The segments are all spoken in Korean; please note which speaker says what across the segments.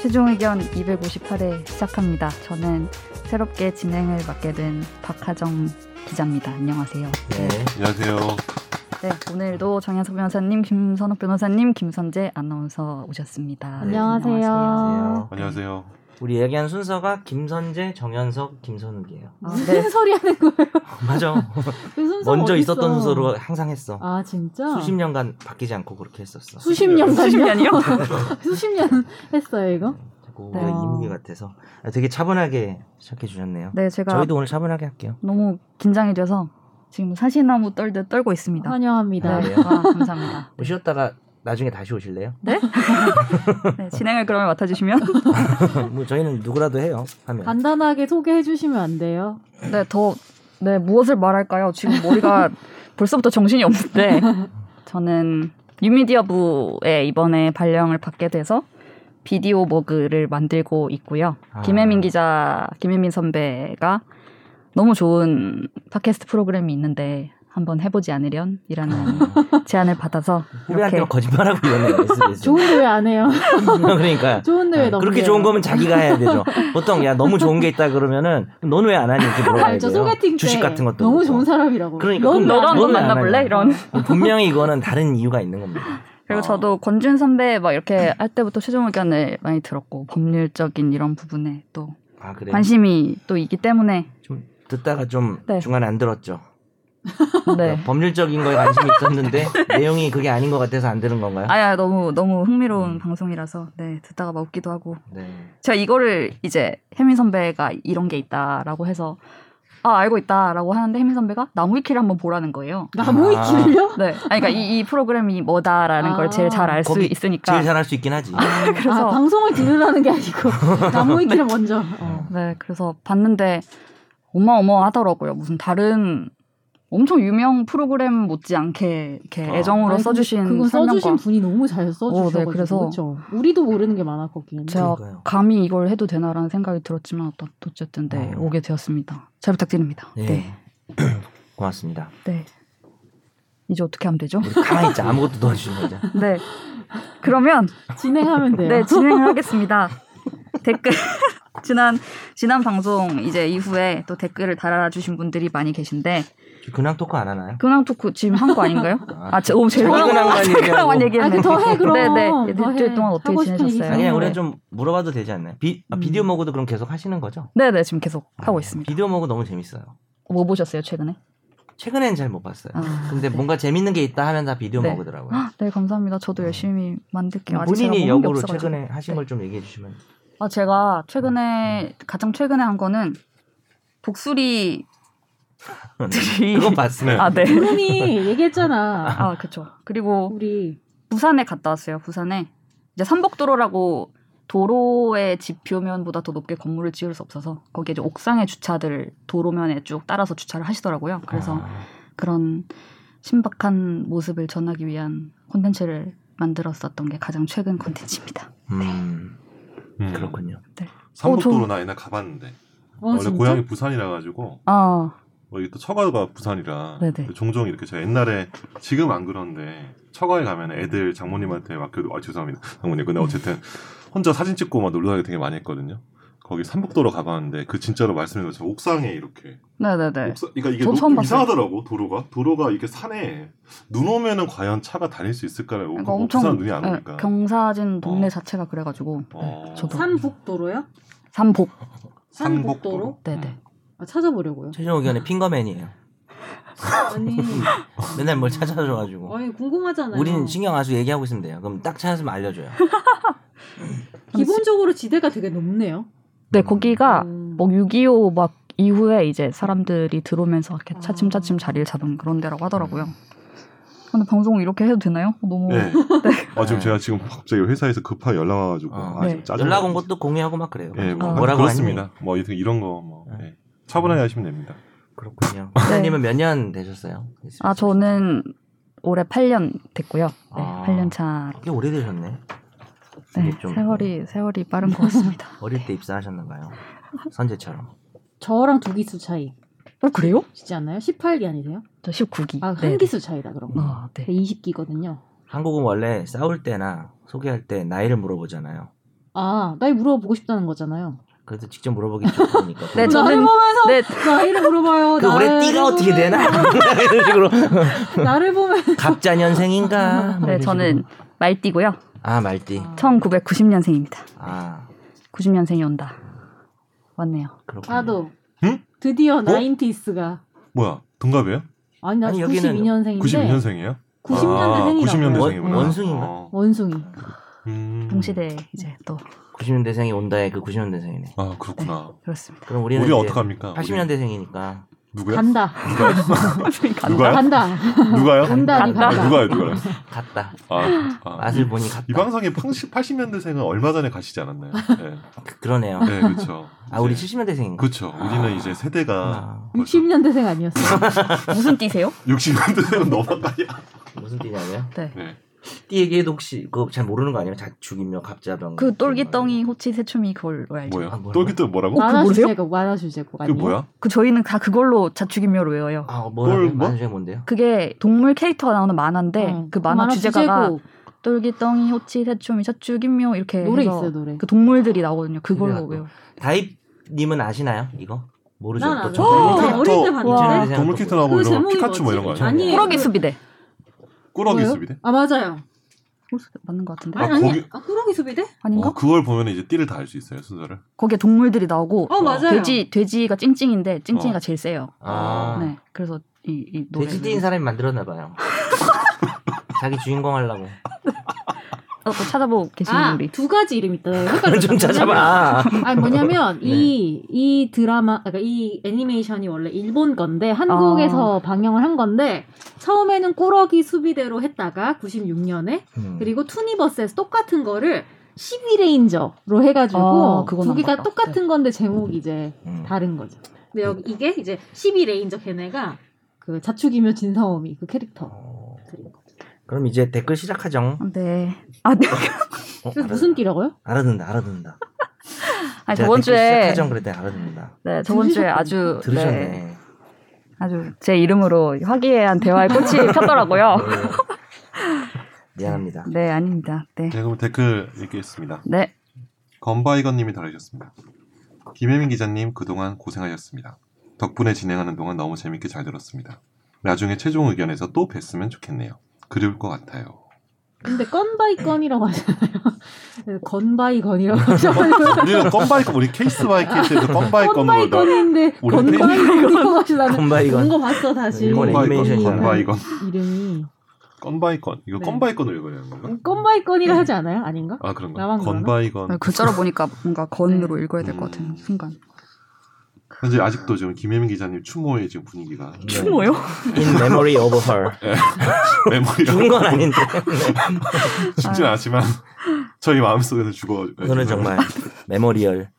Speaker 1: 최종 의견 258회 시작합니다. 저는 새롭게 진행을 맡게 된 박하정 기자입니다. 안녕하세요.
Speaker 2: 네, 안녕하세요.
Speaker 1: 네, 오늘도 정현석 변호사님, 김선욱 변호사님, 김선재 아나운서 오셨습니다. 네,
Speaker 3: 안녕하세요.
Speaker 2: 안녕하세요. 안녕하세요.
Speaker 4: 아. 우리 얘기한 순서가 김선재, 정현석, 김선욱이에요.
Speaker 1: 아,
Speaker 3: 무슨
Speaker 1: 네,
Speaker 3: 소리 하는 거예요?
Speaker 4: 맞아.
Speaker 3: 그 순서
Speaker 4: 먼저
Speaker 3: 어딨어?
Speaker 4: 있었던 순서로 항상 했어.
Speaker 3: 아 진짜?
Speaker 4: 수십 년간 바뀌지 않고 그렇게 했었어. 네.
Speaker 3: 수십 년간요?
Speaker 1: 수십 년이요?
Speaker 3: 수십 년 했어요 이거?
Speaker 4: 자꾸
Speaker 1: 네.
Speaker 4: 우리가 이무기 같아서 아, 되게 차분하게 시작해 주셨네요.
Speaker 1: 네, 제가
Speaker 4: 저희도 오늘 차분하게 할게요.
Speaker 1: 너무 긴장이 돼서 지금 사시나무 떨듯 떨고 있습니다.
Speaker 3: 환영합니다.
Speaker 1: 네,
Speaker 4: 그래요?
Speaker 1: 아, 감사합니다.
Speaker 3: 네.
Speaker 4: 오셨다가 뭐 나중에 다시 오실래요?
Speaker 1: 네, 진행을 그러면 맡아주시면
Speaker 4: 뭐 저희는 누구라도 해요. 하면
Speaker 3: 간단하게 소개해 주시면 안 돼요?
Speaker 1: 네, 더, 네, 무엇을 말할까요? 지금 머리가 벌써부터 정신이 없는데, 저는 뉴미디어부에 이번에 발령을 받게 돼서 비디오 머그를 만들고 있고요.
Speaker 4: 아.
Speaker 1: 김혜민 기자, 김혜민 선배가 너무 좋은 팟캐스트 프로그램이 있는데, 한번 해보지 않으련이라는 제안을 받아서
Speaker 4: 후배한테
Speaker 1: 이렇게
Speaker 4: 막 거짓말하고 이러네요. SBS.
Speaker 3: 좋은데 왜 안 해요?
Speaker 4: 그러니까
Speaker 3: 좋은데 왜
Speaker 4: 네,
Speaker 3: 넘겨요?
Speaker 4: 그렇게 좋은 거면 자기가 해야 되죠. 보통 야 너무 좋은 게 있다 그러면은 넌 왜 안 하니? 이렇게 물어봐야
Speaker 3: 알죠
Speaker 4: 돼요.
Speaker 3: 그렇죠. 소개팅 때
Speaker 4: 주식 같은 것도
Speaker 3: 너무
Speaker 4: 그렇고.
Speaker 3: 좋은 사람이라고.
Speaker 4: 그러니까 그럼
Speaker 3: 넌왜
Speaker 1: 너도
Speaker 3: 안
Speaker 1: 한번
Speaker 4: 너는
Speaker 3: 해요?
Speaker 4: 안
Speaker 1: 만나볼래?
Speaker 4: 하냐.
Speaker 1: 이런
Speaker 4: 분명히 이거는 다른 이유가 있는 겁니다.
Speaker 1: 그리고
Speaker 4: 어.
Speaker 1: 저도 권준 선배 막 이렇게 할 때부터 최종 의견을 많이 들었고 법률적인 이런 부분에 또
Speaker 4: 아 그래요?
Speaker 1: 관심이 또 있기 때문에
Speaker 4: 좀 듣다가 좀
Speaker 1: 네.
Speaker 4: 중간에 안 들었죠.
Speaker 1: 네
Speaker 4: 그러니까 법률적인 거에 관심이 있었는데 내용이 그게 아닌 것 같아서 안 들은 건가요?
Speaker 1: 아야 너무 너무 흥미로운
Speaker 4: 음.
Speaker 1: 방송이라서 네 듣다가 막 웃기도 하고
Speaker 4: 네.
Speaker 1: 제가 이거를 이제 혜민 선배가 이런 게 있다라고 해서 아 알고 있다라고 하는데 혜민 선배가 나무위키를 한번 보라는 거예요.
Speaker 3: 나무위 길려?
Speaker 1: 네, 아니, 그러니까 이, 이 프로그램이 뭐다라는 걸
Speaker 3: 아.
Speaker 1: 제일 잘 알 수
Speaker 4: 거기
Speaker 1: 있으니까.
Speaker 4: 제일 잘할 수 있긴 하지.
Speaker 1: 그래서
Speaker 3: 아, 방송을 들으라는 게 아니고 나무위 길을 먼저. 어.
Speaker 1: 네, 그래서 봤는데 어마어마하더라고요. 무슨 다른 엄청 유명 프로그램 못지않게 이렇게
Speaker 4: 아.
Speaker 1: 애정으로
Speaker 3: 아니,
Speaker 1: 써주신
Speaker 3: 그거
Speaker 1: 설명과
Speaker 3: 써주신 분이 너무 잘 써주셔가지고
Speaker 1: 어, 네, 그래서-
Speaker 3: 그렇죠. 우리도 모르는 게 많았거든요.
Speaker 1: 제가
Speaker 4: 그러니까요.
Speaker 1: 감히 이걸 해도 되나라는 생각이 들었지만 또- 어쨌든 네,
Speaker 4: 어.
Speaker 1: 오게 되었습니다. 잘 부탁드립니다.
Speaker 4: 네.
Speaker 1: 네.
Speaker 4: 고맙습니다.
Speaker 1: 네. 이제 어떻게 하면 되죠?
Speaker 4: 우리 가만히 있자. 아무것도 도와주신 거죠.
Speaker 1: 네. 그러면
Speaker 3: 진행하면 돼요.
Speaker 1: 네 진행을 하겠습니다. 댓글 지난 지난 방송 이제 이후에 또 댓글을 달아주신 분들이 많이 계신데
Speaker 4: 근황 토크 안 하나요?
Speaker 1: 근황 토크 지금 한 거 아닌가요? 아, 제, 오, 제가
Speaker 4: 자기 근황만 얘기하고.
Speaker 1: 만
Speaker 3: 아,
Speaker 1: 얘기했네.
Speaker 3: 그 더해 그럼.
Speaker 1: 네네.
Speaker 3: 더
Speaker 1: 일주일
Speaker 3: 해.
Speaker 1: 동안 어떻게
Speaker 3: 하고 싶은 얘기
Speaker 1: 지내셨어요?
Speaker 3: 있으면
Speaker 4: 아니
Speaker 3: 해.
Speaker 4: 우리가 좀 물어봐도 되지 않나요? 비, 아,
Speaker 1: 네. 음.
Speaker 4: 비디오 먹어도 그럼 계속 하시는 거죠?
Speaker 1: 네네, 지금 계속
Speaker 4: 아,
Speaker 1: 하고 있습니다.
Speaker 4: 비디오 먹어 너무 재밌어요.
Speaker 1: 뭐 보셨어요, 최근에?
Speaker 4: 최근엔 잘 못 봤어요.
Speaker 1: 아,
Speaker 4: 근데
Speaker 1: 네.
Speaker 4: 뭔가 재밌는 게 있다 하면 다 비디오
Speaker 1: 네.
Speaker 4: 먹으더라고요.
Speaker 1: 네, 감사합니다. 저도 열심히 만들게요. 아직
Speaker 4: 어. 음,
Speaker 1: 제가
Speaker 4: 본인이
Speaker 1: 먹은 게
Speaker 4: 역으로
Speaker 1: 없어가지고.
Speaker 4: 최근에 어. 하신
Speaker 1: 네.
Speaker 4: 걸 좀 얘기해 주시면.
Speaker 1: 아, 제가 최근에, 가장 최근에 한 거는 복수리. 들이-
Speaker 4: 그건 봤어요.
Speaker 1: 네. 아, 네.
Speaker 3: 그분이 얘기했잖아.
Speaker 1: 아, 그쵸. 그리고
Speaker 3: 우리
Speaker 1: 부산에 갔다 왔어요, 부산에. 이제 삼복도로라고 도로의 지표면보다 더 높게 건물을 지을 수 없어서 거기에 이제 옥상의 주차들 도로면에 쭉 따라서 주차를 하시더라고요. 그래서
Speaker 4: 아.
Speaker 1: 그런 신박한 모습을 전하기 위한 콘텐츠를 만들었었던 게 가장 최근 콘텐츠입니다.
Speaker 4: 음,
Speaker 2: 음,
Speaker 4: 그렇군요.
Speaker 1: 어,
Speaker 2: 삼복도로 나 옛날 가봤는데
Speaker 3: 어,
Speaker 2: 원래
Speaker 3: 진짜?
Speaker 2: 고향이 부산이라 가지고
Speaker 1: 아,
Speaker 2: 어, 이게 또 처가가 부산이라 그
Speaker 1: 네네.
Speaker 2: 종종 이렇게 제가 옛날에 지금 안 그런데 처가에 가면 애들 장모님한테 막 그래도 아 죄송합니다 장모님 근데 어쨌든 혼자 사진 찍고 막 놀러 다니기 되게 많이 했거든요. 거기 삼복도로 가봤는데 그 진짜로 말씀해 주신 옥상에 이렇게
Speaker 1: 네네네.
Speaker 2: 옥상, 그러니까 이게
Speaker 1: 저
Speaker 2: 높-
Speaker 1: 처음 봤어요.
Speaker 2: 이상하더라고 도로가 도로가 이게 산에 눈 오면은 과연 차가 다닐 수 있을까라고
Speaker 1: 그러니까
Speaker 2: 뭐 부산 눈이 안
Speaker 1: 예,
Speaker 2: 오니까
Speaker 1: 경사진 동네
Speaker 2: 어.
Speaker 1: 자체가 그래가지고 네,
Speaker 2: 어.
Speaker 1: 저도
Speaker 3: 산북도로요?
Speaker 1: 삼복.
Speaker 2: 삼복도로?
Speaker 1: 네네.
Speaker 3: 아, 찾아보려고요.
Speaker 4: 최종 의견의 핑거맨이에요.
Speaker 3: 아니,
Speaker 4: 맨날 뭘
Speaker 1: 어,
Speaker 4: 찾아줘가지고.
Speaker 3: 아니 궁금하잖아요.
Speaker 4: 우리는 신경 아주 얘기하고 있으면 돼요. 그럼 딱 찾았으면 알려줘요.
Speaker 3: 기본적으로 지대가 되게 높네요.
Speaker 1: 네 거기가
Speaker 3: 음.
Speaker 1: 뭐 6.25 막 이후에 이제 사람들이 들어오면서 이렇게
Speaker 3: 아.
Speaker 1: 차츰차츰 자리를 잡은 그런 데라고 하더라고요. 근데 방송 이렇게 해도 되나요? 너무
Speaker 2: 음. 네. 아 지금
Speaker 4: 네.
Speaker 2: 제가 지금 갑자기 회사에서 급하게 연락 와가지고
Speaker 4: 어.
Speaker 2: 아,
Speaker 1: 네.
Speaker 2: 지금 짜증
Speaker 4: 연락 온 것도 공유하고 막 그래요.
Speaker 1: 어.
Speaker 2: 예, 뭐, 뭐라고
Speaker 4: 뭐라고
Speaker 2: 그렇습니다. 뭐 이런 이런 거 뭐.
Speaker 4: 네.
Speaker 2: 예. 차분하게 하시면 됩니다.
Speaker 4: 그렇군요. 기자님은 몇 년 되셨어요?
Speaker 1: 네. 아 저는 올해 8년 됐고요. 네,
Speaker 4: 아.
Speaker 1: 8년 차.
Speaker 4: 꽤 오래 되셨네.
Speaker 1: 네,
Speaker 4: 이게 좀
Speaker 2: 음.
Speaker 1: 세월이 네. 세월이 빠른 것 같습니다.
Speaker 4: 어릴 때 입사하셨나봐요. 선재처럼.
Speaker 3: 저랑 두 기수 차이.
Speaker 1: 어 그래요?
Speaker 3: 쉽지 않나요? 18기 아니세요?
Speaker 1: 저 19기.
Speaker 3: 아, 한 기수 차이다 그럼.
Speaker 1: 아, 네.
Speaker 3: 20기거든요.
Speaker 4: 한국은 원래 싸울 때나 소개할 때 나이를 물어보잖아요.
Speaker 3: 아, 나이 물어보고 싶다는 거잖아요.
Speaker 4: 그래도 직접 물어보기 좀 그러니까.
Speaker 1: 네, 저-
Speaker 3: 나를
Speaker 1: 저는-
Speaker 3: 보면서
Speaker 1: 네,
Speaker 3: 나이를 물어봐요.
Speaker 4: 그 올해 띠가 어떻게 되나 이런 식으로
Speaker 3: 나를 보면
Speaker 4: 갑자년생인가? 뭐
Speaker 1: 네,
Speaker 4: 이런
Speaker 1: 저는
Speaker 4: 식으로.
Speaker 1: 말띠고요.
Speaker 4: 아 말띠.
Speaker 1: 1990년생입니다.
Speaker 4: 아
Speaker 1: 90년생이 온다. 왔네요.
Speaker 4: 그렇군.
Speaker 3: 나도.
Speaker 2: 응?
Speaker 3: 드디어 나인티스가
Speaker 2: 뭐야 동갑이에요?
Speaker 3: 아니
Speaker 4: 뭐?
Speaker 3: 나
Speaker 4: 아니, 여기는
Speaker 3: 92년생인데
Speaker 2: 92년생이에요?
Speaker 3: 90년대
Speaker 2: 아,
Speaker 3: 네. 생이라고.
Speaker 2: 90년대생이구나. 어.
Speaker 4: 원- 원숭이인가?
Speaker 3: 원숭이.
Speaker 2: 음.
Speaker 1: 동시대 이제 또
Speaker 4: 90년대생이 온다에 그 90년대생이네.
Speaker 2: 아 그렇구나.
Speaker 1: 그렇습니다.
Speaker 4: 그럼 네. 우리는
Speaker 2: 우리
Speaker 4: 이제
Speaker 2: 어떡합니까? 우리
Speaker 4: 80년대생이니까
Speaker 2: 누구야?
Speaker 3: 간다.
Speaker 2: 누가요?
Speaker 3: 간다.
Speaker 2: 누가요?
Speaker 3: 간다.
Speaker 1: 간다.
Speaker 2: 아,
Speaker 3: 간다.
Speaker 2: 누가요? 누가요?
Speaker 4: 같다.
Speaker 2: 아, 아.
Speaker 4: 맛을 보니 같다.
Speaker 2: 이 방송에 80년대생은 얼마 전에 가시지 않았나요? 네,
Speaker 4: 그- 그러네요.
Speaker 2: 네 그렇죠.
Speaker 4: 아 우리 아. 70년대생인가?
Speaker 2: 그렇죠. 우리는 이제 세대가
Speaker 4: 아,
Speaker 3: 60년대생 아니었어.
Speaker 1: 무슨 띠세요?
Speaker 2: 60년대생은 넘어가야.
Speaker 4: 무슨 띠냐고요?
Speaker 2: 네.
Speaker 4: 띠 얘기해도 혹시 그거 잘 모르는 거 아니에요? 자축이며 갑자병.
Speaker 1: 그 똘기덩이 호치 새춤이 그걸 알죠.
Speaker 2: 뭐야?
Speaker 4: 아, 뭐라고?
Speaker 2: 똘기똘 뭐라고?
Speaker 1: 어?
Speaker 3: 만화
Speaker 1: 모르세요?
Speaker 3: 주제곡, 만화 주제곡
Speaker 2: 이게
Speaker 3: 아니에요?
Speaker 2: 뭐야?
Speaker 1: 그 저희는 다 그걸로 자축인묘를 외워요.
Speaker 4: 아
Speaker 2: 뭘,
Speaker 4: 뭐라고요?
Speaker 2: 뭐?
Speaker 4: 만화 중에 뭔데요?
Speaker 1: 그게 동물 캐릭터가 나오는 만화인데
Speaker 3: 어,
Speaker 1: 그 만화, 주제가가
Speaker 3: 주제곡.
Speaker 1: 똘기덩이 호치 새춤이 자축인묘 이렇게
Speaker 3: 노래
Speaker 1: 해서
Speaker 3: 있어요, 노래.
Speaker 1: 그 동물들이 나오거든요. 그걸로
Speaker 4: 그래갖고.
Speaker 1: 외워요.
Speaker 4: 다입님은 아시나요? 이거 모르죠.
Speaker 3: 난
Speaker 4: 또
Speaker 3: 알아.
Speaker 4: 저-
Speaker 2: 어,
Speaker 3: 나 어릴 때
Speaker 2: 와.
Speaker 3: 봤는데.
Speaker 4: 생각해보고.
Speaker 2: 도물키트 나오고
Speaker 3: 그
Speaker 2: 이런 거
Speaker 3: 제목이
Speaker 2: 피카츄 네. 뭐
Speaker 3: 뭐지?
Speaker 2: 이런 거 아니에요?
Speaker 3: 아니에요.
Speaker 1: 꾸러기 수비대.
Speaker 2: 꾸러기
Speaker 3: 뭐예요?
Speaker 2: 수비대?
Speaker 3: 아 맞아요.
Speaker 1: 맞는 것 같은데?
Speaker 2: 아,
Speaker 3: 아니 아니.
Speaker 2: 거기-
Speaker 3: 아, 꾸러기 수비대?
Speaker 1: 아닌가?
Speaker 2: 어, 그걸 보면 이제 띠를 다 알 수 있어요 순서를.
Speaker 1: 거기에 동물들이 나오고
Speaker 3: 어 맞아요.
Speaker 1: 돼지 돼지가 찡찡인데 찡찡이가
Speaker 2: 어.
Speaker 1: 제일 세요.
Speaker 4: 아
Speaker 1: 네, 그래서 이, 이 노래
Speaker 4: 돼지 띠인 사람이 만들었나 봐요. 자기 주인공 하려고.
Speaker 1: 어, 또 찾아보고 계시는
Speaker 3: 아
Speaker 1: 우리
Speaker 3: 두 가지 이름 있다. 내가 헷갈렸어.
Speaker 4: 좀 찾아봐.
Speaker 3: 아니 뭐냐면
Speaker 1: 네.
Speaker 3: 이 이 드라마 그러니까 이 애니메이션이 원래 일본 건데
Speaker 1: 아.
Speaker 3: 한국에서 방영을 한 건데 처음에는 꾸러기 수비대로 했다가 96년에
Speaker 4: 음.
Speaker 3: 그리고 투니버스에서 똑같은 거를 12레인저로 해가지고
Speaker 1: 아, 그건
Speaker 3: 두
Speaker 1: 안
Speaker 3: 개가
Speaker 1: 봤다.
Speaker 3: 똑같은 건데 제목이 이제
Speaker 4: 음.
Speaker 3: 다른 거죠. 근데 여기 이게 이제 12레인저 걔네가 그 자축이며 진사오미 그 캐릭터
Speaker 4: 어,
Speaker 3: 그린 거죠.
Speaker 4: 그럼 이제 댓글 시작하죠.
Speaker 1: 네. 아, 네.
Speaker 4: 어,
Speaker 3: 그래서
Speaker 4: 알아-
Speaker 3: 무슨 끼라고요?
Speaker 4: 알아듣는다, 알아듣는다.
Speaker 1: 아니,
Speaker 4: 제가
Speaker 1: 저번
Speaker 4: 댓글
Speaker 1: 주에
Speaker 4: 시작하죠, 그랬더니 알아듣는다.
Speaker 1: 네, 저번 주에
Speaker 3: 들으셨군요.
Speaker 1: 아주
Speaker 4: 들으셨네.
Speaker 1: 네, 아주 제 이름으로 화기애애한 대화의 꽃이
Speaker 4: 어.
Speaker 1: 폈더라고요.
Speaker 4: 미안합니다.
Speaker 1: 네, 아닙니다. 네.
Speaker 2: 네 그럼 댓글 읽겠습니다.
Speaker 1: 네.
Speaker 2: 건바이건님이 달아주셨습니다. 김혜민 기자님 그동안 고생하셨습니다. 덕분에 진행하는 동안 너무 재밌게 잘 들었습니다. 나중에 최종 의견에서 또 뵀으면 좋겠네요. 그리울 것 같아요.
Speaker 3: 근데 건바이 건이라고 하잖아요. 건바이 건이라고 하셔가지고
Speaker 2: 어, 우리는 건바이건 우리 케이스 바이 케이스에서 건바이건으로
Speaker 3: 건바이 건인데
Speaker 2: 우리
Speaker 3: 건바이 건이라고 하시다는
Speaker 4: 건바이건.
Speaker 3: 본거 봤어 다시
Speaker 4: 이건
Speaker 3: 이름이
Speaker 2: 건바이건
Speaker 4: 애니메이션이잖아요.
Speaker 2: 건바이건
Speaker 3: 건바이
Speaker 2: 건바이건 이거
Speaker 3: 네.
Speaker 2: 건바이건을 읽어야 하는 건가?
Speaker 3: 건이라 하지 않아요? 아닌가?
Speaker 2: 아 그런가?
Speaker 3: 나만 그러나? 아,
Speaker 2: 건바이건
Speaker 1: 글자로 보니까 뭔가 건으로 읽어야
Speaker 2: 될
Speaker 1: 될
Speaker 2: 것
Speaker 1: 것
Speaker 2: 같은
Speaker 1: 같은 순간.
Speaker 3: 그
Speaker 2: 현재 아직도 지금 김혜민 기자님 추모의 지금 분위기가
Speaker 1: 추모요?
Speaker 4: In memory of her. 죽은
Speaker 2: 메모리가
Speaker 4: 건 아닌데.
Speaker 3: 아.
Speaker 2: 죽진 않지만 저희 마음속에서 죽어
Speaker 4: 그거는 정말 메모리얼.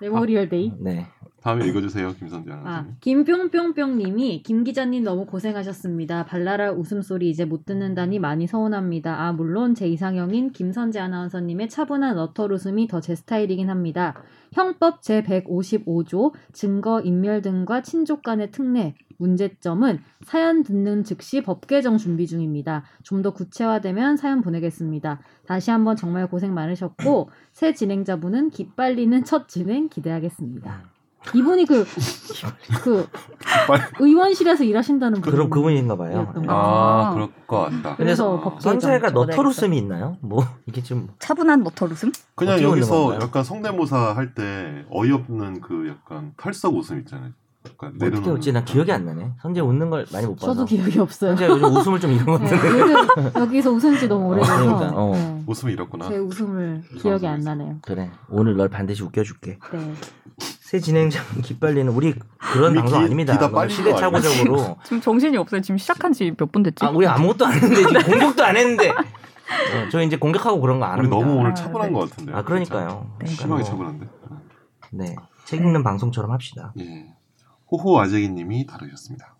Speaker 3: 메모리얼 데이.
Speaker 4: 네.
Speaker 2: 다음에 읽어주세요 김선재
Speaker 3: 아,
Speaker 2: 아나운서님
Speaker 3: 김뿅뿅뿅님이 김 기자님 너무 고생하셨습니다. 발랄한 웃음소리 이제 못 듣는다니 많이 서운합니다. 아 물론 제 이상형인 김선재 아나운서님의 차분한 너털 웃음이 더 제 스타일이긴 합니다. 형법 제 155조 증거 인멸 등과 친족 간의 특례 문제점은 사연 듣는 즉시 법 개정 준비 중입니다. 좀 더 구체화되면 사연 보내겠습니다. 다시 한번 정말 고생 많으셨고 새 진행자분은 기빨리는 첫 진행 기대하겠습니다. 이분이 그 그
Speaker 2: 빨리-
Speaker 3: 의원실에서 일하신다는 분.
Speaker 4: 그럼 그분인가 봐요.
Speaker 3: 이었던
Speaker 4: 네.
Speaker 3: 거.
Speaker 2: 아 그럴 것 같다
Speaker 3: 그래서
Speaker 4: 그래서
Speaker 3: 법제정
Speaker 4: 선재가
Speaker 3: 네. 저거
Speaker 4: 너털
Speaker 3: 다
Speaker 4: 웃음이 있나요? 뭐 이게 좀
Speaker 1: 차분한 너털 웃음?
Speaker 2: 그냥
Speaker 4: 어떻게
Speaker 2: 여기서
Speaker 4: 올라가나요?
Speaker 2: 약간 성대모사 할 때 어이없는 그 약간 털썩 웃음 있잖아요. 약간
Speaker 4: 어떻게
Speaker 2: 내려놓는.
Speaker 4: 웃지? 나 기억이 안 나네. 선재 웃는 걸 많이 못 봐서.
Speaker 3: 저도 기억이 없어요.
Speaker 4: 선재 요즘 웃음을 좀
Speaker 3: 네,
Speaker 4: 잃었는데.
Speaker 3: 요즘 여기서 웃은 지 너무 오래돼서
Speaker 4: 어, 그러니까, 어.
Speaker 3: 네,
Speaker 2: 웃음이 이렇구나.
Speaker 3: 제 웃음을 기억이 안 나네요.
Speaker 4: 그래. 오늘 널 반드시 웃겨줄게.
Speaker 3: 네.
Speaker 4: 새 진행자 기빨리는 우리 그런
Speaker 2: 우리
Speaker 4: 방송
Speaker 2: 기-
Speaker 4: 아닙니다.
Speaker 2: 기다
Speaker 4: 너무
Speaker 2: 빨리
Speaker 4: 시대착오적으로.
Speaker 1: 지금 정신이 없어요. 지금 시작한 지 몇 분 됐지?
Speaker 4: 아 우리 아무것도 안 했는데 지금 공격도 안 했는데. 어, 저 이제 공격하고 그런 거 안
Speaker 2: 우리
Speaker 4: 합니다.
Speaker 2: 너무 오늘
Speaker 1: 아,
Speaker 2: 차분한
Speaker 1: 네.
Speaker 2: 것 같은데.
Speaker 4: 아 그러니까요.
Speaker 1: 네.
Speaker 2: 심하게
Speaker 4: 그러니까 뭐,
Speaker 2: 차분한데.
Speaker 4: 네. 책 읽는 방송처럼 합시다.
Speaker 2: 예. 호호 아재기님이 다루셨습니다.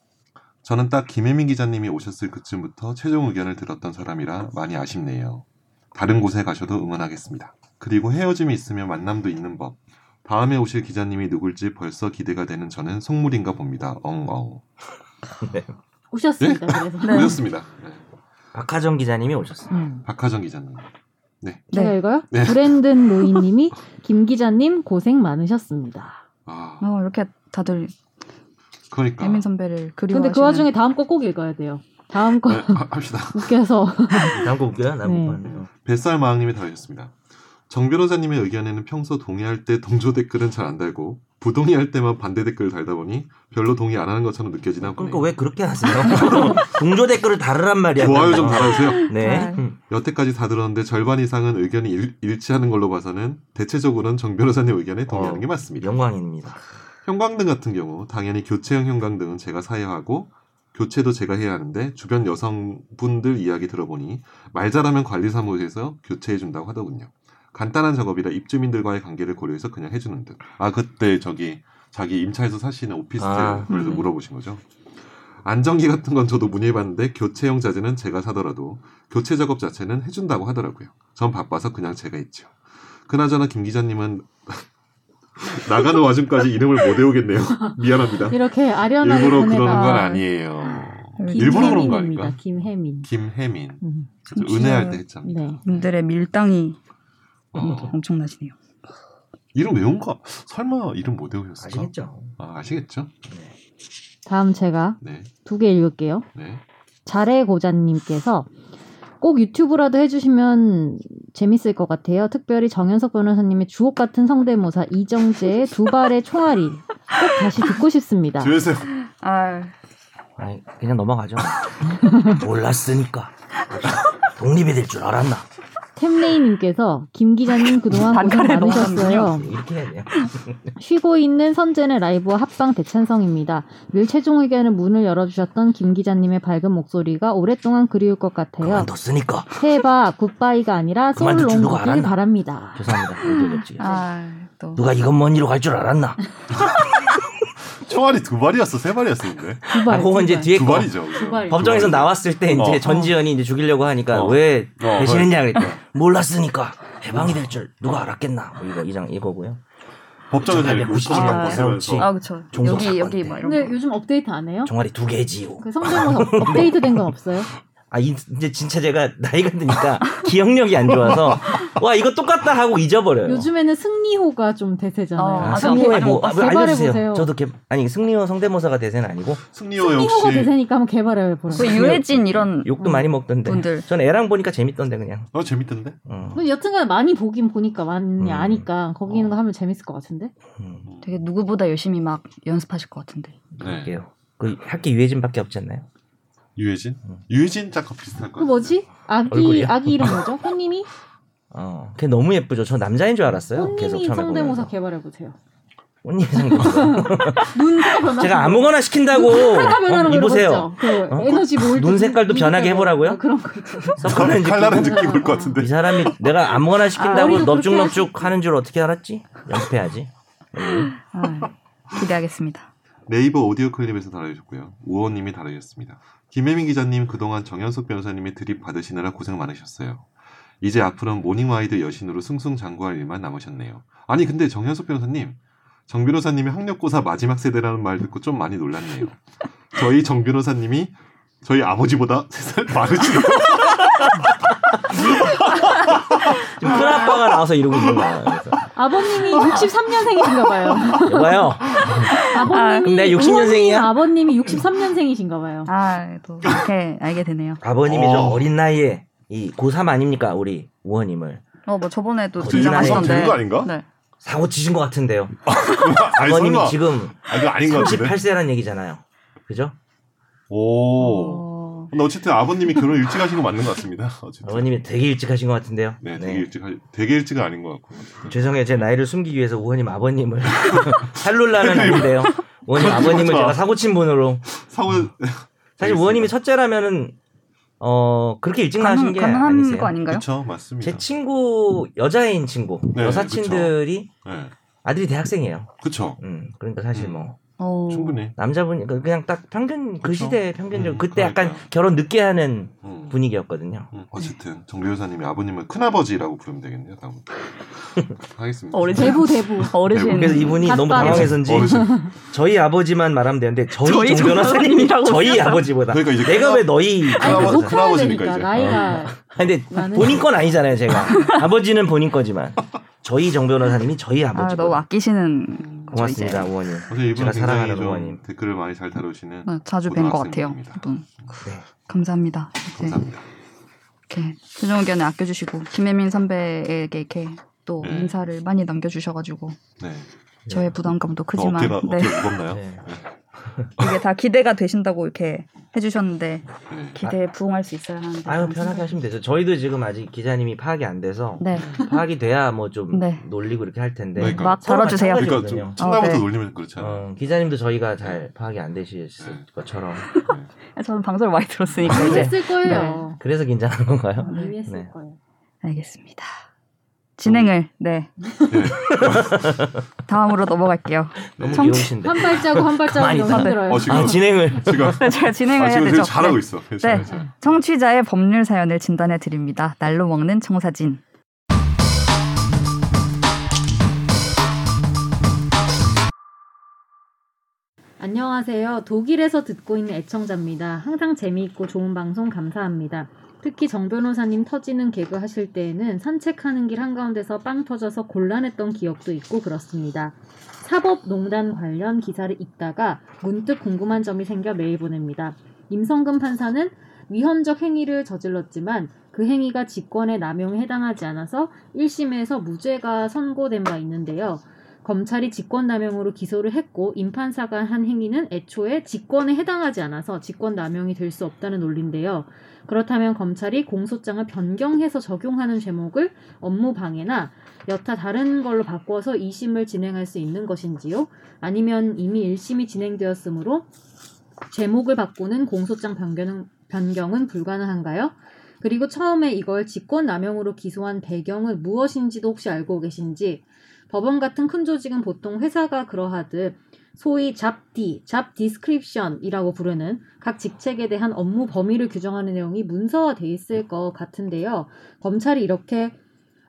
Speaker 2: 저는 딱 김혜민 기자님이 오셨을 그쯤부터 최종 의견을 들었던 사람이라 많이 아쉽네요. 다른 곳에 가셔도 응원하겠습니다. 그리고 헤어짐이 있으면 만남도 있는 법. 다음에 오실 기자님이 누굴지 벌써 기대가 되는 저는 속물인가 봅니다. 엉엉.
Speaker 3: 오셨습니다. 그래서.
Speaker 2: 오셨습니다. 네.
Speaker 4: 박하정 기자님이 오셨어요.
Speaker 3: 음.
Speaker 2: 박하정 기자님.
Speaker 3: 제가
Speaker 1: 네.
Speaker 3: 읽어요?
Speaker 2: 네.
Speaker 3: 브랜든 로이님이 김 기자님 고생 많으셨습니다.
Speaker 2: 아,
Speaker 1: 어, 이렇게 다들
Speaker 2: 그러니까.
Speaker 1: 예민 선배를 그리워하시는.
Speaker 3: 근데 그 와중에 다음 거 꼭 읽어야 돼요. 다음 거
Speaker 2: 네, 하- 합시다.
Speaker 3: 웃겨서
Speaker 2: 음.
Speaker 4: 난거 웃겨요?
Speaker 3: 네.
Speaker 4: 난못 봤는데.
Speaker 2: 뱃살마왕님이 달으셨습니다. 정 변호사님의 의견에는 평소 동의할 때 동조 댓글은 잘 안 달고 부동의할 때만 반대 댓글을 달다 보니 별로 동의 안 하는 것처럼 느껴지나 보네요.
Speaker 4: 그러니까 왜 그렇게 하세요? 동조 댓글을 달으란 말이야.
Speaker 2: 좋아요 좀 달아주세요.
Speaker 4: 네.
Speaker 1: 네.
Speaker 4: 음.
Speaker 2: 여태까지 다 들었는데 절반 이상은 의견이 일, 치하는 걸로 봐서는 대체적으로는 정 변호사님 의견에 동의하는
Speaker 4: 어.
Speaker 2: 게 맞습니다.
Speaker 4: 영광입니다.
Speaker 2: 형광등 같은 경우 당연히 교체형 형광등은 제가 사야 하고 교체도 제가 해야 하는데 주변 여성분들 이야기 들어보니 말 잘하면 관리사무소에서 교체해 준다고 하더군요. 간단한 작업이라 입주민들과의 관계를 고려해서 그냥 해주는 듯. 아 그때 저기 자기 임차에서 사시는
Speaker 4: 아.
Speaker 2: 오피스텔에서
Speaker 1: 음.
Speaker 2: 물어보신 거죠. 안전기 같은 건 저도 문의해봤는데 교체용 자재는 제가 사더라도 교체 작업 자체는 해준다고 하더라고요. 전 바빠서 그냥 제가 했죠. 그나저나 김 기자님은 나가는 와중까지 이름을 못 외우겠네요. 미안합니다.
Speaker 3: 이렇게 아련하게
Speaker 2: 일부러
Speaker 3: 보내다.
Speaker 2: 그러는 건 아니에요. 일부러 그런 거 아닐까?
Speaker 3: 김혜민.
Speaker 2: 김혜민.
Speaker 3: 음,
Speaker 2: 저 은혜할 때 했잖아.
Speaker 3: 네.
Speaker 1: 분들의 밀당이
Speaker 2: 어.
Speaker 1: 엄청나시네요.
Speaker 2: 이름 외운 거 설마 이름 못 외우셨을까?
Speaker 4: 아시겠죠?
Speaker 2: 아, 아시겠죠?
Speaker 3: 다음 제가
Speaker 2: 네,
Speaker 3: 두 개 읽을게요.
Speaker 2: 네.
Speaker 3: 자래 고자님께서 꼭 유튜브라도 해주시면 재밌을 것 같아요. 특별히 정현석 변호사님의 주옥 같은 성대모사 이정재의 두 발의 총알이 꼭 다시 듣고 싶습니다.
Speaker 2: 조여세요.
Speaker 1: 아,
Speaker 4: 아니, 그냥 넘어가죠. 몰랐으니까. 독립이 될 줄 알았나.
Speaker 3: 템레이님께서 김 기자님 그동안 고생
Speaker 1: 반가를
Speaker 3: 많으셨어요.
Speaker 4: 이렇게 해야 돼요.
Speaker 3: 쉬고 있는 선재의 라이브와 합방 대찬성입니다. 늘 최종 의견의 문을 열어주셨던 김 기자님의 밝은 목소리가 오랫동안 그리울 것 같아요.
Speaker 4: 그만뒀으니까.
Speaker 3: 해봐 굿바이가 아니라
Speaker 4: 그만둘
Speaker 3: 소울롱
Speaker 4: 줄도
Speaker 3: 거길
Speaker 4: 알았나?
Speaker 3: 바랍니다.
Speaker 4: 죄송합니다. 오해됐지.
Speaker 1: 아, 또
Speaker 4: 누가 이건 뭔 일로 갈 줄 알았나.
Speaker 2: 총알이 두 발이었어, 세 발이었는데.
Speaker 3: 두
Speaker 4: 아,
Speaker 3: 발.
Speaker 4: 그건
Speaker 3: 두
Speaker 4: 이제
Speaker 3: 발.
Speaker 4: 뒤에
Speaker 2: 두
Speaker 4: 거.
Speaker 2: 발이죠. 그죠?
Speaker 3: 두 발.
Speaker 4: 법정에서
Speaker 2: 두 발이죠.
Speaker 4: 나왔을 때 이제
Speaker 2: 어.
Speaker 4: 전지현이 이제 죽이려고 하니까
Speaker 2: 어.
Speaker 4: 왜
Speaker 2: 어,
Speaker 4: 배신했냐 그랬대. 몰랐으니까 해방이 될 줄 누가 알았겠나. 뭐 이거 이장 이거고요.
Speaker 2: 법정에서
Speaker 4: 아,
Speaker 2: 이렇게
Speaker 4: 무시지
Speaker 1: 말고
Speaker 4: 해놓지.
Speaker 2: 웃으면서
Speaker 1: 아, 그렇죠.
Speaker 4: 종속
Speaker 1: 여기
Speaker 4: 사건
Speaker 1: 여기 막
Speaker 4: 때.
Speaker 1: 이런
Speaker 3: 근데
Speaker 1: 거.
Speaker 3: 요즘 업데이트 안 해요?
Speaker 4: 종아리 두 개지요.
Speaker 3: 그 성대모사 업데이트 된 건 없어요?
Speaker 4: 아 이- 이제 진짜 제가 나이가 드니까 기억력이 안 좋아서 와 이거 똑같다 하고 잊어버려요.
Speaker 3: 요즘에는 승리호가 좀
Speaker 1: 어,
Speaker 3: 대세잖아요.
Speaker 4: 네. 아,
Speaker 1: 아직
Speaker 4: 승리호의
Speaker 1: 아직
Speaker 4: 뭐
Speaker 1: 못
Speaker 4: 아,
Speaker 3: 봤어요. 개발해보세요.
Speaker 4: 알려주세요. 저도 개, 아니 승리호 성대모사가 대세는 아니고
Speaker 2: 승리호
Speaker 3: 승리호가
Speaker 2: 역시.
Speaker 3: 대세니까 한번 개발해 보세요.
Speaker 1: 그 유해진 이런
Speaker 4: 욕도 많이 먹던데.
Speaker 1: 분들.
Speaker 4: 전 애랑 보니까 재밌던데 그냥.
Speaker 2: 어, 재밌던데?
Speaker 4: 어,
Speaker 3: 여튼간 많이 보긴 보니까 많이
Speaker 4: 음. 어.
Speaker 3: 아니까 거기 있는 거 하면 재밌을 것 같은데. 그
Speaker 4: 음,
Speaker 1: 되게 누구보다 열심히 막 연습하실 것 같은데.
Speaker 2: 네.
Speaker 4: 그럴게요. 그 학교 유해진밖에 없지 않나요?
Speaker 2: 유해진?
Speaker 4: 음.
Speaker 2: 유해진 작가 비슷할 거
Speaker 3: 그 뭐지? 아기
Speaker 4: 얼굴이요?
Speaker 3: 아기 이름 뭐죠? 혼님이
Speaker 4: 어, 걔 너무 예쁘죠. 저 남자인 줄 알았어요. 계속
Speaker 3: 혼님이
Speaker 4: 처음에
Speaker 3: 성대모사
Speaker 4: 보면서.
Speaker 3: 개발해 보세요.
Speaker 4: 언니 성대모사.
Speaker 3: 눈 색깔 변화.
Speaker 4: 제가 아무거나 시킨다고
Speaker 3: 색깔 변하는
Speaker 4: 어,
Speaker 3: 거
Speaker 4: 이보세요.
Speaker 3: 보세요. 그
Speaker 4: 어?
Speaker 3: 에너지 모을
Speaker 4: 눈
Speaker 3: 때
Speaker 4: 색깔도
Speaker 3: 눈
Speaker 4: 변하게
Speaker 3: 색깔
Speaker 4: 해보라고요?
Speaker 3: 어, 그런 거 있죠.
Speaker 4: 섞어낸 느낌.
Speaker 2: 칼라는
Speaker 3: 느낌.
Speaker 2: 느낌 올것
Speaker 4: 이
Speaker 2: 같은데.
Speaker 4: 사람이 내가 아무거나 시킨다고
Speaker 3: 우리도 그렇게
Speaker 4: 넙죽넙죽 하는 줄 어떻게 알았지? 연습해야지. 음.
Speaker 1: 아, 기대하겠습니다.
Speaker 2: 네이버 오디오 클립에서 달아주셨고요. 우원님이 달아주셨습니다. 김혜민 기자님 그동안 정현석 변호사님의 드립 받으시느라 고생 많으셨어요. 이제 앞으로는 모닝와이드 여신으로 승승장구할 일만 남으셨네요. 아니 근데 정현석 변호사님, 정 변호사님이 학력고사 마지막 세대라는 말 듣고 좀 많이 놀랐네요. 저희 정 변호사님이 저희 아버지보다 세 살 많으시네요.
Speaker 4: 지금 큰 아빠가 나와서 이러고 있는 거야. 그래서.
Speaker 3: 아버님이 63년생이신가 봐요.
Speaker 4: 여봐요.
Speaker 3: 아버님이
Speaker 4: 아, 그럼 내가 60년생이야?
Speaker 3: 아버님이 63년생이신가 봐요.
Speaker 1: 아, 또 이렇게 알게 되네요.
Speaker 4: 아버님이
Speaker 2: 어.
Speaker 4: 좀 어린 나이에 이 고3 아닙니까 우리 우원님을
Speaker 1: 어, 뭐 저번에도
Speaker 4: 갑자기
Speaker 1: 등장하시던데.
Speaker 2: 되는 거 아닌가?
Speaker 1: 네.
Speaker 4: 사고 치신 것 같은데요.
Speaker 2: 아니
Speaker 4: 아버님이
Speaker 2: 설마.
Speaker 4: 지금
Speaker 2: 아 이거 아닌 것 같은데.
Speaker 4: 38세라는 얘기잖아요. 그죠?
Speaker 2: 오.
Speaker 1: 어,
Speaker 2: 근데 어쨌든 아버님이 결혼 일찍 하신 거 맞는 것 같습니다. 어쨌든.
Speaker 4: 아버님이 되게 일찍 하신 것 같은데요.
Speaker 2: 네, 되게 일찍 하, 되게 일찍은 아닌 것 같고.
Speaker 4: 죄송해요. 제 나이를 숨기기 위해서 우원님 아버님을 살룰라는 아닌데요. 우원님 아버님을
Speaker 2: 맞아.
Speaker 4: 제가 사고 친 분으로
Speaker 2: 사고
Speaker 4: 사실
Speaker 2: 알겠습니다.
Speaker 4: 우원님이 첫째라면은 어 그렇게 일찍 나신
Speaker 1: 가능,
Speaker 4: 게
Speaker 1: 가능한
Speaker 4: 아니세요.
Speaker 1: 거 아닌가요?
Speaker 2: 그렇죠, 맞습니다.
Speaker 4: 제 친구 여자인 친구
Speaker 2: 네,
Speaker 4: 여사친들이
Speaker 2: 네,
Speaker 4: 아들이 대학생이에요.
Speaker 2: 그렇죠.
Speaker 4: 음, 그러니까 사실
Speaker 2: 음.
Speaker 4: 뭐
Speaker 1: 어.
Speaker 2: 충분히.
Speaker 4: 남자분 그- 그냥 딱 평균 그
Speaker 2: 그쵸.
Speaker 4: 시대 평균적
Speaker 2: 음,
Speaker 4: 으로 그때 약간
Speaker 2: 그러니까요.
Speaker 4: 결혼 늦게 하는
Speaker 2: 음.
Speaker 4: 분위기였거든요.
Speaker 2: 음, 어쨌든 정교 여사님이 아버님을 큰아버지라고 부르면 되겠네요. 다음 하겠습니다.
Speaker 1: 어르신.
Speaker 3: 대부 대부.
Speaker 1: 어르신.
Speaker 4: 그래서 이분이 너무
Speaker 1: 핫바람.
Speaker 4: 당황해서인지
Speaker 2: 어르신.
Speaker 4: 저희 아버지만 말하면 되는데 저희,
Speaker 1: 저희 종변호사님이라고
Speaker 4: 종변호사님이라고 저희
Speaker 1: 쓰셨어.
Speaker 4: 아버지보다
Speaker 2: 그러니까 이제
Speaker 4: 내가 왜 너희
Speaker 3: 아니 근데
Speaker 2: 큰아버지,
Speaker 3: 녹화해야
Speaker 2: 큰아버지니까
Speaker 3: 되니까 어.
Speaker 2: 이제.
Speaker 3: 나이가
Speaker 4: 아니, 근데
Speaker 3: 나는-
Speaker 4: 본인 건 아니잖아요 제가 아버지는 본인 거지만 저희 정변호사님이 저희
Speaker 1: 아,
Speaker 4: 아버지
Speaker 1: 너무 아끼시는
Speaker 2: 음,
Speaker 4: 고맙습니다 우원님
Speaker 2: 사실 이분
Speaker 4: 제가
Speaker 2: 굉장히
Speaker 4: 사랑하는
Speaker 2: 좀
Speaker 4: 부모님.
Speaker 2: 댓글을 많이 잘 다루시는
Speaker 1: 네, 자주 뵌 것 같아요.
Speaker 2: 고등학생분입니다.
Speaker 1: 이분.
Speaker 4: 네.
Speaker 1: 감사합니다. 이제
Speaker 2: 감사합니다.
Speaker 1: 이렇게 최종 의견을 아껴주시고 김혜민 선배에게 이렇게 또
Speaker 2: 네.
Speaker 1: 인사를 많이 남겨주셔가지고
Speaker 2: 네.
Speaker 1: 저의 부담감도
Speaker 2: 그
Speaker 1: 크지만
Speaker 2: 어깨가
Speaker 1: 네,
Speaker 2: 어깨 무겁나요?
Speaker 4: 네.
Speaker 1: 이게 다 기대가 되신다고 이렇게 해주셨는데
Speaker 2: 네.
Speaker 1: 기대에 부응할 수 있어야 하는데
Speaker 4: 아유 편하게 하시면 되죠 저희도 지금 아직 기자님이 파악이 안 돼서
Speaker 1: 네,
Speaker 4: 파악이 돼야 뭐 좀
Speaker 1: 네.
Speaker 4: 놀리고 이렇게 할 텐데
Speaker 2: 그러니까.
Speaker 1: 막
Speaker 4: 서로
Speaker 1: 달아주세요.
Speaker 2: 그러니까
Speaker 4: 마찬가지거든요.
Speaker 2: 좀 첫날부터
Speaker 1: 아, 네.
Speaker 2: 놀리면 그렇잖아요.
Speaker 4: 어, 기자님도 저희가 잘 파악이 안 되실
Speaker 2: 네.
Speaker 4: 것처럼
Speaker 1: 저는 방송을 많이 들었으니까
Speaker 3: 이미
Speaker 1: 이제
Speaker 3: 했을 거예요.
Speaker 4: 그래서 긴장한 건가요?
Speaker 3: 이미 했을
Speaker 4: 네.
Speaker 3: 거예요.
Speaker 1: 알겠습니다. 진행을 네
Speaker 2: 네.
Speaker 1: 다음으로 넘어갈게요.
Speaker 4: 너무
Speaker 1: 청취-
Speaker 4: 귀여우신데
Speaker 3: 한 발자국 한 발자국
Speaker 4: 가만히
Speaker 3: 너무
Speaker 1: 있어.
Speaker 3: 힘들어요.
Speaker 2: 어, 지금
Speaker 4: 아, 진행을
Speaker 2: 지금
Speaker 1: 네, 제가 진행을
Speaker 2: 아,
Speaker 1: 해야
Speaker 2: 지금,
Speaker 1: 되죠.
Speaker 2: 지금 잘하고
Speaker 1: 네.
Speaker 2: 있어. 괜찮아요.
Speaker 1: 네.
Speaker 2: 괜찮아요.
Speaker 1: 청취자의 법률 사연을 진단해 드립니다. 날로 먹는 청사진.
Speaker 3: 안녕하세요. 독일에서 듣고 있는 애청자입니다. 항상 재미있고 좋은 방송 감사합니다. 특히 정 변호사님 터지는 개그 하실 때에는 산책하는 길 한가운데서 빵 터져서 곤란했던 기억도 있고 그렇습니다. 사법농단 관련 기사를 읽다가 문득 궁금한 점이 생겨 메일 보냅니다. 임성근 판사는 위헌적 행위를 저질렀지만 그 행위가 직권의 남용에 해당하지 않아서 1심에서 무죄가 선고된 바 있는데요. 검찰이 직권남용으로 기소를 했고 임판사가 한 행위는 애초에 직권에 해당하지 않아서 직권남용이 될 수 없다는 논리인데요. 그렇다면 검찰이 공소장을 변경해서 적용하는 제목을 업무방해나 여타 다른 걸로 바꿔서 2심을 진행할 수 있는 것인지요? 아니면 이미 1심이 진행되었으므로 제목을 바꾸는 공소장 변경은, 변경은 불가능한가요? 그리고 처음에 이걸 직권남용으로 기소한 배경은 무엇인지도 혹시 알고 계신지 법원 같은 큰 조직은 보통 회사가 그러하듯 소위 잡디, 잡디스크립션이라고 부르는 각 직책에 대한 업무 범위를 규정하는 내용이 문서화돼 있을 것 같은데요. 검찰이 이렇게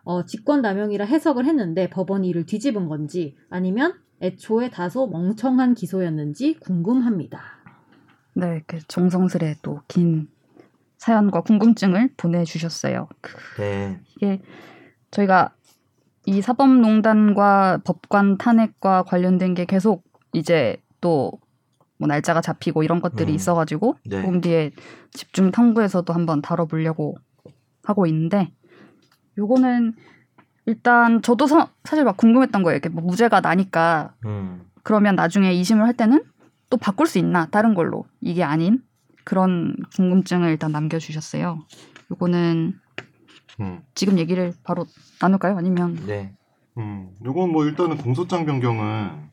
Speaker 3: 어, 직권남용이라 해석을 했는데 법원이 이를 뒤집은 건지 아니면 애초에 다소 멍청한 기소였는지 궁금합니다.
Speaker 1: 네, 이렇게 정성스레 또 긴 사연과 궁금증을 보내주셨어요. 그
Speaker 4: 네.
Speaker 1: 이게 저희가 이 사법농단과 법관 탄핵과 관련된 게 계속 이제 또 뭐 날짜가 잡히고 이런 것들이
Speaker 4: 음.
Speaker 1: 있어가지고
Speaker 4: 네.
Speaker 1: 조금 뒤에 집중 탐구에서도 한번 다뤄보려고 하고 있는데 요거는 일단 저도 서- 사실 막 궁금했던 거예요. 이렇게 뭐 무죄가 나니까
Speaker 4: 음.
Speaker 1: 그러면 나중에 이심을 할 때는 또 바꿀 수 있나 다른 걸로 이게 아닌 그런 궁금증을 일단 남겨주셨어요. 요거는
Speaker 2: 음.
Speaker 1: 지금 얘기를 바로 나눌까요? 아니면
Speaker 4: 네.
Speaker 2: 음. 이건 뭐 일단은 공소장 변경은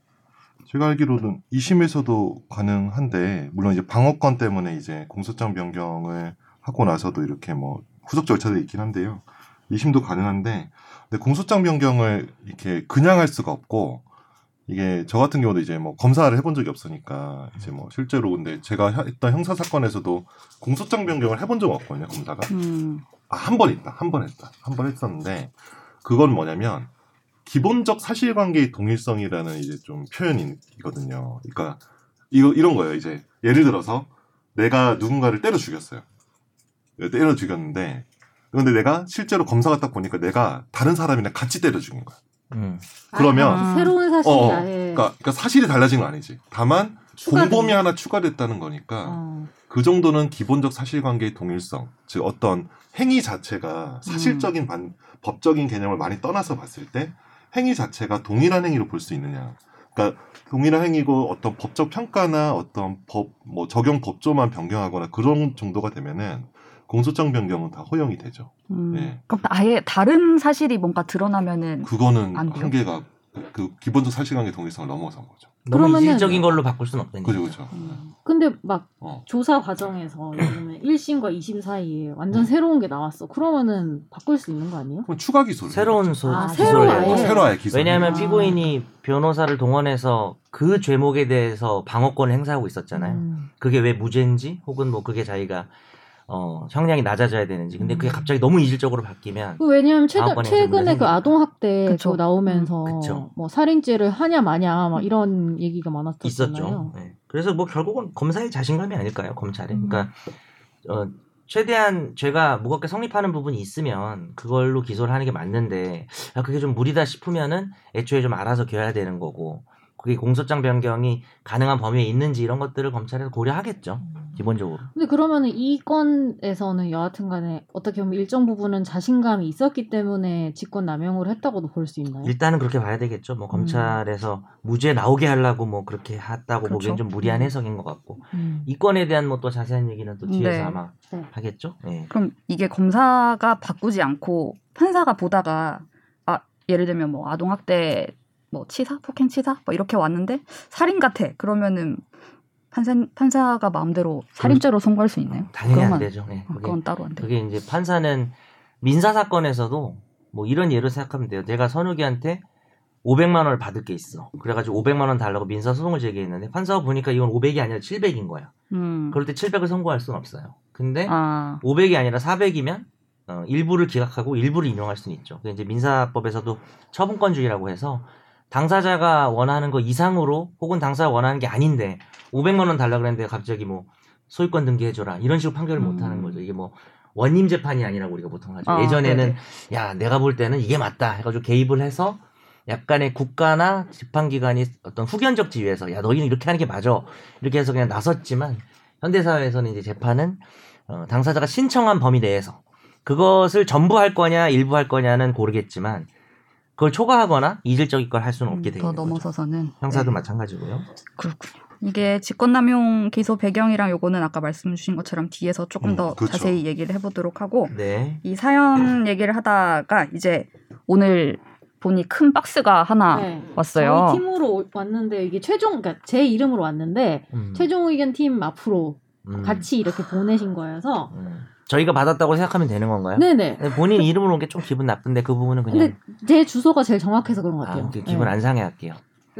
Speaker 2: 제가 알기로는 2심에서도 가능한데 물론 이제 방어권 때문에 이제 공소장 변경을 하고 나서도 이렇게 뭐 후속 절차도 있긴 한데요. 2심도 가능한데 근데 공소장 변경을 이렇게 그냥 할 수가 없고 이게 저 같은 경우도 이제 뭐 검사를 해본 적이 없으니까 이제 뭐 실제로 근데 제가 혀- 했던 형사 사건에서도 공소장 변경을 해본 적 없거든요 검사가
Speaker 1: 음,
Speaker 2: 아, 한 번 있다. 한 번 했다. 한 번 했었는데, 그건 뭐냐면, 기본적 사실관계의 동일성이라는 이제 좀 표현이거든요. 그러니까, 이거, 이런 거예요. 이제, 예를 들어서, 내가 누군가를 때려 죽였어요. 때려 죽였는데, 그런데 내가 실제로 검사가 딱 보니까 내가 다른 사람이랑 같이 때려 죽인 거야.
Speaker 4: 음.
Speaker 2: 그러면-
Speaker 3: 아, 새로운 사실이다.
Speaker 2: 어,
Speaker 3: 예.
Speaker 2: 그러니까, 그러니까 사실이 달라진 건 아니지. 다만,
Speaker 3: 추가된-
Speaker 2: 공범이 하나 추가됐다는 거니까,
Speaker 3: 어.
Speaker 2: 그 정도는 기본적 사실관계의 동일성, 즉 어떤 행위 자체가 사실적인 반- 법적인 개념을 많이 떠나서 봤을 때 행위 자체가 동일한 행위로 볼 수 있느냐. 그러니까 동일한 행위고 어떤 법적 평가나 어떤 법 뭐 적용 법조만 변경하거나 그런 정도가 되면은 공소장 변경은 다 허용이 되죠.
Speaker 1: 음.
Speaker 2: 네.
Speaker 1: 그럼 아예 다른 사실이 뭔가 드러나면은
Speaker 2: 그거는
Speaker 1: 음. 안 돼요?
Speaker 2: 한계가 그 기본적 사실관계 동일성을 넘어선 거죠.
Speaker 4: 너무
Speaker 3: 그러면은-
Speaker 4: 이질적인 걸로 바꿀 순 없다니까.
Speaker 2: 그죠, 그죠.
Speaker 1: 음.
Speaker 3: 근데 막
Speaker 2: 어.
Speaker 3: 조사 과정에서 요즘에 1심과 2심 사이에 완전 새로운 게 나왔어. 그러면은 바꿀 수 있는 거 아니에요?
Speaker 2: 그럼 추가 기소를.
Speaker 4: 새로운 소,
Speaker 3: 아,
Speaker 4: 기소를
Speaker 3: 새로운
Speaker 4: 해야죠.
Speaker 2: 어,
Speaker 3: 아예.
Speaker 2: 새로 아예 기소.
Speaker 4: 왜냐하면
Speaker 3: 아.
Speaker 4: 피고인이 변호사를 동원해서 그 죄목에 대해서 방어권을 행사하고 있었잖아요.
Speaker 3: 음.
Speaker 4: 그게 왜 무죄인지 혹은 뭐 그게 자기가 어, 형량이 낮아져야 되는지. 근데 그게
Speaker 3: 음.
Speaker 4: 갑자기 너무 이질적으로 바뀌면
Speaker 3: 그 왜냐면 최근,
Speaker 4: 다음번에
Speaker 3: 최근에
Speaker 4: 생기는 음,
Speaker 3: 그 아동학대
Speaker 1: 그쵸.
Speaker 3: 그거 나오면서
Speaker 4: 그쵸.
Speaker 3: 뭐 살인죄를 하냐 마냐 막 이런 얘기가 많았었잖아요.
Speaker 4: 있었죠. 예. 그래서 뭐 결국은 검사의 자신감이 아닐까요? 검찰이.
Speaker 3: 음.
Speaker 4: 그러니까 어, 최대한 죄가 무겁게 성립하는 부분이 있으면 그걸로 기소를 하는 게 맞는데 아, 그게 좀 무리다 싶으면은 애초에 좀 알아서 겨야 되는 거고 그게 공소장 변경이 가능한 범위에 있는지 이런 것들을 검찰에서 고려하겠죠. 기본적으로.
Speaker 3: 근데 그러면은 이 건에서는 여하튼간에 어떻게 보면 일정 부분은 자신감이 있었기 때문에 직권 남용을 했다고도 볼 수 있나요?
Speaker 4: 일단은 그렇게 봐야 되겠죠. 뭐 검찰에서 무죄 나오게 하려고 뭐 그렇게 했다고 보기엔
Speaker 1: 그렇죠.
Speaker 4: 좀 무리한
Speaker 3: 음.
Speaker 4: 해석인 것 같고
Speaker 3: 음.
Speaker 4: 이 건에 대한 뭐 또 자세한 얘기는 또 뒤에서
Speaker 1: 네.
Speaker 4: 아마
Speaker 3: 네.
Speaker 4: 하겠죠. 예.
Speaker 1: 그럼 이게 검사가 바꾸지 않고 판사가 보다가 아 예를 들면 뭐 아동 학대 뭐 치사 폭행 치사 뭐 이렇게 왔는데 살인 같아 그러면은 판사 판사가 마음대로 살인죄로 선고할 수 있나요?
Speaker 4: 당연히 안
Speaker 1: 그건-
Speaker 4: 되죠. 예.
Speaker 1: 아,
Speaker 4: 그게
Speaker 1: 그건 따로 안 돼.
Speaker 4: 그게 이제 판사는 민사 사건에서도 뭐 이런 예로 생각하면 돼요. 내가 선욱이한테 500만 원을 받을 게 있어. 그래가지고 500만 원 달라고 민사 소송을 제기했는데 판사가 보니까 이건 500이 아니라 700인 거야.
Speaker 1: 음.
Speaker 4: 그럴 때 700을 선고할 수는 없어요. 근데
Speaker 1: 아
Speaker 4: 500이 아니라 400이면 어, 일부를 기각하고 일부를 인용할 수는 있죠. 그게 이제 민사법에서도 처분권주의라고 해서 당사자가 원하는 거 이상으로 혹은 당사자가 원하는 게 아닌데 500만 원 달라 그랬는데 갑자기 뭐 소유권 등기해줘라 이런 식으로 판결을 못 하는
Speaker 1: 음.
Speaker 4: 거죠. 이게 뭐 원님 재판이 아니라고 우리가 보통 하죠.
Speaker 1: 아,
Speaker 4: 예전에는
Speaker 1: 네네.
Speaker 4: 야 내가 볼 때는 이게 맞다 해가지고 개입을 해서 약간의 국가나 재판기관이 어떤 후견적 지위에서 야 너희는 이렇게 하는 게 맞아 이렇게 해서 그냥 나섰지만 현대 사회에서는 이제 재판은 어, 당사자가 신청한 범위 내에서 그것을 전부 할 거냐 일부 할 거냐는 고르겠지만 그걸 초과하거나 이질적인 걸 할 수는
Speaker 3: 음,
Speaker 4: 없게
Speaker 1: 음, 더
Speaker 4: 되는 거죠.
Speaker 1: 넘어서서는
Speaker 4: 형사도
Speaker 1: 네.
Speaker 4: 마찬가지고요.
Speaker 1: 그렇군요. 이게 직권남용 기소 배경이랑 요거는 아까 말씀 주신 것처럼 뒤에서 조금
Speaker 2: 음,
Speaker 1: 더
Speaker 2: 그렇죠.
Speaker 1: 자세히 얘기를 해보도록 하고
Speaker 4: 네.
Speaker 1: 이 사연 얘기를 하다가 이제 오늘 보니 큰 박스가 하나
Speaker 3: 네.
Speaker 1: 왔어요.
Speaker 3: 저희 팀으로 오- 왔는데 이게 최종 그러니까 제 이름으로 왔는데
Speaker 4: 음,
Speaker 3: 최종 의견 팀 앞으로
Speaker 4: 음,
Speaker 3: 같이 이렇게 보내신 거여서
Speaker 4: 음. 저희가 받았다고 생각하면 되는 건가요?
Speaker 3: 네네.
Speaker 4: 본인 이름으로 온 게 좀 기분 나쁜데 그 부분은 그냥
Speaker 3: 근데 제 주소가 제일 정확해서 그런 것
Speaker 4: 아,
Speaker 3: 같아요.
Speaker 4: 그 기분
Speaker 3: 네. 그
Speaker 4: 안 네. 상해할게요.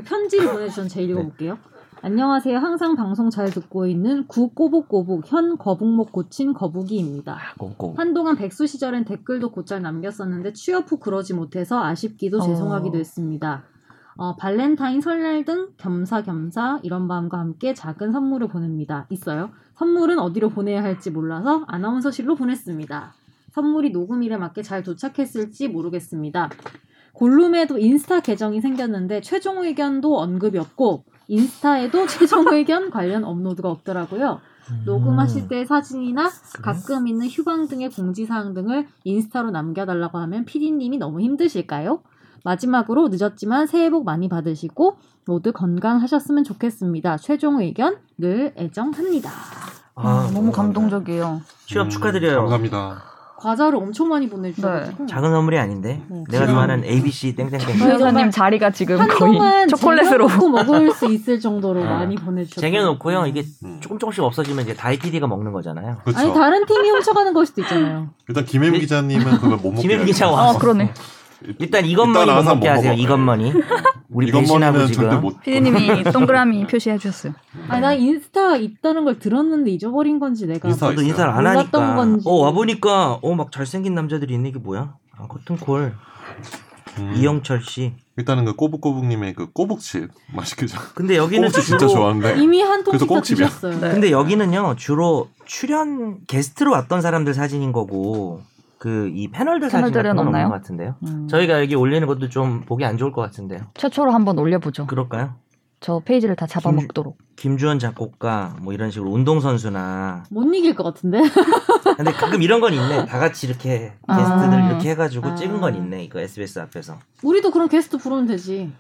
Speaker 3: 편지를 보내주신 제가 읽어볼게요. 안녕하세요. 항상 방송 잘 듣고 있는 구꼬북꼬북 현 거북목 고친 거북이입니다.
Speaker 4: 고
Speaker 3: 한동안 백수 시절엔 댓글도 곧잘 남겼었는데 취업 후 그러지 못해서 아쉽기도
Speaker 1: 어.
Speaker 3: 죄송하기도 했습니다. 어, 발렌타인 설날 등 겸사겸사 이런 마음과 함께 작은 선물을 보냅니다. 있어요. 선물은 어디로 보내야 할지 몰라서 아나운서실로 보냈습니다. 선물이 녹음일에 맞게 잘 도착했을지 모르겠습니다. 골룸에도 인스타 계정이 생겼는데 최종 의견도 언급이 없고 인스타에도 최종 의견 관련 업로드가 없더라고요. 녹음하실 때 사진이나 가끔 있는 휴방 등의 공지사항 등을 인스타로 남겨달라고 하면 피디님이 너무 힘드실까요? 마지막으로 늦었지만 새해 복 많이 받으시고 모두 건강하셨으면 좋겠습니다. 최종 의견 늘 애정합니다.
Speaker 4: 아,
Speaker 1: 음, 너무 감동적이에요.
Speaker 4: 취업
Speaker 2: 음,
Speaker 4: 축하드려요.
Speaker 2: 아, 감사합니다.
Speaker 3: 과자를 엄청 많이 보내주셔가지고
Speaker 4: 작은 선물이 아닌데
Speaker 3: 네.
Speaker 4: 내가
Speaker 2: 지금-
Speaker 4: 좋아하는 ABC 땡땡땡.
Speaker 2: 음.
Speaker 3: 저희 정말
Speaker 1: 회사님 자리가 지금 거의
Speaker 3: 한동안
Speaker 1: 초콜릿으로
Speaker 3: 쟁여놓고 먹을 수 있을 정도로
Speaker 4: 아.
Speaker 3: 많이 보내주셨어요.
Speaker 4: 쟁여놓고요. 이게
Speaker 2: 음.
Speaker 4: 조금 조금씩 없어지면 이제 다이 PD가 먹는 거잖아요.
Speaker 2: 그렇죠.
Speaker 3: 아니 다른 팀이 훔쳐가는 걸 수도 있잖아요.
Speaker 2: 일단 김혜민
Speaker 4: 네.
Speaker 2: 기자님은 그걸 못 먹게.
Speaker 4: 김혜민 기자
Speaker 1: 아
Speaker 4: 와.
Speaker 1: 그러네.
Speaker 4: 일단 이것만이
Speaker 2: 일단
Speaker 4: 못
Speaker 2: 항상
Speaker 4: 먹게
Speaker 2: 못
Speaker 4: 하세요.
Speaker 2: 먹어요. 네.
Speaker 4: 이것만이. 우리 배신하고
Speaker 2: 이것만은
Speaker 4: 지금.
Speaker 2: 절대 못.
Speaker 1: 피디님이 동그라미 표시해 주셨어요.
Speaker 3: 아니 나 인스타 있다는 걸 들었는데 잊어버린 건지 내가
Speaker 2: 인스타
Speaker 4: 저도 인사를 안
Speaker 3: 몰랐던
Speaker 4: 하니까.
Speaker 3: 건지.
Speaker 4: 어 와보니까 어 막 잘생긴 남자들이 있는 게 뭐야? 아, 커튼콜
Speaker 2: 음.
Speaker 4: 이영철 씨.
Speaker 2: 일단은 그 꼬북꼬북님의 그 꼬북칩 맛있게죠.
Speaker 4: 근데 여기는
Speaker 2: 꼬북칩 어, 진짜
Speaker 4: 주로
Speaker 2: 좋아하는데.
Speaker 3: 이미 한 통씩
Speaker 2: 그래서
Speaker 3: 다
Speaker 2: 꽁칩이야.
Speaker 3: 드셨어요.
Speaker 1: 네.
Speaker 4: 근데 여기는요 주로 출연 게스트로 왔던 사람들 사진인 거고 그 이 패널들 사진
Speaker 1: 패널들은
Speaker 4: 같은 건 없는
Speaker 1: 없나요?
Speaker 4: 것 같은데요.
Speaker 1: 음,
Speaker 4: 저희가 여기 올리는 것도 좀 보기 안 좋을 것 같은데요.
Speaker 1: 최초로 한번 올려보죠.
Speaker 4: 그럴까요?
Speaker 1: 저 페이지를 다 잡아먹도록.
Speaker 3: 그
Speaker 4: 김주현 작곡가 뭐 이런 식으로 운동선수나
Speaker 3: 못 이길 것 같은데.
Speaker 4: 근데 가끔 이런 건 있네 다 같이 이렇게
Speaker 1: 아.
Speaker 4: 게스트들 이렇게 해가지고
Speaker 3: 아.
Speaker 4: 찍은 건 있네 이거 SBS 앞에서
Speaker 3: 우리도 그럼 게스트 부르면 되지.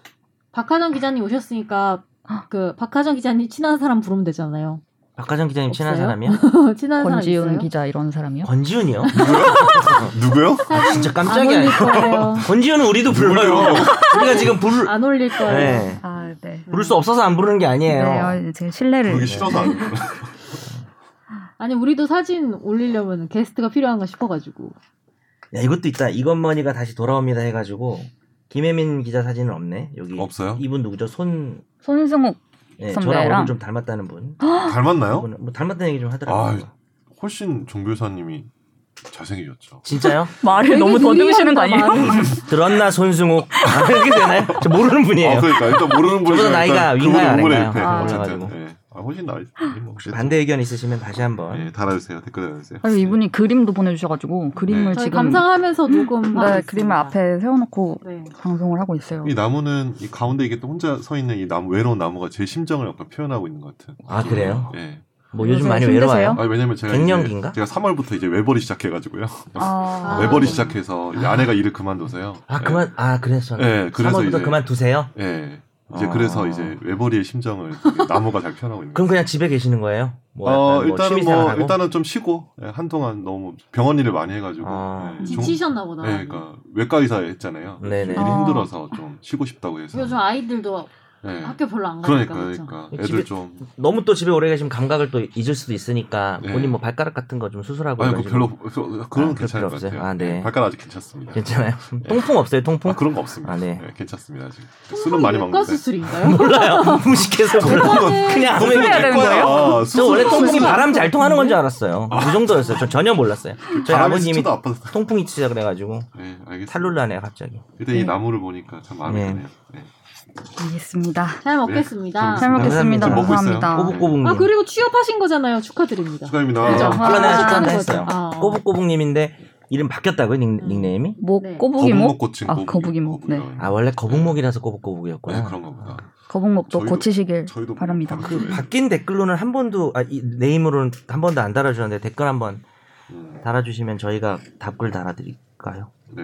Speaker 3: 박하정 기자님 오셨으니까 그 박하정 기자님 친한 사람 부르면 되잖아요.
Speaker 4: 박하정 기자님 친한
Speaker 3: 없어요?
Speaker 4: 사람이요?
Speaker 3: 친한 사람
Speaker 1: 권지윤
Speaker 3: 있어요?
Speaker 1: 기자 이런 사람이요?
Speaker 4: 권지훈이요? 아,
Speaker 2: 누구요?
Speaker 4: 진짜
Speaker 3: 안
Speaker 4: 깜짝이야.
Speaker 3: 올릴 거예요.
Speaker 4: 권지훈은 우리도 불러요. 우리가 지금 불,
Speaker 3: 안 올릴 거예요.
Speaker 4: 네.
Speaker 1: 아, 네.
Speaker 4: 부를 수 없어서 안 부르는 게 아니에요.
Speaker 1: 네, 제 신뢰를.
Speaker 2: 부르기 싫어서 안 해요.
Speaker 3: 아니 우리도 사진 올리려면 게스트가 필요한가 싶어가지고.
Speaker 4: 야, 이것도 있다. 이건머니가 다시 돌아옵니다 해가지고 김혜민 기자 사진은 없네. 여기
Speaker 2: 없어요?
Speaker 4: 이분 누구죠? 손
Speaker 1: 손승욱
Speaker 4: 예, 저랑
Speaker 1: 선배랑.
Speaker 4: 얼굴 좀 닮았다는 분.
Speaker 2: 어? 닮았나요?
Speaker 4: 이분은 뭐 닮았다는 얘기 좀 하더라고요.
Speaker 2: 훨씬 종 교사님이 잘생기셨죠.
Speaker 4: 진짜요?
Speaker 1: 말을 너무 더듬으시는 거 아니에요?
Speaker 4: 들었나 손승욱 아, 이렇게 되나요? 저 모르는 분이에요.
Speaker 2: 아 그러니까 일단 모르는 분이
Speaker 4: 네. 저보다 나이가 윙가요, 아닌가요?
Speaker 1: 아,
Speaker 2: 어쨌든
Speaker 4: 올라가지고.
Speaker 2: 예. 아, 훨씬 나이. 뭐 어쨌든.
Speaker 4: 반대 의견 있으시면 다시 한번
Speaker 2: 예, 달아주세요. 댓글 달아주세요.
Speaker 1: 아니, 이분이 그림도 보내주셔가지고 그림을
Speaker 3: 네. 저희
Speaker 1: 지금
Speaker 3: 감상하면서 녹음.
Speaker 1: 네, 그림을 앞에 세워놓고
Speaker 3: 네.
Speaker 1: 방송을 하고 있어요.
Speaker 2: 이 나무는 이 가운데 이게 또 혼자 서 있는 이 나무 외로운 나무가 제 심정을 약간 표현하고 있는 것 같은.
Speaker 4: 아, 그래요?
Speaker 2: 예.
Speaker 4: 뭐 요즘
Speaker 1: 요새
Speaker 4: 많이
Speaker 1: 힘드세요?
Speaker 4: 외로워요.
Speaker 2: 아 왜냐면 제가
Speaker 4: 갱년기인가?
Speaker 2: 이제 제가 3월부터 이제 외벌이 시작해가지고요.
Speaker 1: 아,
Speaker 3: 웹-
Speaker 2: 외벌이
Speaker 3: 네.
Speaker 2: 시작해서 이제 아내가 일을 그만둬서요.
Speaker 4: 아 그만 아 그래서
Speaker 2: 예. 예, 그래서
Speaker 4: 3월부터
Speaker 2: 이제
Speaker 4: 그만두세요.
Speaker 2: 예. 이제
Speaker 4: 아.
Speaker 2: 그래서 이제 외벌이의 심정을 되게 나무가 잘 표현하고 있는.
Speaker 4: 그럼 그냥 집에 계시는 거예요? 뭐 약간
Speaker 2: 어,
Speaker 4: 뭐
Speaker 2: 일단은
Speaker 4: 취미생활
Speaker 2: 뭐
Speaker 4: 하고?
Speaker 2: 일단은 좀 쉬고 예, 한동안 너무 병원 일을 많이 해가지고
Speaker 4: 아. 음.
Speaker 3: 음,
Speaker 2: 예, 종-
Speaker 3: 지치셨나 보다.
Speaker 2: 예, 그러니까 외과 의사 했잖아요.
Speaker 4: 네네.
Speaker 2: 일이
Speaker 1: 아.
Speaker 2: 힘들어서 좀 쉬고 싶다고 해서.
Speaker 3: 요즘 아이들도
Speaker 2: 예.
Speaker 3: 학교 별로 안 가니까. 그렇죠.
Speaker 2: 그러니까
Speaker 4: 그쵸?
Speaker 2: 그러니까 애들 좀
Speaker 4: 너무 또 집에 오래 계시면 감각을 또 잊을 수도 있으니까
Speaker 2: 네.
Speaker 4: 본인 뭐 발가락 같은 거 좀 수술하고
Speaker 2: 아니 그
Speaker 4: 그러시고.
Speaker 2: 별로 그- 그런
Speaker 4: 아,
Speaker 2: 건 괜찮을
Speaker 4: 그럴 필요
Speaker 2: 것
Speaker 4: 없어요?
Speaker 2: 같아요. 예,
Speaker 4: 아, 네.
Speaker 2: 발가락 아직 괜찮습니다.
Speaker 4: 괜찮아요. 통풍 없어요 통풍?
Speaker 2: 아, 그런 거 없습니다.
Speaker 4: 아, 네.
Speaker 2: 예, 괜찮습니다 지금.
Speaker 1: 그
Speaker 2: 술은 많이
Speaker 3: 외과
Speaker 2: 먹는데.
Speaker 3: 수술인가요?
Speaker 4: 몰라요. 무식해서 몰라. 그냥 아무 얘기
Speaker 1: 해야 되는 거예요?
Speaker 4: 저 원래 통풍이
Speaker 3: 수술.
Speaker 4: 바람 잘 통하는 건 줄 알았어요. 그 정도였어요. 전 전혀 몰랐어요. 저희 아버님이
Speaker 2: 아파서
Speaker 4: 통풍이 치자 그래가지고
Speaker 2: 네, 알겠습니다.
Speaker 4: 탈룰라네 갑자기.
Speaker 2: 일단 이 나무를 보니까 참 마음에
Speaker 4: 네.
Speaker 2: 드네요. 네.
Speaker 1: 알겠습니다.
Speaker 3: 잘
Speaker 2: 네,
Speaker 3: 먹겠습니다.
Speaker 2: 잘
Speaker 1: 잘 먹겠습니다.
Speaker 4: 지금
Speaker 2: 먹고
Speaker 1: 감사합니다.
Speaker 2: 있어요. 그렇죠.
Speaker 4: 꼬북꼬북님.
Speaker 3: 아 그리고 취업하신 거잖아요. 축하드립니다.
Speaker 2: 축하합니다.
Speaker 1: 그죠?
Speaker 4: 플라넷
Speaker 1: 아,
Speaker 4: 축하한다
Speaker 3: 그거죠.
Speaker 4: 했어요.
Speaker 3: 아.
Speaker 4: 꼬북꼬북님인데 이름 바뀌었다고요 닉,
Speaker 3: 음.
Speaker 4: 네임이
Speaker 1: 목
Speaker 3: 네.
Speaker 1: 뭐, 꼬부기목
Speaker 2: 거북목 고친
Speaker 1: 아,
Speaker 2: 거북이.
Speaker 1: 거북이목,
Speaker 2: 거북이요.
Speaker 1: 네.
Speaker 4: 아 원래 거북목이라서 꼬북꼬북이었구나.
Speaker 2: 네, 그런가 보다.
Speaker 1: 거북목도
Speaker 2: 저희도-
Speaker 1: 고치시길
Speaker 2: 저희도
Speaker 1: 바랍니다.
Speaker 2: 바로
Speaker 4: 그
Speaker 2: 그래.
Speaker 4: 바뀐 댓글로는 한 번도 아, 이 네임으로는 한 번도 안 달아주셨는데 댓글 한 번
Speaker 2: 음,
Speaker 4: 달아주시면 저희가 답글 달아드릴까요?
Speaker 2: 네.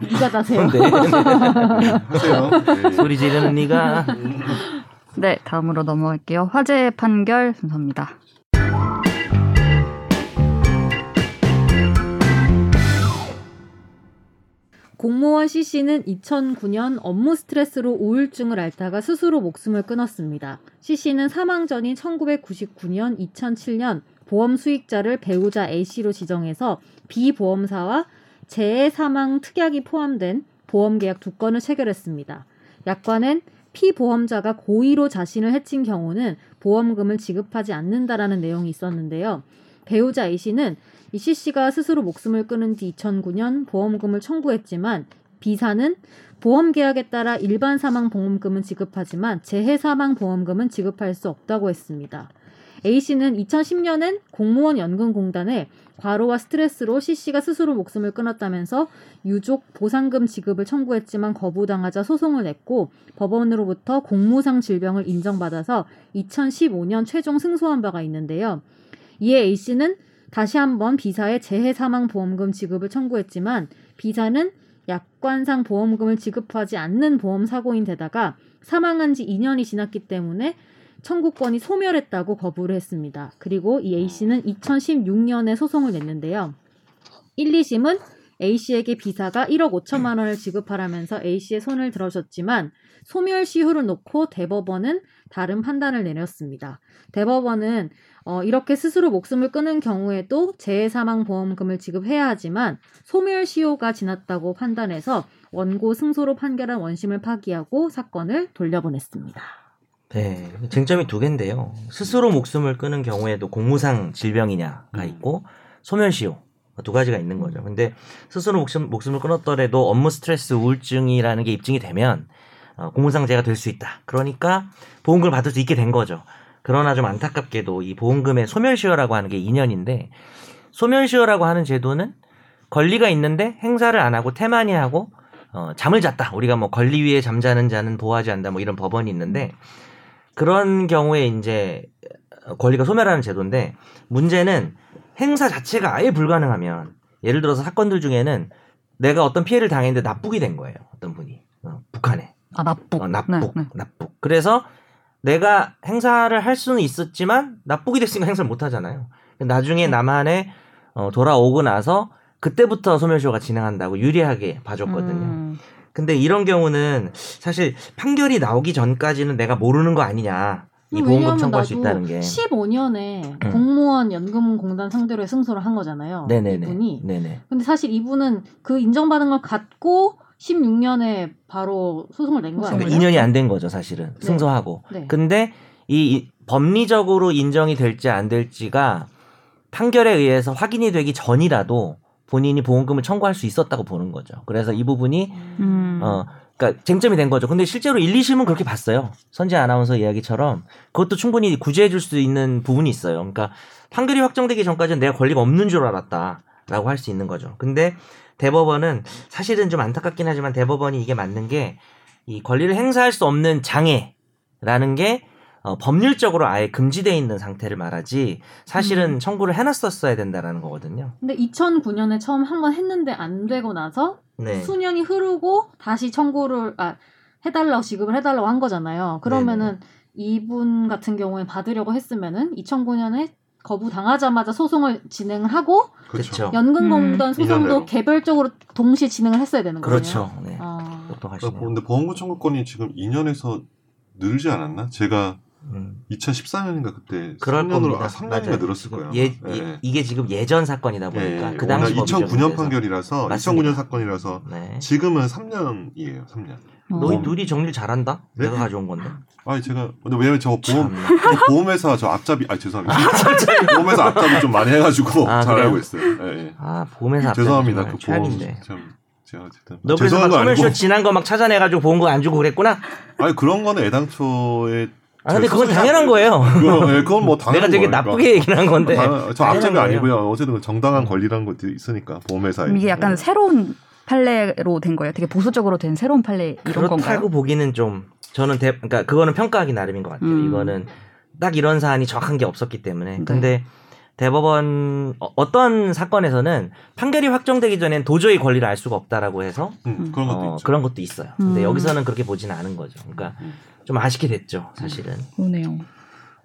Speaker 3: 이가 다세요.
Speaker 4: 그런데
Speaker 2: 하세요. 네.
Speaker 4: 소리 지르는 네가
Speaker 1: 네, 다음으로 넘어갈게요. 화재 판결 순서입니다.
Speaker 3: 공무원 C씨는 2009년 업무 스트레스로 우울증을 앓다가 스스로 목숨을 끊었습니다. C씨는 사망 전인 1999년, 2007년 보험 수익자를 배우자 A씨로 지정해서 비보험사와 재해 사망 특약이 포함된 보험 계약 두 건을 체결했습니다. 약관엔 피보험자가 고의로 자신을 해친 경우는 보험금을 지급하지 않는다라는 내용이 있었는데요. 배우자 A씨는 이 C씨가 스스로 목숨을 끊은 뒤 2009년 보험금을 청구했지만 B사는 보험 계약에 따라 일반 사망 보험금은 지급하지만 재해 사망 보험금은 지급할 수 없다고 했습니다. A씨는 2010년엔 공무원 연금공단에 과로와 스트레스로 C씨가 스스로 목숨을 끊었다면서 유족 보상금 지급을 청구했지만 거부당하자 소송을 냈고 법원으로부터 공무상 질병을 인정받아서 2015년 최종 승소한 바가 있는데요. 이에 A씨는 다시 한번 B사의 재해 사망 보험금 지급을 청구했지만 B사는 약관상 보험금을 지급하지 않는 보험 사고인 데다가 사망한 지 2년이 지났기 때문에 청구권이 소멸했다고 거부를 했습니다. 그리고 이 A씨는 2016년에 소송을 냈는데요. 1, 2심은 A씨에게 B사가 1억 5천만 원을 지급하라면서 A씨의 손을 들어줬지만 소멸 시효를 놓고 대법원은 다른 판단을 내렸습니다. 대법원은 어, 이렇게 스스로 목숨을 끊은 경우에도 재해 사망 보험금을 지급해야 하지만 소멸 시효가 지났다고 판단해서 원고 승소로 판결한 원심을 파기하고 사건을 돌려보냈습니다.
Speaker 4: 네, 쟁점이 두 개인데요. 스스로 목숨을 끊은 경우에도 공무상 질병이냐가
Speaker 2: 음.
Speaker 4: 있고 소멸시효 뭐 두 가지가 있는 거죠. 근데 스스로 목숨, 목숨을 끊었더라도 업무 스트레스 우울증이라는 게 입증이 되면 어, 공무상재가 될 수 있다. 그러니까 보험금을 받을 수 있게 된 거죠. 그러나 좀 안타깝게도 이 보험금의 소멸시효라고 하는 게 2년인데 소멸시효라고 하는 제도는 권리가 있는데 행사를 안 하고 태만히 하고 어, 잠을 잤다. 우리가 뭐 권리 위에 잠자는 자는 보호하지 않다. 뭐 이런 법원이 있는데 그런 경우에 이제 권리가 소멸하는 제도인데 문제는 행사 자체가 아예 불가능하면 예를 들어서 사건들 중에는 내가 어떤 피해를 당했는데 납북이 된 거예요. 어떤 분이 어, 북한에
Speaker 1: 아, 납북.
Speaker 4: 어, 납북
Speaker 1: 네, 네.
Speaker 4: 납북 그래서 내가 행사를 할 수는 있었지만 납북이 됐으니까 행사를 못 하잖아요.
Speaker 1: 네.
Speaker 4: 나중에 남한에 어, 돌아오고 나서 그때부터 소멸시효가 진행한다고 유리하게 봐줬거든요.
Speaker 1: 음.
Speaker 4: 근데 이런 경우는 사실 판결이 나오기 전까지는 내가 모르는 거 아니냐. 이 보험금
Speaker 3: 왜냐하면
Speaker 4: 청구할 수
Speaker 3: 나도
Speaker 4: 있다는 게. 음.
Speaker 3: 15년에 공무원 연금공단 상대로 해서 승소를 한 거잖아요.
Speaker 4: 네네네.
Speaker 3: 이분이.
Speaker 4: 네네.
Speaker 3: 근데 사실 이분은 그 인정받은 걸 갖고 16년에 바로 소송을 낸 거
Speaker 1: 소송을 냈죠.
Speaker 3: 아니에요?
Speaker 4: 그러니까 2년이 그 안 된 거죠, 사실은. 승소하고.
Speaker 3: 네.
Speaker 4: 근데 이, 이 법리적으로 인정이 될지 안 될지가 판결에 의해서 확인이 되기 전이라도 본인이 보험금을 청구할 수 있었다고 보는 거죠. 그래서 이 부분이
Speaker 1: 음.
Speaker 4: 어 그러니까 쟁점이 된 거죠. 근데 실제로 1, 2심은 그렇게 봤어요. 선재 아나운서 이야기처럼 그것도 충분히 구제해 줄 수 있는 부분이 있어요. 그러니까 판결이 확정되기 전까지는 내가 권리가 없는 줄 알았다라고 할 수 있는 거죠. 근데 대법원은 사실은 좀 안타깝긴 하지만 대법원이 이게 맞는 게 이 권리를 행사할 수 없는 장애라는 게 어, 법률적으로 아예 금지돼 있는 상태를 말하지 사실은
Speaker 3: 음.
Speaker 4: 청구를 해놨었어야 된다라는 거거든요.
Speaker 3: 근데 2009년에 처음 한 번 했는데 안 되고 나서
Speaker 4: 네.
Speaker 3: 수년이 흐르고 다시 청구를 아 해달라고 지급을 해달라고 한 거잖아요. 그러면은 이분 같은 경우에 받으려고 했으면은 2009년에 거부 당하자마자 소송을 진행을 하고
Speaker 4: 그렇죠.
Speaker 2: 음,
Speaker 3: 연금공단 소송도
Speaker 2: 인연대로.
Speaker 3: 개별적으로 동시에 진행을 했어야 되는 거예요.
Speaker 4: 그렇죠. 네.
Speaker 3: 아,
Speaker 2: 그러니까
Speaker 4: 똑똑하시네요.
Speaker 2: 근데 보험금 청구권이 지금 2년에서 늘지 않았나? 제가
Speaker 4: 음.
Speaker 2: 2014년인가 그때
Speaker 4: 그럴
Speaker 2: 3년으로
Speaker 4: 겁니다.
Speaker 2: 아 3년인가
Speaker 4: 맞아요.
Speaker 2: 늘었을 거예요.
Speaker 4: 예,
Speaker 2: 아마.
Speaker 4: 예,
Speaker 2: 예.
Speaker 4: 이게 지금 예전 사건이다 보니까
Speaker 2: 예,
Speaker 4: 그 당시
Speaker 2: 워낙
Speaker 4: 법률
Speaker 2: 2009년
Speaker 4: 정도에서.
Speaker 2: 판결이라서
Speaker 4: 맞습니다.
Speaker 2: 2009년 사건이라서
Speaker 4: 네.
Speaker 2: 지금은 3년이에요. 3년.
Speaker 1: 어.
Speaker 4: 너희
Speaker 2: 음.
Speaker 4: 둘이 정리를 잘한다.
Speaker 2: 네?
Speaker 4: 내가 가져온 건데.
Speaker 2: 아 제가 근데 왜냐면 저 보험
Speaker 4: 참나.
Speaker 2: 저 보험회사 저 앞잡이 아 죄송합니다. 보험회사 앞잡이 좀 많이 해가지고
Speaker 4: 아,
Speaker 2: 잘
Speaker 4: 그래요?
Speaker 2: 알고 있어요. 예, 예.
Speaker 4: 아 보험회사 앞에
Speaker 2: 죄송합니다.
Speaker 4: 정말
Speaker 2: 그 보험
Speaker 4: 최악인데.
Speaker 2: 참 제가 어쨌든
Speaker 4: 너 그래서
Speaker 2: 죄송한
Speaker 4: 막
Speaker 2: 거 아니고
Speaker 4: 소멸시효 지난 거 막 찾아내가지고 보험 거안 주고 그랬구나.
Speaker 2: 아니 그런 거는 애당초에
Speaker 4: 아 근데
Speaker 2: 제
Speaker 4: 그건
Speaker 2: 스스로
Speaker 4: 당연한
Speaker 2: 생각해요.
Speaker 4: 거예요.
Speaker 2: 그건, 예, 그건 뭐
Speaker 4: 내가
Speaker 2: 당연한
Speaker 4: 되게
Speaker 2: 거니까.
Speaker 4: 나쁘게 얘기를 한 건데.
Speaker 2: 당연- 저
Speaker 4: 당연한
Speaker 2: 앞잡이
Speaker 4: 거예요.
Speaker 2: 아니고요. 어쨌든 그 정당한 권리라는 것도 있으니까 보험회사에
Speaker 1: 이게 약간
Speaker 2: 예.
Speaker 1: 새로운 판례로 된 거예요. 되게 보수적으로 된 새로운 판례 이런
Speaker 4: 그렇다고
Speaker 2: 뭐
Speaker 1: 건가요?
Speaker 4: 보기는 좀 저는 대, 그러니까 그거는 평가하기 나름인 것 같아요.
Speaker 1: 음.
Speaker 4: 이거는 딱 이런 사안이 정확한 게 없었기 때문에.
Speaker 1: 네.
Speaker 4: 근데 대법원 어, 떤 사건에서는 판결이 확정되기 전엔 도저히 권리를 알 수가 없다라고 해서
Speaker 2: 음, 그런 것도
Speaker 4: 어,
Speaker 2: 있죠.
Speaker 4: 그런 것도 있어요. 근데
Speaker 1: 음.
Speaker 4: 여기서는 그렇게 보지는 않은 거죠. 그러니까
Speaker 2: 음.
Speaker 4: 좀 아쉽게 됐죠, 사실은.
Speaker 1: 오네요.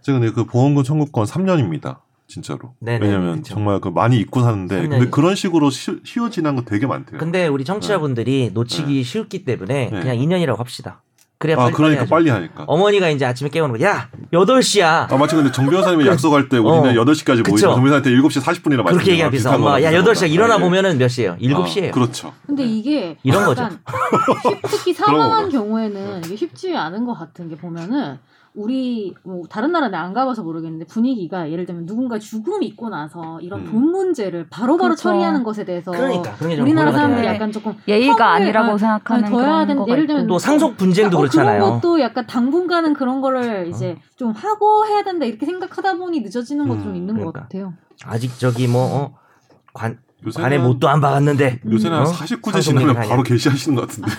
Speaker 2: 제가 근데 그 보험금 청구권 3년입니다. 진짜로.
Speaker 4: 네네,
Speaker 2: 왜냐면
Speaker 4: 그쵸.
Speaker 2: 정말 그 많이 잊고 사는데 근데
Speaker 4: 3년이요.
Speaker 2: 그런 식으로 쉬, 쉬워 지난 거 되게 많대요.
Speaker 4: 근데 우리 청취자분들이
Speaker 1: 음.
Speaker 4: 놓치기 쉬웠기 때문에
Speaker 2: 네.
Speaker 4: 그냥 2년이라고 합시다. 그래야
Speaker 2: 아
Speaker 4: 빨리
Speaker 2: 그러니까
Speaker 4: 하죠.
Speaker 2: 빨리 하니까.
Speaker 4: 어머니가 이제 아침에 깨우는 거야. 야, 8시야.
Speaker 2: 아 마치 근데 정 변호사님이 약속할 때 우리는
Speaker 4: 음. 어.
Speaker 2: 8시까지
Speaker 4: 그쵸.
Speaker 2: 모이고 정 변호사한테 7시 40분이라 말씀드린
Speaker 4: 그렇게 얘기하면 비슷한 엄마, 야, 8시야. 일어나 보면은 몇 시예요? 7시예요.
Speaker 2: 네. 그렇죠.
Speaker 3: 근데 이게
Speaker 4: 네. 이런
Speaker 3: 약간 쉽- 특히
Speaker 2: 그런
Speaker 3: 사망한
Speaker 2: 거죠.
Speaker 4: 네.
Speaker 3: 경우에는 이게 쉽지 않은 것 같은 게 보면은 우리 뭐 다른 나라는 안 가봐서 모르겠는데 분위기가 예를 들면 누군가 죽음이 있고 나서 이런
Speaker 2: 음.
Speaker 3: 돈 문제를 바로바로
Speaker 1: 그렇죠.
Speaker 3: 처리하는 것에 대해서
Speaker 4: 그러니까 그게 좀
Speaker 3: 우리나라
Speaker 4: 고려가
Speaker 2: 네.
Speaker 3: 사람들이
Speaker 4: 돼야
Speaker 1: 돼요.
Speaker 3: 약간 조금
Speaker 1: 예의가
Speaker 3: 처음에,
Speaker 1: 아니라고
Speaker 3: 어,
Speaker 1: 생각하는
Speaker 3: 더 해야
Speaker 1: 그런
Speaker 3: 되는데
Speaker 1: 거가
Speaker 3: 예를
Speaker 1: 있고.
Speaker 3: 들면
Speaker 4: 또 상속 분쟁도
Speaker 3: 어,
Speaker 4: 그렇잖아요. 그렇죠.
Speaker 3: 그런 것도 약간 당분간은 그런 거를 이제 좀 하고 해야 된다 이렇게 생각하다 보니 늦어지는 것도 좀
Speaker 2: 음,
Speaker 3: 있는 것
Speaker 4: 그러니까.
Speaker 3: 같아요.
Speaker 4: 아직 저기 뭐 어, 관,
Speaker 2: 요새는
Speaker 4: 관에 못도 안 박았는데.
Speaker 2: 요새는
Speaker 4: 어?
Speaker 2: 한 49제
Speaker 4: 상속률이
Speaker 2: 지나면
Speaker 4: 가냐.
Speaker 2: 바로 개시하시는 것 같은데.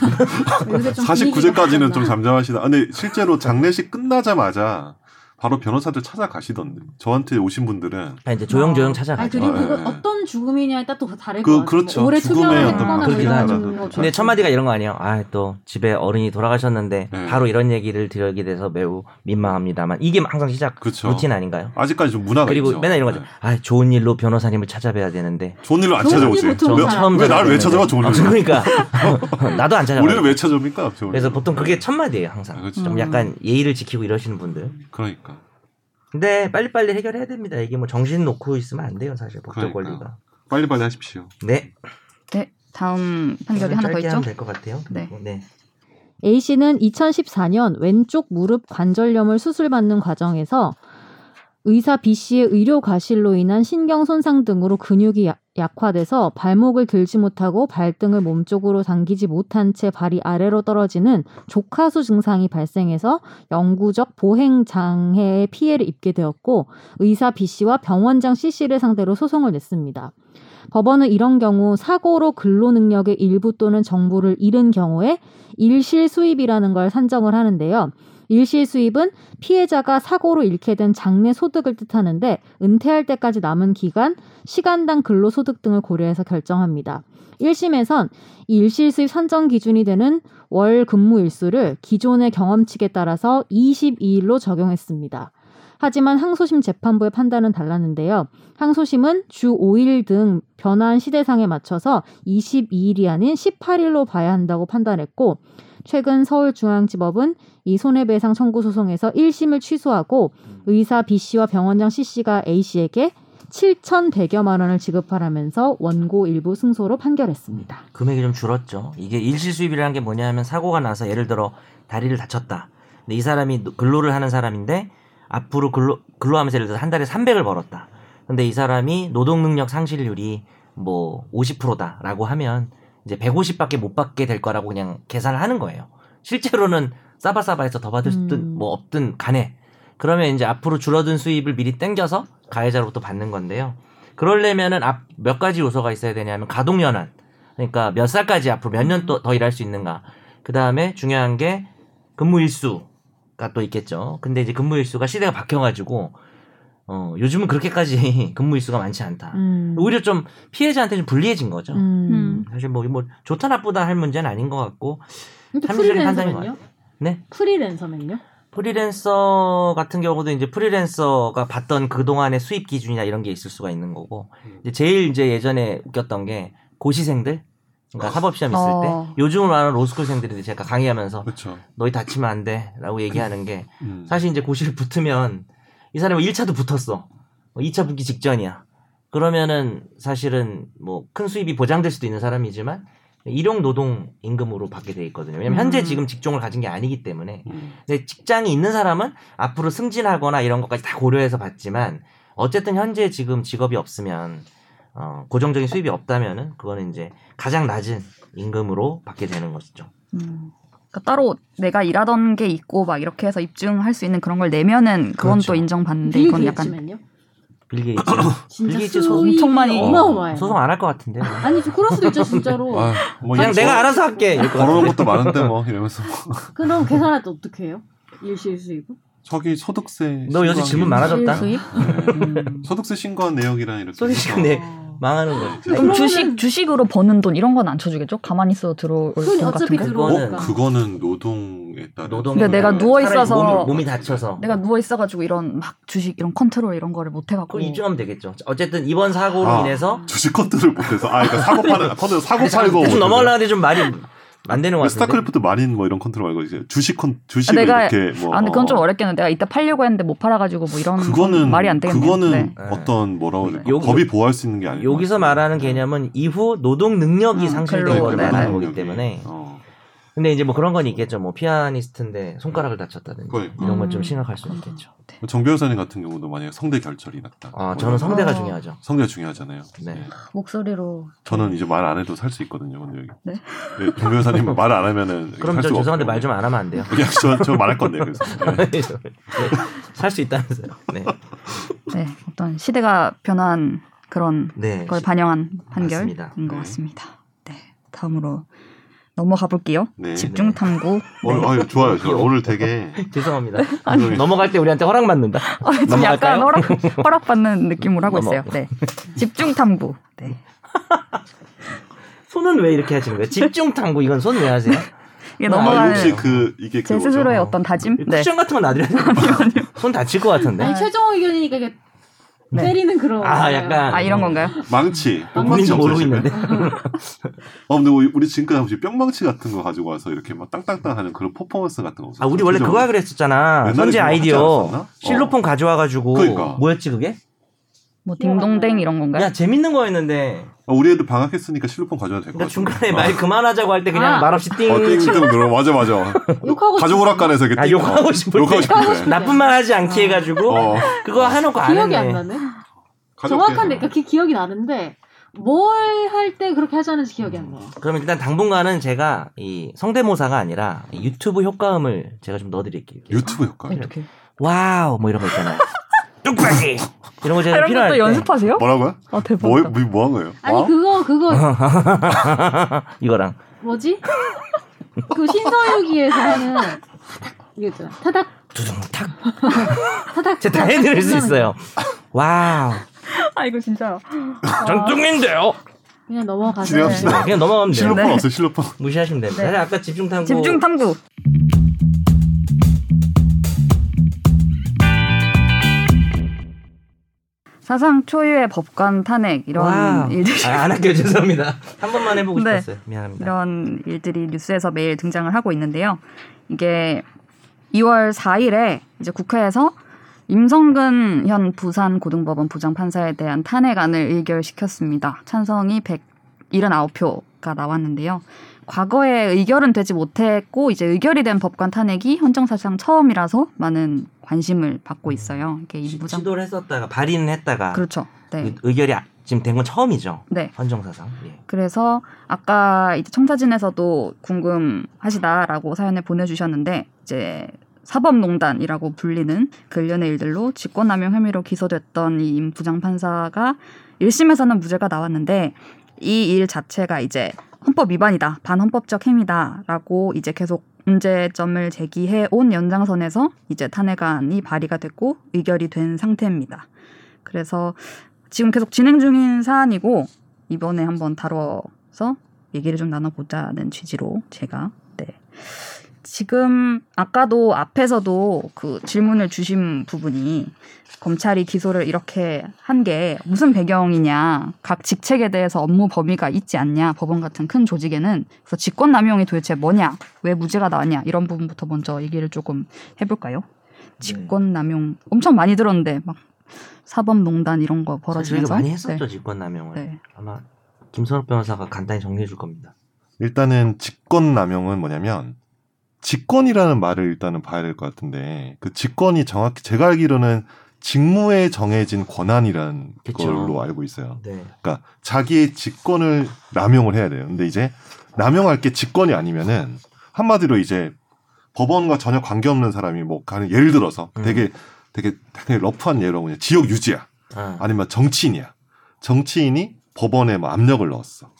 Speaker 3: 요새 좀
Speaker 2: 49제까지는 좀
Speaker 3: 분위기가
Speaker 2: 잠잠하시다. 아, 근데 실제로 장례식 끝나자마자 바로 변호사들 찾아가시던데. 저한테 오신 분들은
Speaker 4: 아, 이제 조용조용
Speaker 3: 아니
Speaker 4: 찾아가죠.
Speaker 3: 그리고
Speaker 2: 예,
Speaker 3: 그거
Speaker 2: 예.
Speaker 3: 어떤 죽음이냐에 따라 또 다를
Speaker 2: 그-
Speaker 3: 것 같아요.
Speaker 2: 그렇죠.
Speaker 3: 뭐 오래
Speaker 2: 죽음의
Speaker 3: 투병을
Speaker 4: 어떤
Speaker 3: 했거나 뭐
Speaker 4: 그게
Speaker 3: 이런
Speaker 2: 다르죠.
Speaker 3: 죽는 것도
Speaker 4: 근데
Speaker 3: 있고.
Speaker 4: 첫 마디가 이런 거 아니에요. 아, 또 집에 어른이 돌아가셨는데
Speaker 2: 네.
Speaker 4: 바로 이런 얘기를 드리게 돼서 매우 민망합니다만 이게 항상 시작
Speaker 2: 그쵸.
Speaker 4: 루틴 아닌가요?
Speaker 2: 그렇죠. 아직까지 좀 문화가
Speaker 4: 그리고
Speaker 2: 있죠.
Speaker 4: 맨날 이런 거죠.
Speaker 2: 네.
Speaker 4: 아, 좋은 일로 변호사님을 찾아뵈야 되는데.
Speaker 2: 좋은 일로 안
Speaker 3: 좋은 일이
Speaker 2: 찾아오지.
Speaker 3: 보통
Speaker 2: 왜,
Speaker 3: 잘
Speaker 4: 처음
Speaker 2: 왜 나를 왜
Speaker 4: 찾아뵈야
Speaker 2: 찾아와 좋은
Speaker 4: 되는데.
Speaker 2: 일로?
Speaker 4: 아, 그러니까 나도 안 찾아봐.
Speaker 2: 우리를 왜 찾아옵니까? 좋은
Speaker 4: 그래서
Speaker 2: 일로.
Speaker 4: 보통 그게 첫 마디예요, 항상.
Speaker 2: 아, 그렇죠.
Speaker 4: 좀
Speaker 1: 음.
Speaker 4: 약간 예의를 지키고 이러시는 분들.
Speaker 2: 그러니까.
Speaker 4: 근데 빨리빨리 해결해야 됩니다. 이게 뭐 정신 놓고 있으면 안 돼요, 사실 법적
Speaker 2: 그러니까요.
Speaker 4: 권리가.
Speaker 2: 빨리빨리 하십시오.
Speaker 4: 네.
Speaker 1: 네, 다음 판결이 하나 더
Speaker 4: 짧게
Speaker 1: 있죠.
Speaker 4: 하면 될 것 같아요.
Speaker 1: 네.
Speaker 3: A 씨는 2014년 왼쪽 무릎 관절염을 수술받는 과정에서 의사 B 씨의 의료 과실로 인한 신경 손상 등으로 근육이 야- 약화돼서 발목을 들지 못하고 발등을 몸쪽으로 당기지 못한 채 발이 아래로 떨어지는 조카수 증상이 발생해서 영구적 보행 장애의 피해를 입게 되었고 의사 B 씨와 병원장 C 씨를 상대로 소송을 냈습니다. 법원은 이런 경우 사고로 근로 능력의 일부 또는 정부를 잃은 경우에 일실 수입이라는 걸 산정을 하는데요. 일시 수입은 피해자가 사고로 잃게 된 장래 소득을 뜻하는데 은퇴할 때까지 남은 기간, 시간당 근로 소득 등을 고려해서 결정합니다. 1심에선 이 일시 수입 산정 기준이 되는 월 근무 일수를 기존의 경험칙에 따라서 22일로 적용했습니다. 하지만 항소심 재판부의 판단은 달랐는데요. 항소심은 주 5일 등 변화한 시대상에 맞춰서 22일이 아닌 18일로 봐야 한다고 판단했고, 최근 서울중앙지법은 이 손해배상 청구 소송에서 1심을 취소하고 의사 B씨와 병원장 C씨가 A씨에게 7,100여만 원을 지급하라면서 원고 일부 승소로 판결했습니다.
Speaker 4: 금액이 좀 줄었죠. 이게 일시 수입이라는 게 뭐냐 하면 사고가 나서 예를 들어 다리를 다쳤다. 근데 이 사람이 노- 근로를 하는 사람인데 앞으로 근로 근로하면서 예를 들어 한 달에 300을 벌었다. 근데 이 사람이 노동 능력 상실률이 뭐 50%다라고 하면 이제 150밖에 못 받게 될 거라고 그냥 계산을 하는 거예요. 실제로는 싸바싸바해서 더 받을 수든
Speaker 3: 음.
Speaker 4: 뭐 없든 간에 그러면 이제 앞으로 줄어든 수입을 미리 땡겨서 가해자로부터 받는 건데요. 그러려면은 앞 몇 가지 요소가 있어야 되냐면 가동연한 그러니까 몇 살까지 앞으로 몇 년 더 일할 수 있는가 그 다음에 중요한 게 근무 일수가 또 있겠죠 근데 이제 근무 일수가 시대가 바뀌어가지고 어 요즘은 그렇게까지 근무 일수가 많지 않다
Speaker 3: 음.
Speaker 4: 오히려 좀 피해자한테 좀 불리해진 거죠
Speaker 3: 음.
Speaker 4: 사실 뭐, 뭐 좋다 나쁘다 할 문제는 아닌 것 같고
Speaker 3: 근데
Speaker 4: 합리적인 판단인
Speaker 3: 그러니까 프리랜서면요?
Speaker 4: 네?
Speaker 3: 프리랜서면요?
Speaker 4: 프리랜서 같은 경우도 이제 프리랜서가 받던 그동안의 수입 기준이나 이런 게 있을 수가 있는 거고 이제 제일 이제 예전에 웃겼던 게 고시생들
Speaker 3: 아.
Speaker 4: 그러니까 사법시험 있을
Speaker 1: 어.
Speaker 4: 때 요즘으로 말하는 로스쿨생들인데 제가 강의하면서
Speaker 2: 그렇죠.
Speaker 4: 너희 다치면 안 돼라고 얘기하는 게
Speaker 2: 음.
Speaker 4: 사실 이제 고시를 붙으면 이 사람은 1차도 붙었어 2차 붙기 직전이야 그러면은 사실은 뭐 큰 수입이 보장될 수도 있는 사람이지만 일용 노동 임금으로 받게 돼 있거든요 왜냐면 현재
Speaker 1: 음.
Speaker 4: 지금 직종을 가진 게 아니기 때문에
Speaker 2: 음.
Speaker 4: 근데 직장이 있는 사람은 앞으로 승진하거나 이런 것까지 다 고려해서 받지만 어쨌든 현재 지금 직업이 없으면 어, 고정적인 수입이 없다면은 그거는 이제 가장 낮은 임금으로 받게 되는 것이죠.
Speaker 1: 음. 그러니까 따로 내가 일하던 게 있고 막 이렇게 해서 입증할 수 있는 그런 걸 내면은 그건
Speaker 4: 그렇죠.
Speaker 1: 또 인정받는데 음,
Speaker 3: 빌
Speaker 1: 네, 이건 약간
Speaker 3: 게이츠면요?
Speaker 4: 빌 게이츠
Speaker 3: 진짜
Speaker 4: 빌 게이츠
Speaker 3: 수익이
Speaker 4: 소송-
Speaker 1: 엄청 많이-
Speaker 3: 어마어마해요.
Speaker 4: 소송 안 할 것 같은데.
Speaker 3: 아니 저 그럴 수도 있죠 진짜로.
Speaker 2: 아, 뭐
Speaker 4: 그냥
Speaker 2: 이거
Speaker 4: 내가 알아서 할게. 이럴 것 같아.
Speaker 2: 벌어놓은 것도 많은데 뭐 이러면서
Speaker 3: 그럼 계산할 때 어떻게 해요? 일시 일수입은?
Speaker 2: 저기 소득세
Speaker 4: 너 요새
Speaker 2: 신고한
Speaker 4: 질문
Speaker 2: 게
Speaker 4: 많아졌다.
Speaker 3: 수입?
Speaker 2: 있는데.
Speaker 1: 음.
Speaker 2: 소득세 신고한 내역이랑 이렇게
Speaker 4: 소리
Speaker 2: 해서
Speaker 4: 지르네.
Speaker 3: 어.
Speaker 4: 망하는 거지.
Speaker 1: 그럼
Speaker 3: 그러면은-
Speaker 1: 주식 주식으로 버는 돈 이런 건 안 쳐주겠죠? 가만히 있어도 들어올
Speaker 3: 그건
Speaker 1: 돈 같은
Speaker 3: 어차피
Speaker 1: 거.
Speaker 4: 들어오니까.
Speaker 2: 어, 그거는 노동에 따른
Speaker 4: 노동.
Speaker 1: 근데 그러니까 내가 누워
Speaker 4: 사람이
Speaker 1: 있어서-
Speaker 4: 몸이, 몸이 다쳐서.
Speaker 1: 내가 누워 있어가지고 이런 막 주식 이런 컨트롤 이런 거를 못 해갖고
Speaker 4: 그걸 입증하면 되겠죠. 어쨌든 이번 사고로
Speaker 2: 아.
Speaker 4: 인해서
Speaker 2: 주식 커트를 못해서 아 그러니까 사고 파는 커트 사고 팔고
Speaker 4: 대충
Speaker 2: 뭐
Speaker 4: 넘어가려는데 좀 말이
Speaker 1: 음.
Speaker 4: 안 되는 것 같은데.
Speaker 2: 스타크래프트 마린 뭐 이런 컨트롤 말고 이제 주식 컨 주식을
Speaker 1: 아, 내가-
Speaker 2: 이렇게 뭐
Speaker 1: 아 근데 그건 좀
Speaker 2: 어,
Speaker 1: 어렵겠네. 내가 이따 팔려고 했는데 못 팔아가지고 뭐 이런
Speaker 2: 그거는
Speaker 1: 말이 안 되겠네.
Speaker 2: 그거는
Speaker 1: 네.
Speaker 2: 어떤 뭐라고 해야 되나?
Speaker 4: 여기-
Speaker 2: 법이 보호할 수 있는 게 아니고 네,
Speaker 4: 여기서 말하는 개념은 이후 노동 능력이
Speaker 1: 음,
Speaker 4: 상실된
Speaker 1: 글로,
Speaker 4: 걸
Speaker 1: 네,
Speaker 4: 말하는
Speaker 1: 네.
Speaker 4: 거기 때문에
Speaker 2: 어.
Speaker 4: 근데 이제 뭐 그런 건 있겠죠 뭐 피아니스트인데 손가락을 다쳤다든지
Speaker 2: 그러니까.
Speaker 4: 이런 건 좀
Speaker 1: 음.
Speaker 4: 심각할 수 있겠죠
Speaker 2: 정 변호사님 같은 경우도 만약에 성대 결절이 났다
Speaker 4: 아
Speaker 2: 뭐
Speaker 4: 저는
Speaker 2: 이런
Speaker 4: 성대가
Speaker 1: 어.
Speaker 4: 중요하죠
Speaker 2: 성대가 중요하잖아요
Speaker 4: 네.
Speaker 2: 네.
Speaker 1: 목소리로
Speaker 2: 저는 이제 말 안 해도 살 수 있거든요 근데 여기
Speaker 1: 네?
Speaker 2: 네, 정 변호사님은 말 안 하면은
Speaker 4: 그럼
Speaker 2: 살
Speaker 4: 저
Speaker 2: 수가
Speaker 4: 죄송한데
Speaker 2: 없고.
Speaker 4: 말 좀 안 하면 안 돼요
Speaker 2: 그냥 저, 저 말할 건데 그래서 네.
Speaker 4: 살 수 있다면서요 네,
Speaker 1: 네, 어떤 시대가 변한 그런
Speaker 4: 네.
Speaker 1: 걸 반영한 판결인
Speaker 4: 맞습니다.
Speaker 1: 것
Speaker 2: 네.
Speaker 1: 같습니다. 네, 다음으로 넘어가 볼게요.
Speaker 2: 네.
Speaker 1: 집중 탐구.
Speaker 2: 오늘 아유, 좋아요 좋아요.
Speaker 4: 어-
Speaker 2: 오늘 되게
Speaker 4: 죄송합니다
Speaker 2: 아니.
Speaker 4: 넘어갈 때 우리한테 허락 받는다
Speaker 1: 어, 지금 약간
Speaker 4: 넘어갈까요?
Speaker 1: 허락, 허락받는 느낌으로 하고
Speaker 4: 넘어.
Speaker 1: 있어요. 네, 집중 탐구. 네,
Speaker 4: 손은 왜 이렇게 하시는 거예요 집중 탐구 이건 손 왜 하세요
Speaker 1: 이게
Speaker 4: 아니,
Speaker 2: 아,
Speaker 1: 넘어가는
Speaker 2: 혹시 그 이게
Speaker 1: 제
Speaker 2: 그거죠?
Speaker 1: 스스로의 어떤 다짐. 네,
Speaker 4: 쿠션 같은 건 놔드려야 돼요 손 다칠 것 같은데
Speaker 3: 아니 최종 의견이니까 이게
Speaker 1: 네.
Speaker 3: 때리는 그런.
Speaker 4: 네. 아
Speaker 3: 거예요.
Speaker 4: 약간
Speaker 1: 아 이런 건가요?
Speaker 2: 망치
Speaker 4: 본인도
Speaker 2: 뿅망치
Speaker 4: 모르고
Speaker 2: 없어요,
Speaker 4: 있는데
Speaker 2: 집에? 어 근데 우리, 우리 지금까지 혹시 뿅망치 같은 거 가지고 와서 이렇게 막 땅땅땅 하는 그런 퍼포먼스 같은 거 없어요?
Speaker 4: 아 우리 원래 그거 하기로 했었잖아.
Speaker 2: 옛날에
Speaker 4: 선재
Speaker 2: 그거 하지
Speaker 4: 아이디어
Speaker 2: 않았었나?
Speaker 4: 실로폰 가져와가지고
Speaker 2: 그러니까.
Speaker 4: 뭐였지 그게?
Speaker 1: 뭐 딩동댕 이런 건가요?
Speaker 4: 야 재밌는 거였는데
Speaker 2: 어, 우리 애들 방학했으니까 실로폰 가져와도 될 것
Speaker 4: 그러니까
Speaker 2: 같아
Speaker 4: 중간에 말 그만하자고 할 때 그냥
Speaker 3: 아.
Speaker 4: 말없이 띵.
Speaker 2: 어, 띵띵 들어 맞아 맞아
Speaker 3: 욕하고
Speaker 2: 가족 오락관에서 이렇게
Speaker 4: 아
Speaker 2: 띵-
Speaker 4: 욕하고
Speaker 2: 어,
Speaker 4: 싶을
Speaker 2: 욕하고
Speaker 4: 때.
Speaker 2: 싶은데
Speaker 4: 나쁜 말 하지 않게 해가지고
Speaker 2: 어,
Speaker 4: 그거 해놓고 안
Speaker 3: 기억이 안
Speaker 4: 했네.
Speaker 3: 나네. 정확한데 그러니까 기, 기억이 나는데 뭘 할 때 그렇게 하자는지 기억이 안 나요.
Speaker 4: 그럼 일단 당분간은 제가 이 성대모사가 아니라 이 유튜브 효과음을 제가 좀 넣어드릴게요.
Speaker 2: 유튜브 효과
Speaker 4: 네.
Speaker 1: 어떻게?
Speaker 4: 와우 뭐 이런 거 있잖아요. 뚝배기 이런 거 제가
Speaker 1: 아, 이런
Speaker 4: 필요할
Speaker 1: 것도
Speaker 4: 때.
Speaker 1: 연습하세요?
Speaker 2: 뭐라고요?
Speaker 1: 아 대박.
Speaker 2: 뭐,
Speaker 1: 이다
Speaker 2: 뭐, 뭐 한 거예요?
Speaker 3: 아니
Speaker 2: 와?
Speaker 3: 그거
Speaker 4: 어.
Speaker 3: 그거
Speaker 4: 이거랑
Speaker 3: 뭐지? 그 신서유기에서 하는 이게 있잖아. 타닥
Speaker 4: 두둥 탁.
Speaker 3: 타닥.
Speaker 4: 제가 다 해드릴 수 있어요. 와우.
Speaker 1: 아 이거 진짜
Speaker 4: 전 뚱인데요.
Speaker 3: 그냥 넘어가서
Speaker 2: 진행합시다.
Speaker 3: 네.
Speaker 4: 그냥 넘어가면 돼요.
Speaker 2: 실로폰
Speaker 1: 네.
Speaker 2: 없어요, 실로폰.
Speaker 4: 무시하시면 됩니다.
Speaker 1: 네.
Speaker 4: 사실 아까 집중 탐구.
Speaker 1: 집중 탐구. 사상 초유의 법관 탄핵 이런
Speaker 4: 와우.
Speaker 1: 일들이
Speaker 4: 아, 안 할게요. 죄송합니다. 한 번만 해보고
Speaker 1: 네.
Speaker 4: 싶었어요. 미안합니다.
Speaker 1: 이런 일들이 뉴스에서 매일 등장을 하고 있는데요. 이게 2월 4일에 이제 국회에서 임성근 현 부산 고등법원 부장 판사에 대한 탄핵안을 의결시켰습니다. 찬성이 179표가 나왔는데요. 과거에 의결은 되지 못했고 이제 의결이 된 법관 탄핵이 헌정사상 처음이라서 많은 관심을 받고 있어요. 이게 이
Speaker 4: 시-
Speaker 1: 부장
Speaker 4: 시도를 했었다가 발의는 했다가
Speaker 1: 그렇죠. 네.
Speaker 4: 의- 의결이 아- 지금 된 건 처음이죠.
Speaker 1: 네.
Speaker 4: 헌정사상. 예.
Speaker 1: 그래서 아까 이제 청사진에서도 궁금하시다라고 사연을 보내주셨는데 이제 사법농단이라고 불리는 그 일련의 일들로 직권남용 혐의로 기소됐던 이 임 부장판사가 1심에서는 무죄가 나왔는데 이 일 자체가 이제 헌법 위반이다, 반헌법적 행위다라고 이제 계속 문제점을 제기해 온 연장선에서 이제 탄핵안이 발의가 됐고 의결이 된 상태입니다. 그래서 지금 계속 진행 중인 사안이고 이번에 한번 다뤄서 얘기를 좀 나눠보자는 취지로 제가 네 지금 아까도 앞에서도 그 질문을 주신 부분이 검찰이 기소를 이렇게 한 게 무슨 배경이냐 각 직책에 대해서 업무 범위가 있지 않냐 법원 같은 큰 조직에는 그래서 직권남용이 도대체 뭐냐 왜 무죄가 나왔냐 이런 부분부터 먼저 얘기를 조금 해볼까요?
Speaker 4: 네.
Speaker 1: 직권남용 엄청 많이 들었는데 막 사법농단 이런 거
Speaker 4: 사실 저희가
Speaker 1: 벌어지면서
Speaker 4: 많이
Speaker 1: 네.
Speaker 4: 했었죠 직권남용을.
Speaker 1: 네.
Speaker 4: 아마 김선욱 변호사가 간단히 정리해 줄 겁니다.
Speaker 2: 일단은 직권 남용은 뭐냐면 직권이라는 말을 일단은 봐야 될 것 같은데 그 직권이 정확히 제가 알기로는 직무에 정해진 권한이라는
Speaker 4: 그쵸.
Speaker 2: 걸로 알고 있어요.
Speaker 4: 네.
Speaker 2: 그러니까 자기의 직권을 남용을 해야 돼요. 근데 이제 남용할 게 직권이 아니면은 한마디로 이제 법원과 전혀 관계없는 사람이 뭐 가는 예를 들어서
Speaker 4: 음.
Speaker 2: 되게 되게 되게 러프한 예로 그냥 지역 유지야.
Speaker 4: 아,
Speaker 2: 아니면 정치인이야. 정치인이 법원에 뭐 압력을 넣었어.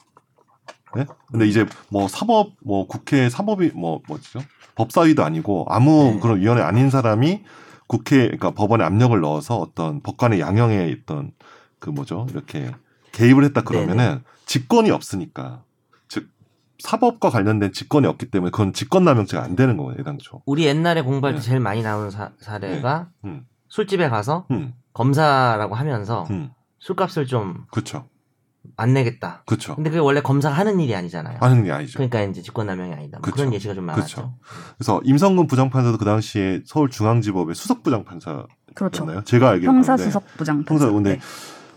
Speaker 2: 네? 근데 이제 뭐 사법 뭐 국회 사법이 뭐 뭐죠? 법사위도 아니고 아무
Speaker 4: 네.
Speaker 2: 그런 위원회 아닌 사람이 국회 그러니까 법원에 압력을 넣어서 어떤 법관의 양형에 있던 그 뭐죠? 이렇게 개입을 했다 그러면은 직권이 없으니까 즉 사법과 관련된 직권이 없기 때문에 그건 직권남용죄가 안 되는 거예요, 당초.
Speaker 4: 우리 옛날에 공부할 때
Speaker 2: 네.
Speaker 4: 제일 많이 나오는 사, 사례가
Speaker 2: 음.
Speaker 4: 술집에 가서
Speaker 2: 음,
Speaker 4: 검사라고 하면서
Speaker 2: 음,
Speaker 4: 술값을 좀 안
Speaker 2: 그렇죠,
Speaker 4: 내겠다.
Speaker 2: 그렇죠.
Speaker 4: 근데 그게 원래 검사가 하는 일이 아니잖아요.
Speaker 2: 아는 게 아니죠. 그렇죠.
Speaker 4: 그러니까 이제 직권남용이 아니다. 뭐
Speaker 2: 그쵸.
Speaker 4: 그런 예시가 좀 많았죠.
Speaker 2: 그래서 임성근 부장판사도 그 당시에 서울중앙지법의 수석부장판사였나요?
Speaker 1: 그렇죠.
Speaker 2: 제가 알기로
Speaker 1: 형사수석부장
Speaker 2: 아, 네.
Speaker 1: 네,
Speaker 2: 형사
Speaker 4: 네.
Speaker 2: 근데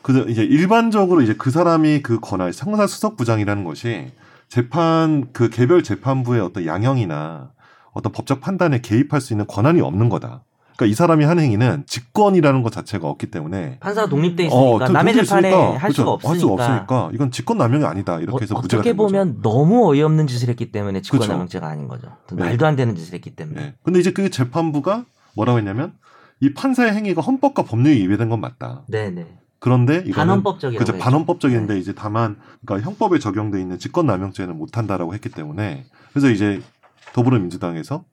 Speaker 2: 그 이제 일반적으로 이제 그 사람이 그 권한 형사수석부장이라는 것이 재판 그 개별 재판부의 어떤 양형이나 어떤 법적 판단에 개입할 수 있는 권한이 없는 거다. 그러니까 이 사람이 한 행위는 직권이라는 것 자체가 없기 때문에
Speaker 4: 판사가 독립돼
Speaker 2: 어,
Speaker 4: 있으니까
Speaker 2: 저-
Speaker 4: 남의
Speaker 2: 저도
Speaker 4: 재판에
Speaker 2: 있으니까,
Speaker 4: 할 수가
Speaker 2: 그렇죠. 할 수가
Speaker 4: 없으니까,
Speaker 2: 없으니까 이건 직권 남용이 아니다. 이렇게 해서
Speaker 4: 어,
Speaker 2: 무죄가
Speaker 4: 어떻게
Speaker 2: 된 거죠.
Speaker 4: 보면 너무 어이없는 짓을 했기 때문에
Speaker 2: 그쵸.
Speaker 4: 직권남용죄가 아닌 거죠.
Speaker 2: 네.
Speaker 4: 말도 안 되는 짓을 했기 때문에.
Speaker 2: 예. 근데 이제 그 재판부가 뭐라고 했냐면 이 판사의 행위가 헌법과 법률에 위배된 건 맞다.
Speaker 4: 네네.
Speaker 2: 그런데 이거는
Speaker 4: 반헌법적이라고. 했죠.
Speaker 2: 그죠
Speaker 4: 네.
Speaker 2: 반헌법적인데 이제 다만 그러니까 형법에 적용돼 있는 직권남용죄는 못한다라고 했기 때문에 그래서 이제 더불어민주당에서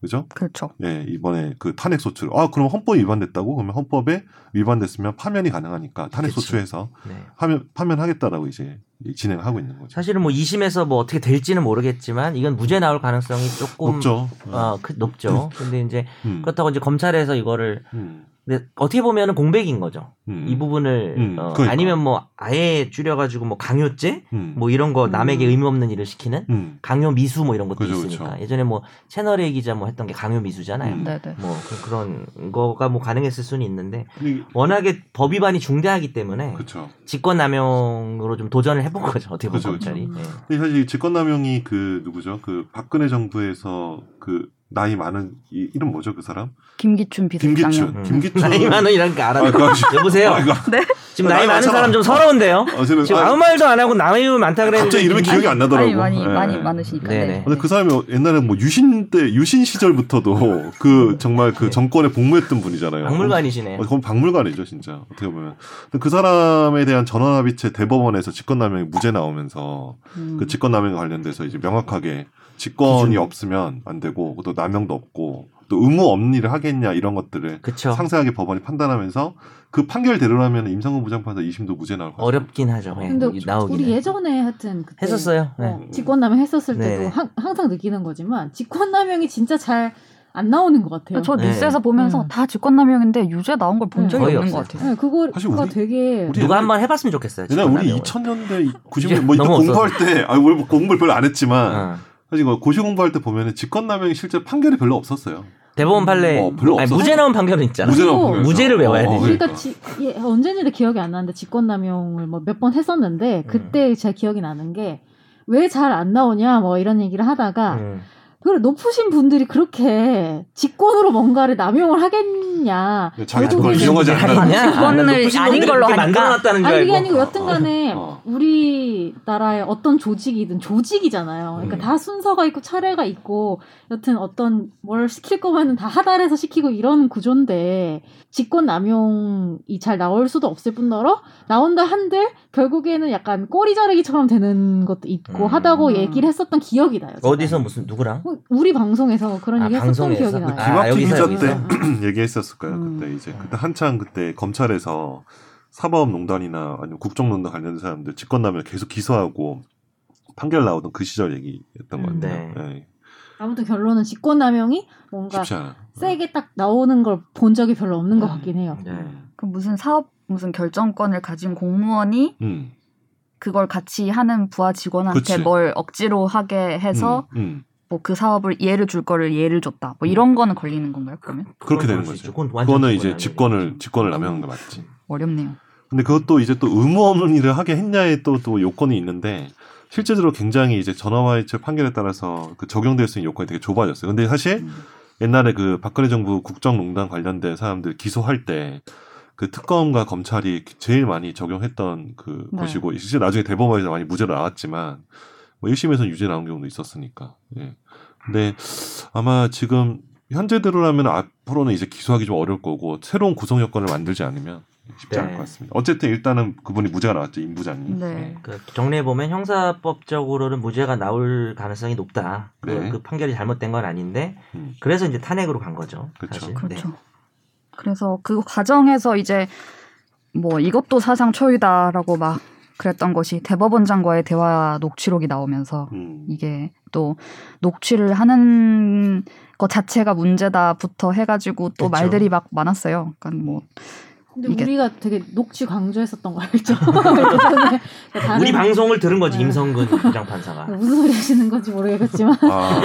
Speaker 2: 그죠
Speaker 1: 그렇죠.
Speaker 2: 예 이번에 그 탄핵 소추를 아 그럼 헌법 위반됐다고 그러면 헌법에 위반됐으면 파면이 가능하니까 탄핵
Speaker 4: 그치.
Speaker 2: 소추해서
Speaker 4: 네.
Speaker 2: 파면 파면하겠다라고 이제 진행하고 있는 거죠
Speaker 4: 사실은 뭐 2심에서 뭐 어떻게 될지는 모르겠지만 이건 무죄 나올 가능성이 조금
Speaker 2: 높죠
Speaker 4: 어, 크- 높죠. 근데 이제
Speaker 2: 음,
Speaker 4: 그렇다고 이제 검찰에서 이거를
Speaker 2: 음,
Speaker 4: 근데 어떻게 보면은 공백인 거죠.
Speaker 2: 음,
Speaker 4: 이 부분을
Speaker 2: 음,
Speaker 4: 어,
Speaker 2: 그러니까.
Speaker 4: 아니면 뭐 아예 줄여가지고 뭐 강요죄
Speaker 2: 음,
Speaker 4: 뭐 이런 거 남에게
Speaker 3: 음.
Speaker 4: 의미 없는 일을 시키는
Speaker 2: 음,
Speaker 4: 강요 미수 뭐 이런 것도
Speaker 2: 그죠,
Speaker 4: 있으니까
Speaker 2: 그죠.
Speaker 4: 예전에 뭐 채널A 기자 뭐 했던 게 강요 미수잖아요.
Speaker 2: 음.
Speaker 1: 네네.
Speaker 4: 뭐 그, 런 거가 뭐 가능했을 수는 있는데
Speaker 2: 근데
Speaker 4: 워낙에 법 위반이 중대하기 때문에
Speaker 2: 그렇죠
Speaker 4: 직권남용으로 좀 도전을 해본 거죠 어떻게 보면
Speaker 2: 그죠, 그죠.
Speaker 4: 검찰이. 예.
Speaker 2: 근데 사실 이 직권남용이 그 누구죠 그 박근혜 정부에서 그 나이 많은 이 이름 뭐죠 그 사람
Speaker 1: 김기춘 비서장.
Speaker 2: 김기춘
Speaker 4: 음.
Speaker 2: 김기춘
Speaker 4: 나이 많은 이런 거
Speaker 2: 아,
Speaker 4: 알아.
Speaker 2: 그거 혹시-
Speaker 4: 여보세요.
Speaker 2: 아, 이거-
Speaker 4: 지금
Speaker 2: 나이
Speaker 4: 나이 많은
Speaker 2: 많잖아.
Speaker 4: 사람 좀 서러운데요.
Speaker 2: 아, 저는-
Speaker 4: 지금
Speaker 2: 아,
Speaker 4: 아무 말도 안 하고 남의 이름 많다 그랬는데
Speaker 2: 갑자기 이름이 기억이 안 나더라고.
Speaker 1: 아니 많이
Speaker 2: 예.
Speaker 1: 많이 많으시니까.
Speaker 4: 네네.
Speaker 1: 네.
Speaker 2: 근데 그 사람이 옛날에 뭐 유신 때 유신 시절부터도 그 정말 그
Speaker 4: 네.
Speaker 2: 정권에 복무했던 분이잖아요.
Speaker 4: 박물관이시네.
Speaker 2: 어, 그건 박물관이죠, 진짜. 어떻게 보면. 근데 그 사람에 대한 전원합의체 대법원에서 직권남용이 무죄 나오면서
Speaker 1: 음.
Speaker 2: 그 직권남용에 관련돼서 이제 명확하게 직권이
Speaker 4: 기준.
Speaker 2: 없으면 안 되고 또 남용도 없고 또 의무 엄리를 하겠냐 이런 것들을
Speaker 4: 그쵸.
Speaker 2: 상세하게 법원이 판단하면서 그 판결대로라면 임상훈 부장판사 2심도 무죄 나올 것 같아요.
Speaker 4: 어렵긴 하죠. 예,
Speaker 3: 근데
Speaker 4: 나오기는.
Speaker 3: 우리 예전에 하여튼 그때
Speaker 4: 했었어요. 예.
Speaker 3: 어, 직권남용 했었을
Speaker 4: 네.
Speaker 3: 때도 항- 항상 느끼는 거지만 직권남용이 진짜 잘 안 나오는 것 같아요.
Speaker 1: 저
Speaker 4: 네.
Speaker 1: 뉴스에서 보면서
Speaker 3: 음.
Speaker 1: 다 직권남용인데 유죄 나온 걸 본
Speaker 3: 음.
Speaker 1: 적이
Speaker 4: 거의
Speaker 1: 없는 것
Speaker 4: 없어요.
Speaker 1: 같아요.
Speaker 3: 네, 그거가
Speaker 2: 사실 우리-
Speaker 3: 되게
Speaker 2: 우리
Speaker 4: 누가 한번 해봤으면 좋겠어요.
Speaker 2: 옛날 우리
Speaker 4: 직권남용을.
Speaker 2: 2000년대
Speaker 4: 이제
Speaker 2: 90년 뭐 이때
Speaker 4: 너무
Speaker 2: 공부할 때 아니 원래 뭐 공부를 별로 안 했지만
Speaker 4: 어.
Speaker 2: 사실 그 고시 공부할 때 보면은 직권남용이 실제 판결이 별로 없었어요.
Speaker 4: 대법원 판례
Speaker 2: 어, 별로
Speaker 4: 아니,
Speaker 2: 없어서?
Speaker 4: 무죄 나온 판결은 있잖아.
Speaker 2: 무죄나
Speaker 3: 어,
Speaker 2: 보면서.
Speaker 4: 무죄를 외워야 되지.
Speaker 3: 그러니까 지, 예, 언제인지 기억이 안 나는데 직권남용을 뭐 몇 번 했었는데 그때 제 기억이 나는 게 왜 잘 안 나오냐 뭐 이런 얘기를 하다가
Speaker 4: 음.
Speaker 3: 그걸 높으신 분들이 그렇게 직권으로 뭔가를 남용을 하겠냐
Speaker 2: 네, 자기
Speaker 3: 결국에는-
Speaker 2: 아, 그걸 이용하지 않는다.
Speaker 4: 하겠냐?
Speaker 1: 아, 직권을
Speaker 4: 아, 높으신
Speaker 1: 아닌
Speaker 4: 분들이
Speaker 1: 걸로
Speaker 4: 그렇게
Speaker 1: 하니까.
Speaker 4: 만들어놨다는 줄
Speaker 3: 아니
Speaker 4: 알고.
Speaker 3: 그게 아니고 여튼간에
Speaker 2: 어.
Speaker 3: 우리나라의 어떤 조직이든 조직이잖아요. 그러니까
Speaker 4: 음.
Speaker 3: 다 순서가 있고 차례가 있고 여튼 어떤 뭘 시킬 거면은 다 하달해서 시키고 이런 구조인데 직권 남용이 잘 나올 수도 없을 뿐더러 나온다 한들 결국에는 약간 꼬리 자르기처럼 되는 것도 있고
Speaker 4: 음.
Speaker 3: 하다고 얘기를 했었던 기억이 나요. 제가.
Speaker 4: 어디서 무슨 누구랑?
Speaker 3: 우리 방송에서 그런
Speaker 4: 아,
Speaker 3: 얘기 했었던
Speaker 4: 방송에서?
Speaker 3: 기억이 나요.
Speaker 4: 아, 여기서,
Speaker 2: 기막투기자
Speaker 4: 여기서.
Speaker 2: 때 얘기했었을까요?
Speaker 3: 음.
Speaker 2: 그때 이제 그때 한창 그때 검찰에서 사법농단이나 아니면 국정농단 관련 사람들 직권남용 계속 기소하고 판결 나오던 그 시절 얘기였던 것
Speaker 3: 음.
Speaker 2: 같아요.
Speaker 4: 네.
Speaker 2: 예,
Speaker 3: 아무튼 결론은 직권 남용이 뭔가
Speaker 2: 쉽지 않아.
Speaker 3: 세게 딱 나오는 걸 본 적이 별로 없는 것 같긴 해요.
Speaker 4: 네.
Speaker 2: 음.
Speaker 1: 그 무슨 사업 무슨 결정권을 가진 공무원이
Speaker 2: 음.
Speaker 1: 그걸 같이 하는 부하 직원한테
Speaker 2: 그치.
Speaker 1: 뭘 억지로 하게 해서
Speaker 2: 음, 음.
Speaker 1: 뭐 그 사업을 예를 줄 거를 예를 줬다. 뭐 이런 거는 걸리는 건가요? 그러면
Speaker 2: 그렇게 되는
Speaker 4: 그럴 수 있죠.
Speaker 2: 거죠.
Speaker 4: 그건 완전 직권
Speaker 2: 그거는 이제
Speaker 4: 아니에요.
Speaker 2: 직권을 직권을 남용한 게 맞지.
Speaker 1: 어렵네요.
Speaker 2: 근데 그것도 이제 또 의무 없는 일을 하게 했냐에 또 또 요건이 있는데 실제적으로 굉장히 이제 전화와의체 판결에 따라서 그 적용될 수 있는 요건이 되게 좁아졌어요. 근데 사실
Speaker 1: 음.
Speaker 2: 옛날에 그 박근혜 정부 국정농단 관련된 사람들 기소할 때 그 특검과 검찰이 제일 많이 적용했던 그
Speaker 1: 네.
Speaker 2: 것이고 실제 나중에 대법원에서 많이 무죄로 나왔지만 뭐 1심에서는 유죄 나온 경우도 있었으니까. 예. 근데 아마 지금 현재대로라면 앞으로는 이제 기소하기 좀 어려울 거고 새로운 구성 여건을 만들지 않으면 쉽지
Speaker 4: 네.
Speaker 2: 않을 것 같습니다. 어쨌든 일단은 그분이 무죄가 나왔죠 임부장님.
Speaker 1: 네.
Speaker 4: 그 정리해 보면 형사법적으로는 무죄가 나올 가능성이 높다. 그,
Speaker 2: 네.
Speaker 4: 그 판결이 잘못된 건 아닌데
Speaker 2: 음.
Speaker 4: 그래서 이제 탄핵으로 간 거죠.
Speaker 2: 그쵸.
Speaker 4: 사실.
Speaker 1: 그렇죠.
Speaker 4: 네.
Speaker 1: 그래서 그 과정에서 이제 뭐 이것도 사상 초유다라고 막 그랬던 것이 대법원장과의 대화 녹취록이 나오면서
Speaker 2: 음.
Speaker 1: 이게 또 녹취를 하는 것 자체가 문제다부터 해가지고 또
Speaker 4: 그쵸.
Speaker 1: 말들이 막 많았어요. 약간 뭐
Speaker 3: 근데
Speaker 1: 이게-
Speaker 3: 우리가 되게 녹취 강조했었던 거 알죠? 예전에 다른-
Speaker 4: 우리 방송을 들은 거지
Speaker 3: 네.
Speaker 4: 임성근 부장판사가.
Speaker 3: 무슨 소리 하시는 건지 모르겠지만
Speaker 2: 아,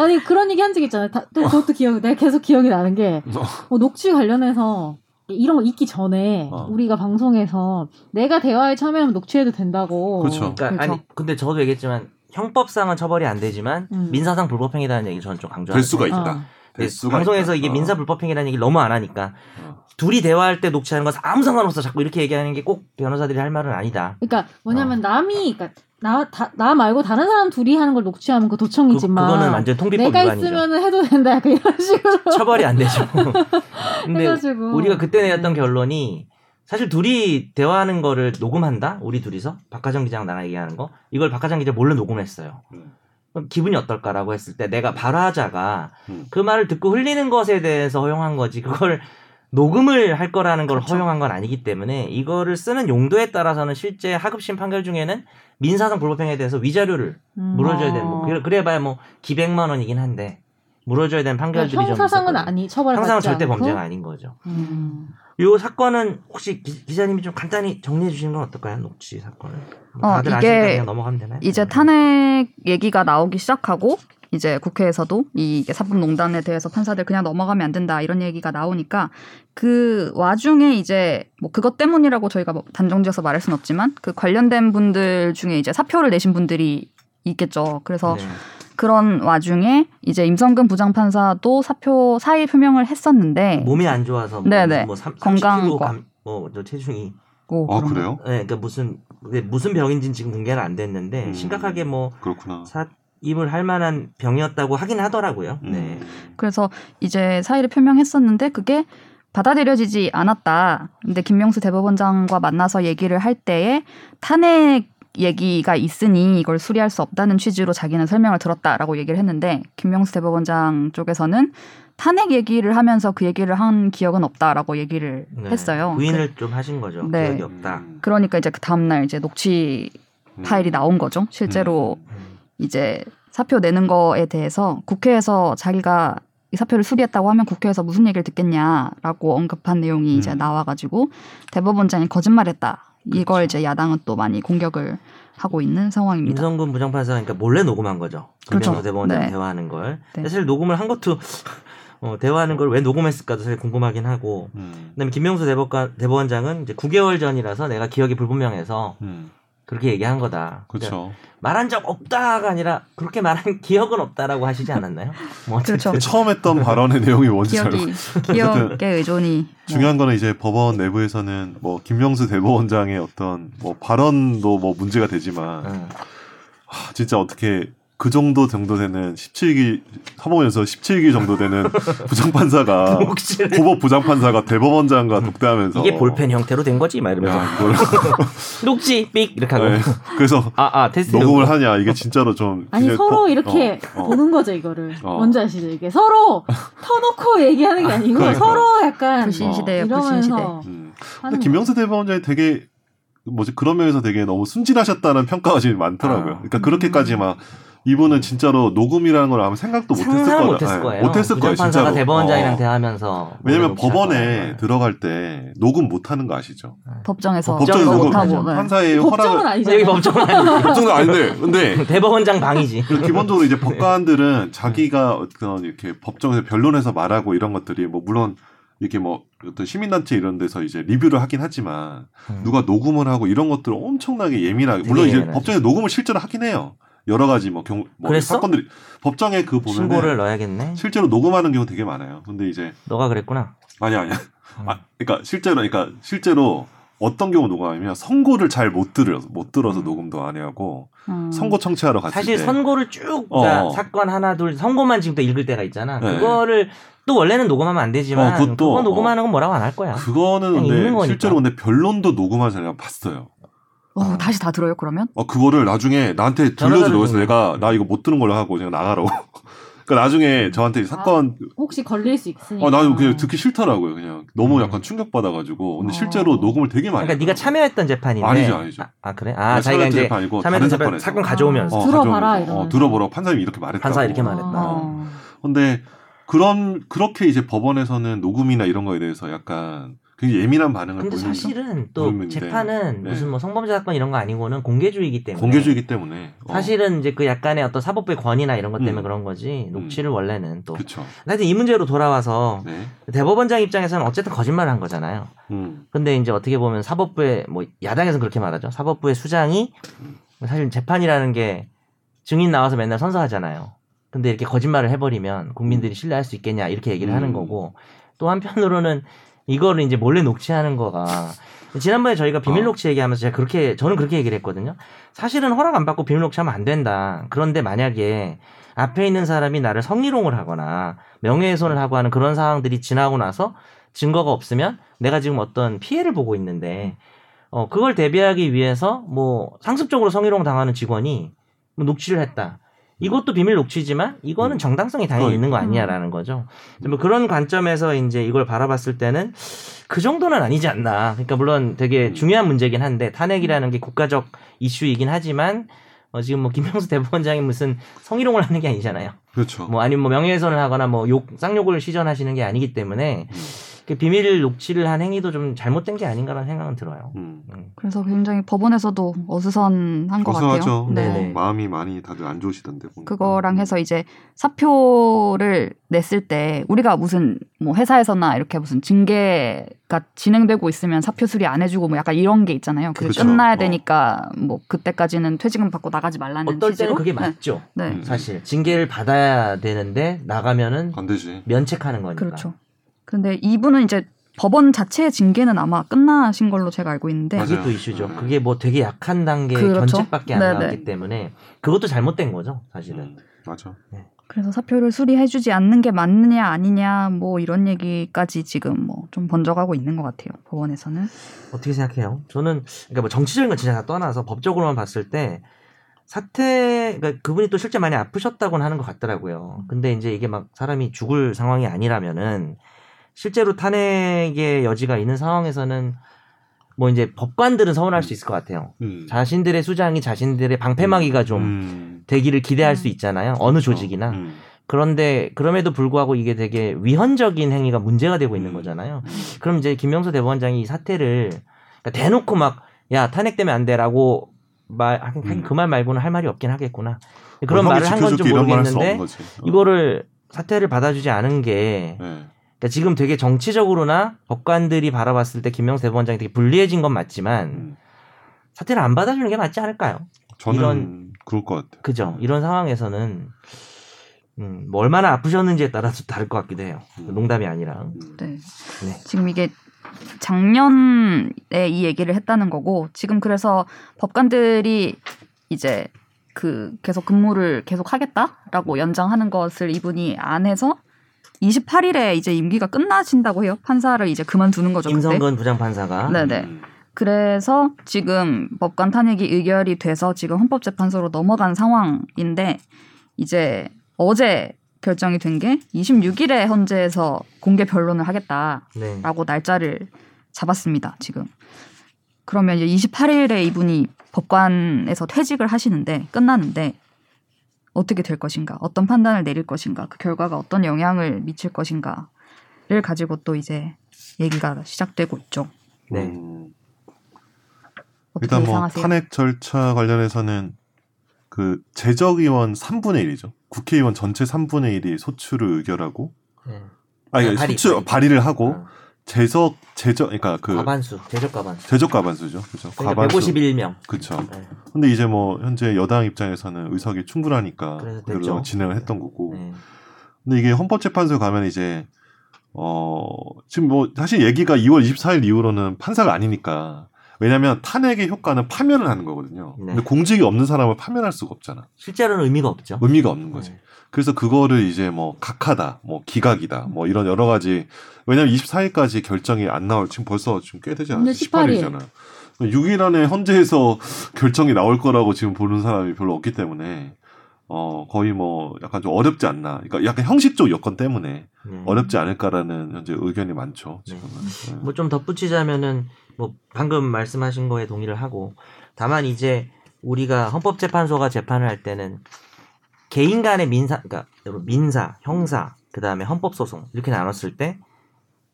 Speaker 3: 아니 그런 얘기 한 적 있잖아요. 다- 또 그것도 기억이 내가 계속 기억이 나는 게
Speaker 4: 뭐.
Speaker 3: 어, 녹취 관련해서 이런 거 있기 전에
Speaker 2: 어.
Speaker 3: 우리가 방송에서 내가 대화에 참여하면 녹취해도 된다고
Speaker 2: 그렇죠.
Speaker 4: 그러니까
Speaker 1: 그렇죠.
Speaker 4: 아니 근데 저도 얘기했지만 형법상은 처벌이 안 되지만
Speaker 3: 음.
Speaker 4: 민사상 불법행위라는 얘기 저는 좀 강조하는
Speaker 2: 될 수가
Speaker 4: 편이에요.
Speaker 2: 있다.
Speaker 1: 네.
Speaker 3: 어.
Speaker 2: 될
Speaker 4: 근데
Speaker 2: 수가
Speaker 4: 방송에서
Speaker 2: 있다.
Speaker 4: 이게
Speaker 2: 어.
Speaker 4: 민사 불법행위라는 얘기를 너무 안 하니까
Speaker 2: 어.
Speaker 4: 둘이 대화할 때 녹취하는 건 아무 상관없어 자꾸 이렇게 얘기하는 게 꼭 변호사들이 할 말은 아니다.
Speaker 3: 그러니까
Speaker 4: 어.
Speaker 3: 뭐냐면 남이 그러니까 나, 다- 나 말고 다른 사람 둘이 하는 걸 녹취하면 그
Speaker 4: 그,
Speaker 3: 도청이지만
Speaker 4: 그거는 완전 통비법
Speaker 3: 내가
Speaker 4: 위반이죠.
Speaker 3: 있으면 해도 된다 약간 이런 식으로
Speaker 4: 처벌이 안 되죠. 근데
Speaker 3: 해가지고
Speaker 4: 우리가 그때 내렸던 결론이 사실 둘이 대화하는 거를 녹음한다? 우리 둘이서? 박하정 기자랑 나랑 얘기하는 거? 이걸 박하정 기자 몰래 녹음했어요.
Speaker 2: 음.
Speaker 4: 그럼 기분이 어떨까라고 했을 때 내가 발화자가
Speaker 2: 음.
Speaker 4: 그 말을 듣고 흘리는 것에 대해서 허용한 거지 그걸 녹음을 할 거라는 걸
Speaker 2: 그렇죠.
Speaker 4: 허용한 건 아니기 때문에 이거를 쓰는 용도에 따라서는 실제 하급심 판결 중에는 민사상 불법행위에 대해서 위자료를
Speaker 3: 음.
Speaker 4: 물어줘야 되는
Speaker 1: 어.
Speaker 4: 뭐 그래- 그래봐야 뭐 기백만 원이긴 한데 물어줘야 되는 판결들이 좀
Speaker 3: 형사상은
Speaker 4: 있었거든요.
Speaker 3: 아니 그러니까 처벌
Speaker 4: 형사상은
Speaker 3: 받지
Speaker 4: 절대
Speaker 3: 않고.
Speaker 4: 범죄가 아닌 거죠.
Speaker 3: 음.
Speaker 4: 요 사건은 혹시 기, 자님이좀 간단히 정리해 주시는 건 어떨까요? 녹취 사건을. 뭐
Speaker 1: 어,
Speaker 4: 다들
Speaker 1: 이게
Speaker 4: 아시니까 그냥 넘어가면 되나요? 네.
Speaker 1: 이제 탄핵 얘기가 나오기 시작하고 이제 국회에서도 이 사법농단에 대해서 판사들 그냥 넘어가면 안 된다 이런 얘기가 나오니까 그 와중에 이제 뭐 그것 때문이라고 저희가 뭐 단정지어서 말할 순 없지만 그 관련된 분들 중에 이제 사표를 내신 분들이 있겠죠. 그래서
Speaker 4: 네.
Speaker 1: 그런 와중에 이제 임성근 부장판사도 사표 사의 표명을 했었는데
Speaker 4: 몸이 안 좋아서 뭐,
Speaker 1: 네. 네네.
Speaker 4: 뭐 삼,
Speaker 1: 건강
Speaker 4: 30kg
Speaker 1: 과.
Speaker 4: 감, 뭐저 체중이
Speaker 1: 오,
Speaker 2: 아
Speaker 1: 그럼
Speaker 2: 그래요?
Speaker 4: 네, 그러니까 무슨 근데 무슨 병인지는 지금 공개는 안 됐는데
Speaker 2: 음.
Speaker 4: 심각하게 뭐
Speaker 2: 그렇구나.
Speaker 4: 사임을 할 만한 병이었다고 하긴 하더라고요. 네.
Speaker 2: 음.
Speaker 1: 그래서 이제 사의를 표명했었는데 그게 받아들여지지 않았다. 근데 김명수 대법원장과 만나서 얘기를 할 때에 탄핵 얘기가 있으니 이걸 수리할 수 없다는 취지로 자기는 설명을 들었다라고 얘기를 했는데 김명수 대법원장 쪽에서는 탄핵 얘기를 하면서 그 얘기를 한 기억은 없다라고 얘기를
Speaker 4: 네.
Speaker 1: 했어요.
Speaker 4: 부인을 좀 하신 거죠.
Speaker 1: 네.
Speaker 4: 기억이 없다.
Speaker 2: 음.
Speaker 1: 그, 러니까 이제 그 다음날 이제 녹취 그 파일이 나온 거죠. 실제로
Speaker 4: 음.
Speaker 1: 이제 사표 내는 거에 대해서 국회에서 자기가 이 사표를 수리했다고 하면 국회에서 무슨 얘기를 듣겠냐라고 언급한 내용이 이제
Speaker 2: 음.
Speaker 1: 나와가지고 대법원장이 거짓말했다. 이걸
Speaker 2: 그렇죠.
Speaker 1: 이제 야당은 또 많이 공격을 하고 있는
Speaker 2: 음.
Speaker 1: 상황입니다.
Speaker 4: 임성근 부장판사가 그러니까 몰래 녹음한 거죠.
Speaker 1: 음. 그렇죠.
Speaker 4: 김병수 대법원장
Speaker 1: 네.
Speaker 4: 대화하는 걸.
Speaker 1: 네.
Speaker 4: 사실 녹음을 한 것도 어, 대화하는 걸 왜 녹음했을까도 사실 궁금하긴 하고.
Speaker 2: 음.
Speaker 4: 그다음에 김명수 대법관 대법원장은 이제 9개월 전이라서 내가 기억이 불분명해서
Speaker 2: 음.
Speaker 4: 그렇게 얘기한 거다. 그러니까
Speaker 2: 그렇죠.
Speaker 4: 말한 적 없다가 아니라 그렇게 말한 기억은 없다라고 하시지 않았나요? 뭐 어쨌든
Speaker 1: 그렇죠.
Speaker 2: 처음 했던 발언의 내용이 뭔지 네, 잘
Speaker 1: 기억이 기억에 의존이 뭐
Speaker 2: 중요한 거는 이제 법원 내부에서는 뭐 김명수 대법원장의 어떤 뭐 발언도 뭐 문제가 되지만
Speaker 4: 응.
Speaker 2: 하, 진짜 어떻게 그 정도 정도 되는 17기 사법연수 17기 정도 되는 부장판사가
Speaker 4: 혹시
Speaker 2: 아, 고법 부장판사가 대법원장과 독대하면서
Speaker 4: 음. 이게 볼펜 형태로 된 거지 막 이러면서
Speaker 2: 야, 이걸
Speaker 4: 녹지 삑 이렇게 하고
Speaker 2: 네. 그래서
Speaker 4: 아아 테스트
Speaker 2: 녹음을 하냐 이게 진짜로 좀
Speaker 3: 아니
Speaker 2: 굉장히
Speaker 3: 서로
Speaker 2: 거-
Speaker 3: 이렇게
Speaker 2: 어, 어.
Speaker 3: 보는 거죠 이거를
Speaker 2: 어.
Speaker 3: 뭔지 아시죠 이게 서로 터놓고 얘기하는 게 아니고
Speaker 2: 그러니까요.
Speaker 3: 서로 약간
Speaker 1: 불신 시대예요. 불신 시대.
Speaker 3: 이러면서
Speaker 2: 음. 근데
Speaker 3: 하는
Speaker 2: 김명수 대법원장이 되게 뭐지 그런 면에서 되게 너무 순진하셨다는 평가가 지금 많더라고요.
Speaker 4: 아.
Speaker 2: 그러니까 그렇게까지 막 이분은 진짜로 녹음이라는 걸 아마 생각도 못했을
Speaker 4: 상상을
Speaker 2: 거다.
Speaker 4: 못했을
Speaker 2: 예,
Speaker 4: 거예요.
Speaker 2: 못했을 거예요.
Speaker 4: 부장판사가
Speaker 2: 진짜로.
Speaker 4: 대법원장이랑
Speaker 2: 어.
Speaker 4: 대하면서
Speaker 2: 왜냐면
Speaker 4: 모르는 거
Speaker 2: 법원에
Speaker 4: 없잖아요.
Speaker 2: 들어갈 때 녹음 못하는 거 아시죠?
Speaker 4: 어,
Speaker 1: 법정에서
Speaker 2: 어, 법정에
Speaker 1: 그거
Speaker 2: 녹음
Speaker 1: 못하고 네.
Speaker 2: 판사의
Speaker 3: 법정은
Speaker 2: 허락을
Speaker 3: 아니잖아요.
Speaker 4: 여기 법정은 아니고
Speaker 2: 법정도 아닌데 근데
Speaker 4: 대법원장 방이지.
Speaker 2: 그리고 기본적으로
Speaker 4: 네.
Speaker 2: 이제 법관들은 자기가 어떤 이렇게 법정에서 변론해서 말하고 이런 것들이 뭐 물론 이렇게 뭐 어떤 시민단체 이런 데서 이제 리뷰를 하긴 하지만
Speaker 4: 어.
Speaker 2: 누가 녹음을 하고 이런 것들을 엄청나게 예민하게 물론 이제
Speaker 4: 예민하죠.
Speaker 2: 법정에 녹음을 실제로 하긴 해요 여러 가지 뭐 경우 뭐
Speaker 4: 그랬어?
Speaker 2: 사건들이 법정에 그 보면
Speaker 4: 신고를 넣어야겠네.
Speaker 2: 실제로 녹음하는 경우 되게 많아요 근데 이제
Speaker 4: 너가 그랬구나.
Speaker 2: 아니 아니
Speaker 4: 음.
Speaker 2: 아 그러니까 실제로 그러니까 실제로 어떤 경우 녹음하면 선고를 잘 못 들어서 못 들어서
Speaker 4: 음.
Speaker 2: 녹음도 안 해하고
Speaker 1: 음.
Speaker 2: 선고 청취하러 갔을
Speaker 4: 사실
Speaker 2: 때
Speaker 4: 선고를 쭉
Speaker 2: 어.
Speaker 4: 자, 사건 하나 둘 선고만 지금 또 읽을 때가 있잖아.
Speaker 2: 네.
Speaker 4: 그거를 또 원래는 녹음하면 안 되지만
Speaker 2: 어,
Speaker 4: 그거
Speaker 2: 그것도-
Speaker 4: 녹음하는 건 뭐라고 안 할 거야.
Speaker 2: 그거는
Speaker 4: 그냥 읽는
Speaker 2: 근데
Speaker 4: 거니까.
Speaker 2: 실제로 근데 변론도 녹음한 제가 봤어요.
Speaker 1: 어, 다시 다 들어요 그러면?
Speaker 2: 어, 그거를 나중에 나한테 돌려줘
Speaker 4: 전화를
Speaker 2: 그래서
Speaker 4: 주는
Speaker 2: 내가 나 이거 못 들은 걸로 하고 그냥 나가라고. 그러니까
Speaker 4: 음.
Speaker 2: 나중에 저한테 사건
Speaker 3: 혹시 걸릴 수
Speaker 1: 음.
Speaker 3: 있으니까.
Speaker 2: 어, 나 이거 그냥 듣기 싫더라고요. 그냥 너무
Speaker 4: 음.
Speaker 2: 약간 충격받아가지고. 근데
Speaker 1: 어.
Speaker 2: 실제로 녹음을 되게 많이.
Speaker 4: 그러니까 네가
Speaker 2: 했더라고요.
Speaker 4: 참여했던 재판인데.
Speaker 2: 아니죠, 아니죠.
Speaker 4: 아, 아, 그래? 아 자기가 이제
Speaker 2: 참여했던 아니고
Speaker 4: 참여했던
Speaker 2: 다른
Speaker 4: 재판
Speaker 2: 사건에서
Speaker 4: 사건 가져오면서
Speaker 3: 어. 들어봐라
Speaker 2: 가져오면서.
Speaker 3: 이러면서.
Speaker 2: 어, 들어보라 판사님이 이렇게 말했다고.
Speaker 4: 판사 이렇게 말했다.
Speaker 2: 어. 근데 그런 그렇게 이제 법원에서는 녹음이나 이런 거에 대해서 약간 굉장히 예민한 반응을
Speaker 4: 근데
Speaker 2: 보이는
Speaker 4: 사실은 또
Speaker 2: 모르겠는데.
Speaker 4: 재판은
Speaker 2: 그러니까 네.
Speaker 4: 무슨 뭐 성범죄 사건 이런 거 아니고는 공개주의이기 때문에
Speaker 2: 공개주의이기 때문에 어,
Speaker 4: 사실은 이제 그 약간의 어떤 사법부의 권위나 이런 것 때문에
Speaker 2: 음.
Speaker 4: 그런 거지 녹취를 원래는 또
Speaker 2: 그렇죠.
Speaker 4: 하여튼 이 문제로 돌아와서
Speaker 2: 네.
Speaker 4: 대법원장 입장에서는 어쨌든 거짓말을 한 거잖아요.
Speaker 2: 음.
Speaker 4: 근데 이제 어떻게 보면 사법부의 뭐 야당에서는 그렇게 말하죠. 사법부의 수장이 사실 재판이라는 게 증인 나와서 맨날 선서하잖아요. 근데 이렇게 거짓말을 해버리면 국민들이 신뢰할 수 있겠냐 이렇게 얘기를 하는
Speaker 2: 음.
Speaker 4: 거고 또 한편으로는 이거를 이제 몰래 녹취하는 거가 지난번에 저희가 비밀
Speaker 2: 어.
Speaker 4: 녹취 얘기하면서 제가 그렇게 저는 그렇게 얘기를 했거든요. 사실은 허락 안 받고 비밀 녹취하면 안 된다. 그런데 만약에 앞에 있는 사람이 나를 성희롱을 하거나 명예훼손을 하고 하는 그런 상황들이 지나고 나서 증거가 없으면 내가 지금 어떤 피해를 보고 있는데 어 그걸 대비하기 위해서 뭐 상습적으로 성희롱 당하는 직원이 뭐 녹취를 했다. 이것도 비밀 녹취지만 이거는
Speaker 2: 음.
Speaker 4: 정당성이 당연히 있는 거
Speaker 3: 음.
Speaker 4: 아니냐라는 거죠. 뭐 그런 관점에서 이제 이걸 바라봤을 때는 그 정도는 아니지 않나. 그러니까 물론 되게
Speaker 2: 음.
Speaker 4: 중요한 문제긴 한데 탄핵이라는 게 국가적 이슈이긴 하지만 어 지금 뭐 김명수 대법원장이 무슨 성희롱을 하는 게 아니잖아요.
Speaker 2: 그렇죠.
Speaker 4: 뭐 아니면 뭐 명예훼손을 하거나 뭐 욕 쌍욕을 시전하시는 게 아니기 때문에
Speaker 2: 음.
Speaker 4: 그 비밀 녹취를 한 행위도 좀 잘못된 게 아닌가라는 생각은 들어요.
Speaker 2: 음.
Speaker 4: 음.
Speaker 1: 그래서 굉장히 법원에서도 어수선한 것
Speaker 2: 어수선하죠. 뭐
Speaker 1: 같아요. 네.
Speaker 4: 네네.
Speaker 2: 마음이 많이 다들 안 좋으시던데. 보니까.
Speaker 1: 그거랑 해서 이제 사표를 냈을 때 우리가 무슨 뭐 회사에서나 이렇게 무슨 징계가 진행되고 있으면 사표 수리 안 해주고 뭐 약간 이런 게 있잖아요. 그게
Speaker 2: 그쵸.
Speaker 1: 끝나야
Speaker 2: 어.
Speaker 1: 되니까 뭐 그때까지는 퇴직금 받고 나가지 말라는
Speaker 4: 어떨 때는
Speaker 1: 취지로.
Speaker 4: 그게
Speaker 1: 네.
Speaker 4: 맞죠.
Speaker 1: 네.
Speaker 2: 음.
Speaker 4: 사실 징계를 받아야 되는데 나가면은
Speaker 2: 안 되지.
Speaker 4: 면책하는 거니까.
Speaker 1: 그렇죠. 근데 이분은 이제 법원 자체의 징계는 아마 끝나신 걸로 제가 알고 있는데
Speaker 2: 맞아요.
Speaker 4: 그게 또 이슈죠.
Speaker 2: 음.
Speaker 4: 그게 뭐 되게 약한 단계
Speaker 1: 그렇죠.
Speaker 4: 견책밖에 안
Speaker 1: 네네.
Speaker 4: 나왔기 때문에 그것도 잘못된 거죠, 사실은.
Speaker 2: 음, 맞아.
Speaker 1: 그래서 사표를 수리해주지 않는 게 맞느냐 아니냐 뭐 이런 얘기까지 지금 뭐 좀 번져가고 있는 것 같아요. 법원에서는.
Speaker 4: 어떻게 생각해요? 저는 그러니까 뭐 정치적인 건 진짜 다 떠나서 법적으로만 봤을 때 사태 그러니까 그분이 또 실제 많이 아프셨다고는 하는 것 같더라고요. 근데 이제 이게 막 사람이 죽을 상황이 아니라면은 실제로 탄핵의 여지가 있는 상황에서는 뭐 이제 법관들은 서운할 수 있을 것 같아요.
Speaker 2: 음.
Speaker 4: 자신들의 수장이 자신들의 방패막이가 좀
Speaker 2: 음.
Speaker 4: 되기를 기대할
Speaker 3: 음.
Speaker 4: 수 있잖아요. 어느 조직이나.
Speaker 2: 음.
Speaker 4: 그런데 그럼에도 불구하고 이게 되게 위헌적인 행위가 문제가 되고 있는
Speaker 2: 음.
Speaker 4: 거잖아요. 그럼 이제 김명수 대법원장이 이 사태를 그러니까 대놓고 막 야 탄핵되면 안 돼라고 말 하긴
Speaker 2: 음.
Speaker 4: 그 말 말고는 할 말이 없긴 하겠구나. 그런
Speaker 2: 원하게
Speaker 4: 말을 한 건지
Speaker 2: 지켜줄게 뭐 이런 말할 수 없는
Speaker 4: 모르겠는데
Speaker 2: 거지. 어.
Speaker 4: 이거를 사태를 받아주지 않은 게
Speaker 2: 네.
Speaker 4: 그러니까 지금 되게 정치적으로나 법관들이 바라봤을 때 김명수 대법원장이 되게 불리해진 건 맞지만
Speaker 2: 음.
Speaker 4: 사태를 안 받아주는 게 맞지 않을까요?
Speaker 2: 저는
Speaker 4: 이런-
Speaker 2: 그럴 것 같아요.
Speaker 4: 그죠. 이런 상황에서는 음, 뭐 얼마나 아프셨는지에 따라서 다를 것 같기도 해요.
Speaker 2: 음.
Speaker 4: 그 농담이 아니라.
Speaker 2: 음.
Speaker 1: 네.
Speaker 4: 네.
Speaker 1: 지금 이게 작년에 이 얘기를 했다는 거고 지금 그래서 법관들이 이제 그 계속 근무를 계속 하겠다라고 연장하는 것을 이분이 안 해서 28일에 이제 임기가 끝나신다고 해요. 판사를 이제 그만두는 거죠. 그때.
Speaker 4: 임성근 부장판사가
Speaker 1: 네. 네네.
Speaker 2: 음.
Speaker 1: 그래서 지금 법관 탄핵이 의결이 돼서 지금 헌법재판소로 넘어간 상황인데 이제 어제 결정이 된 게 26일에 헌재에서 공개 변론을 하겠다라고
Speaker 4: 네.
Speaker 1: 날짜를 잡았습니다. 지금 그러면 이제 28일에 이분이 법관에서 퇴직을 하시는데 끝나는데 어떻게 될 것인가, 어떤 판단을 내릴 것인가, 그 결과가 어떤 영향을 미칠 것인가를 가지고 또 이제 얘기가 시작되고 있죠.
Speaker 4: 네.
Speaker 2: 음.
Speaker 1: 어떻게
Speaker 2: 일단 뭐
Speaker 1: 예상하세요?
Speaker 2: 탄핵 절차 관련해서는 그 재적 의원 3분의 1이죠. 국회의원 전체 3분의 1이 소추를 의결하고
Speaker 4: 네.
Speaker 2: 아니
Speaker 4: 아, 발의,
Speaker 2: 소추
Speaker 4: 발의.
Speaker 2: 발의를 하고
Speaker 4: 어,
Speaker 2: 재적 재적 그러니까 그
Speaker 4: 과반수 제적 과반수.
Speaker 2: 재적 가반수죠. 그죠?
Speaker 4: 그러니까
Speaker 2: 가반수.
Speaker 4: 151명.
Speaker 2: 그렇죠.
Speaker 4: 네.
Speaker 2: 근데 이제 뭐 현재 여당 입장에서는 의석이 충분하니까
Speaker 4: 그래서
Speaker 2: 그걸로
Speaker 4: 됐죠.
Speaker 2: 진행을 했던 거고.
Speaker 4: 네.
Speaker 2: 근데 이게 헌법재판소 가면 이제 어 지금 뭐 사실 얘기가 2월 24일 이후로는 판사가 아니니까 왜냐하면 탄핵의 효과는 파면을 하는 거거든요.
Speaker 4: 네.
Speaker 2: 근데 공직이 없는 사람을 파면할 수가 없잖아.
Speaker 4: 실제로는 의미가 없죠.
Speaker 2: 의미가 없는 거지.
Speaker 4: 네.
Speaker 2: 그래서 그거를 이제 뭐 각하다, 뭐 기각이다, 뭐 이런 여러 가지 왜냐하면 24일까지 결정이 안 나올 지금 벌써 지금 꽤 되지 않았어?
Speaker 3: 오늘 18일.
Speaker 2: 18일이잖아요. 6일 안에 헌재에서 결정이 나올 거라고 지금 보는 사람이 별로 없기 때문에 어 거의 뭐 약간 좀 어렵지 않나. 그러니까 약간 형식적 여건 때문에
Speaker 4: 네.
Speaker 2: 음. 어렵지 않을까라는 현재 의견이 많죠. 지금은. 네.
Speaker 4: 뭐 좀 덧붙이자면은 뭐 방금 말씀하신 거에 동의를 하고 다만 이제 우리가 헌법재판소가 재판을 할 때는 개인 간의 민사 그러니까 여러분, 민사, 형사, 그다음에 헌법 소송 이렇게 나눴을 때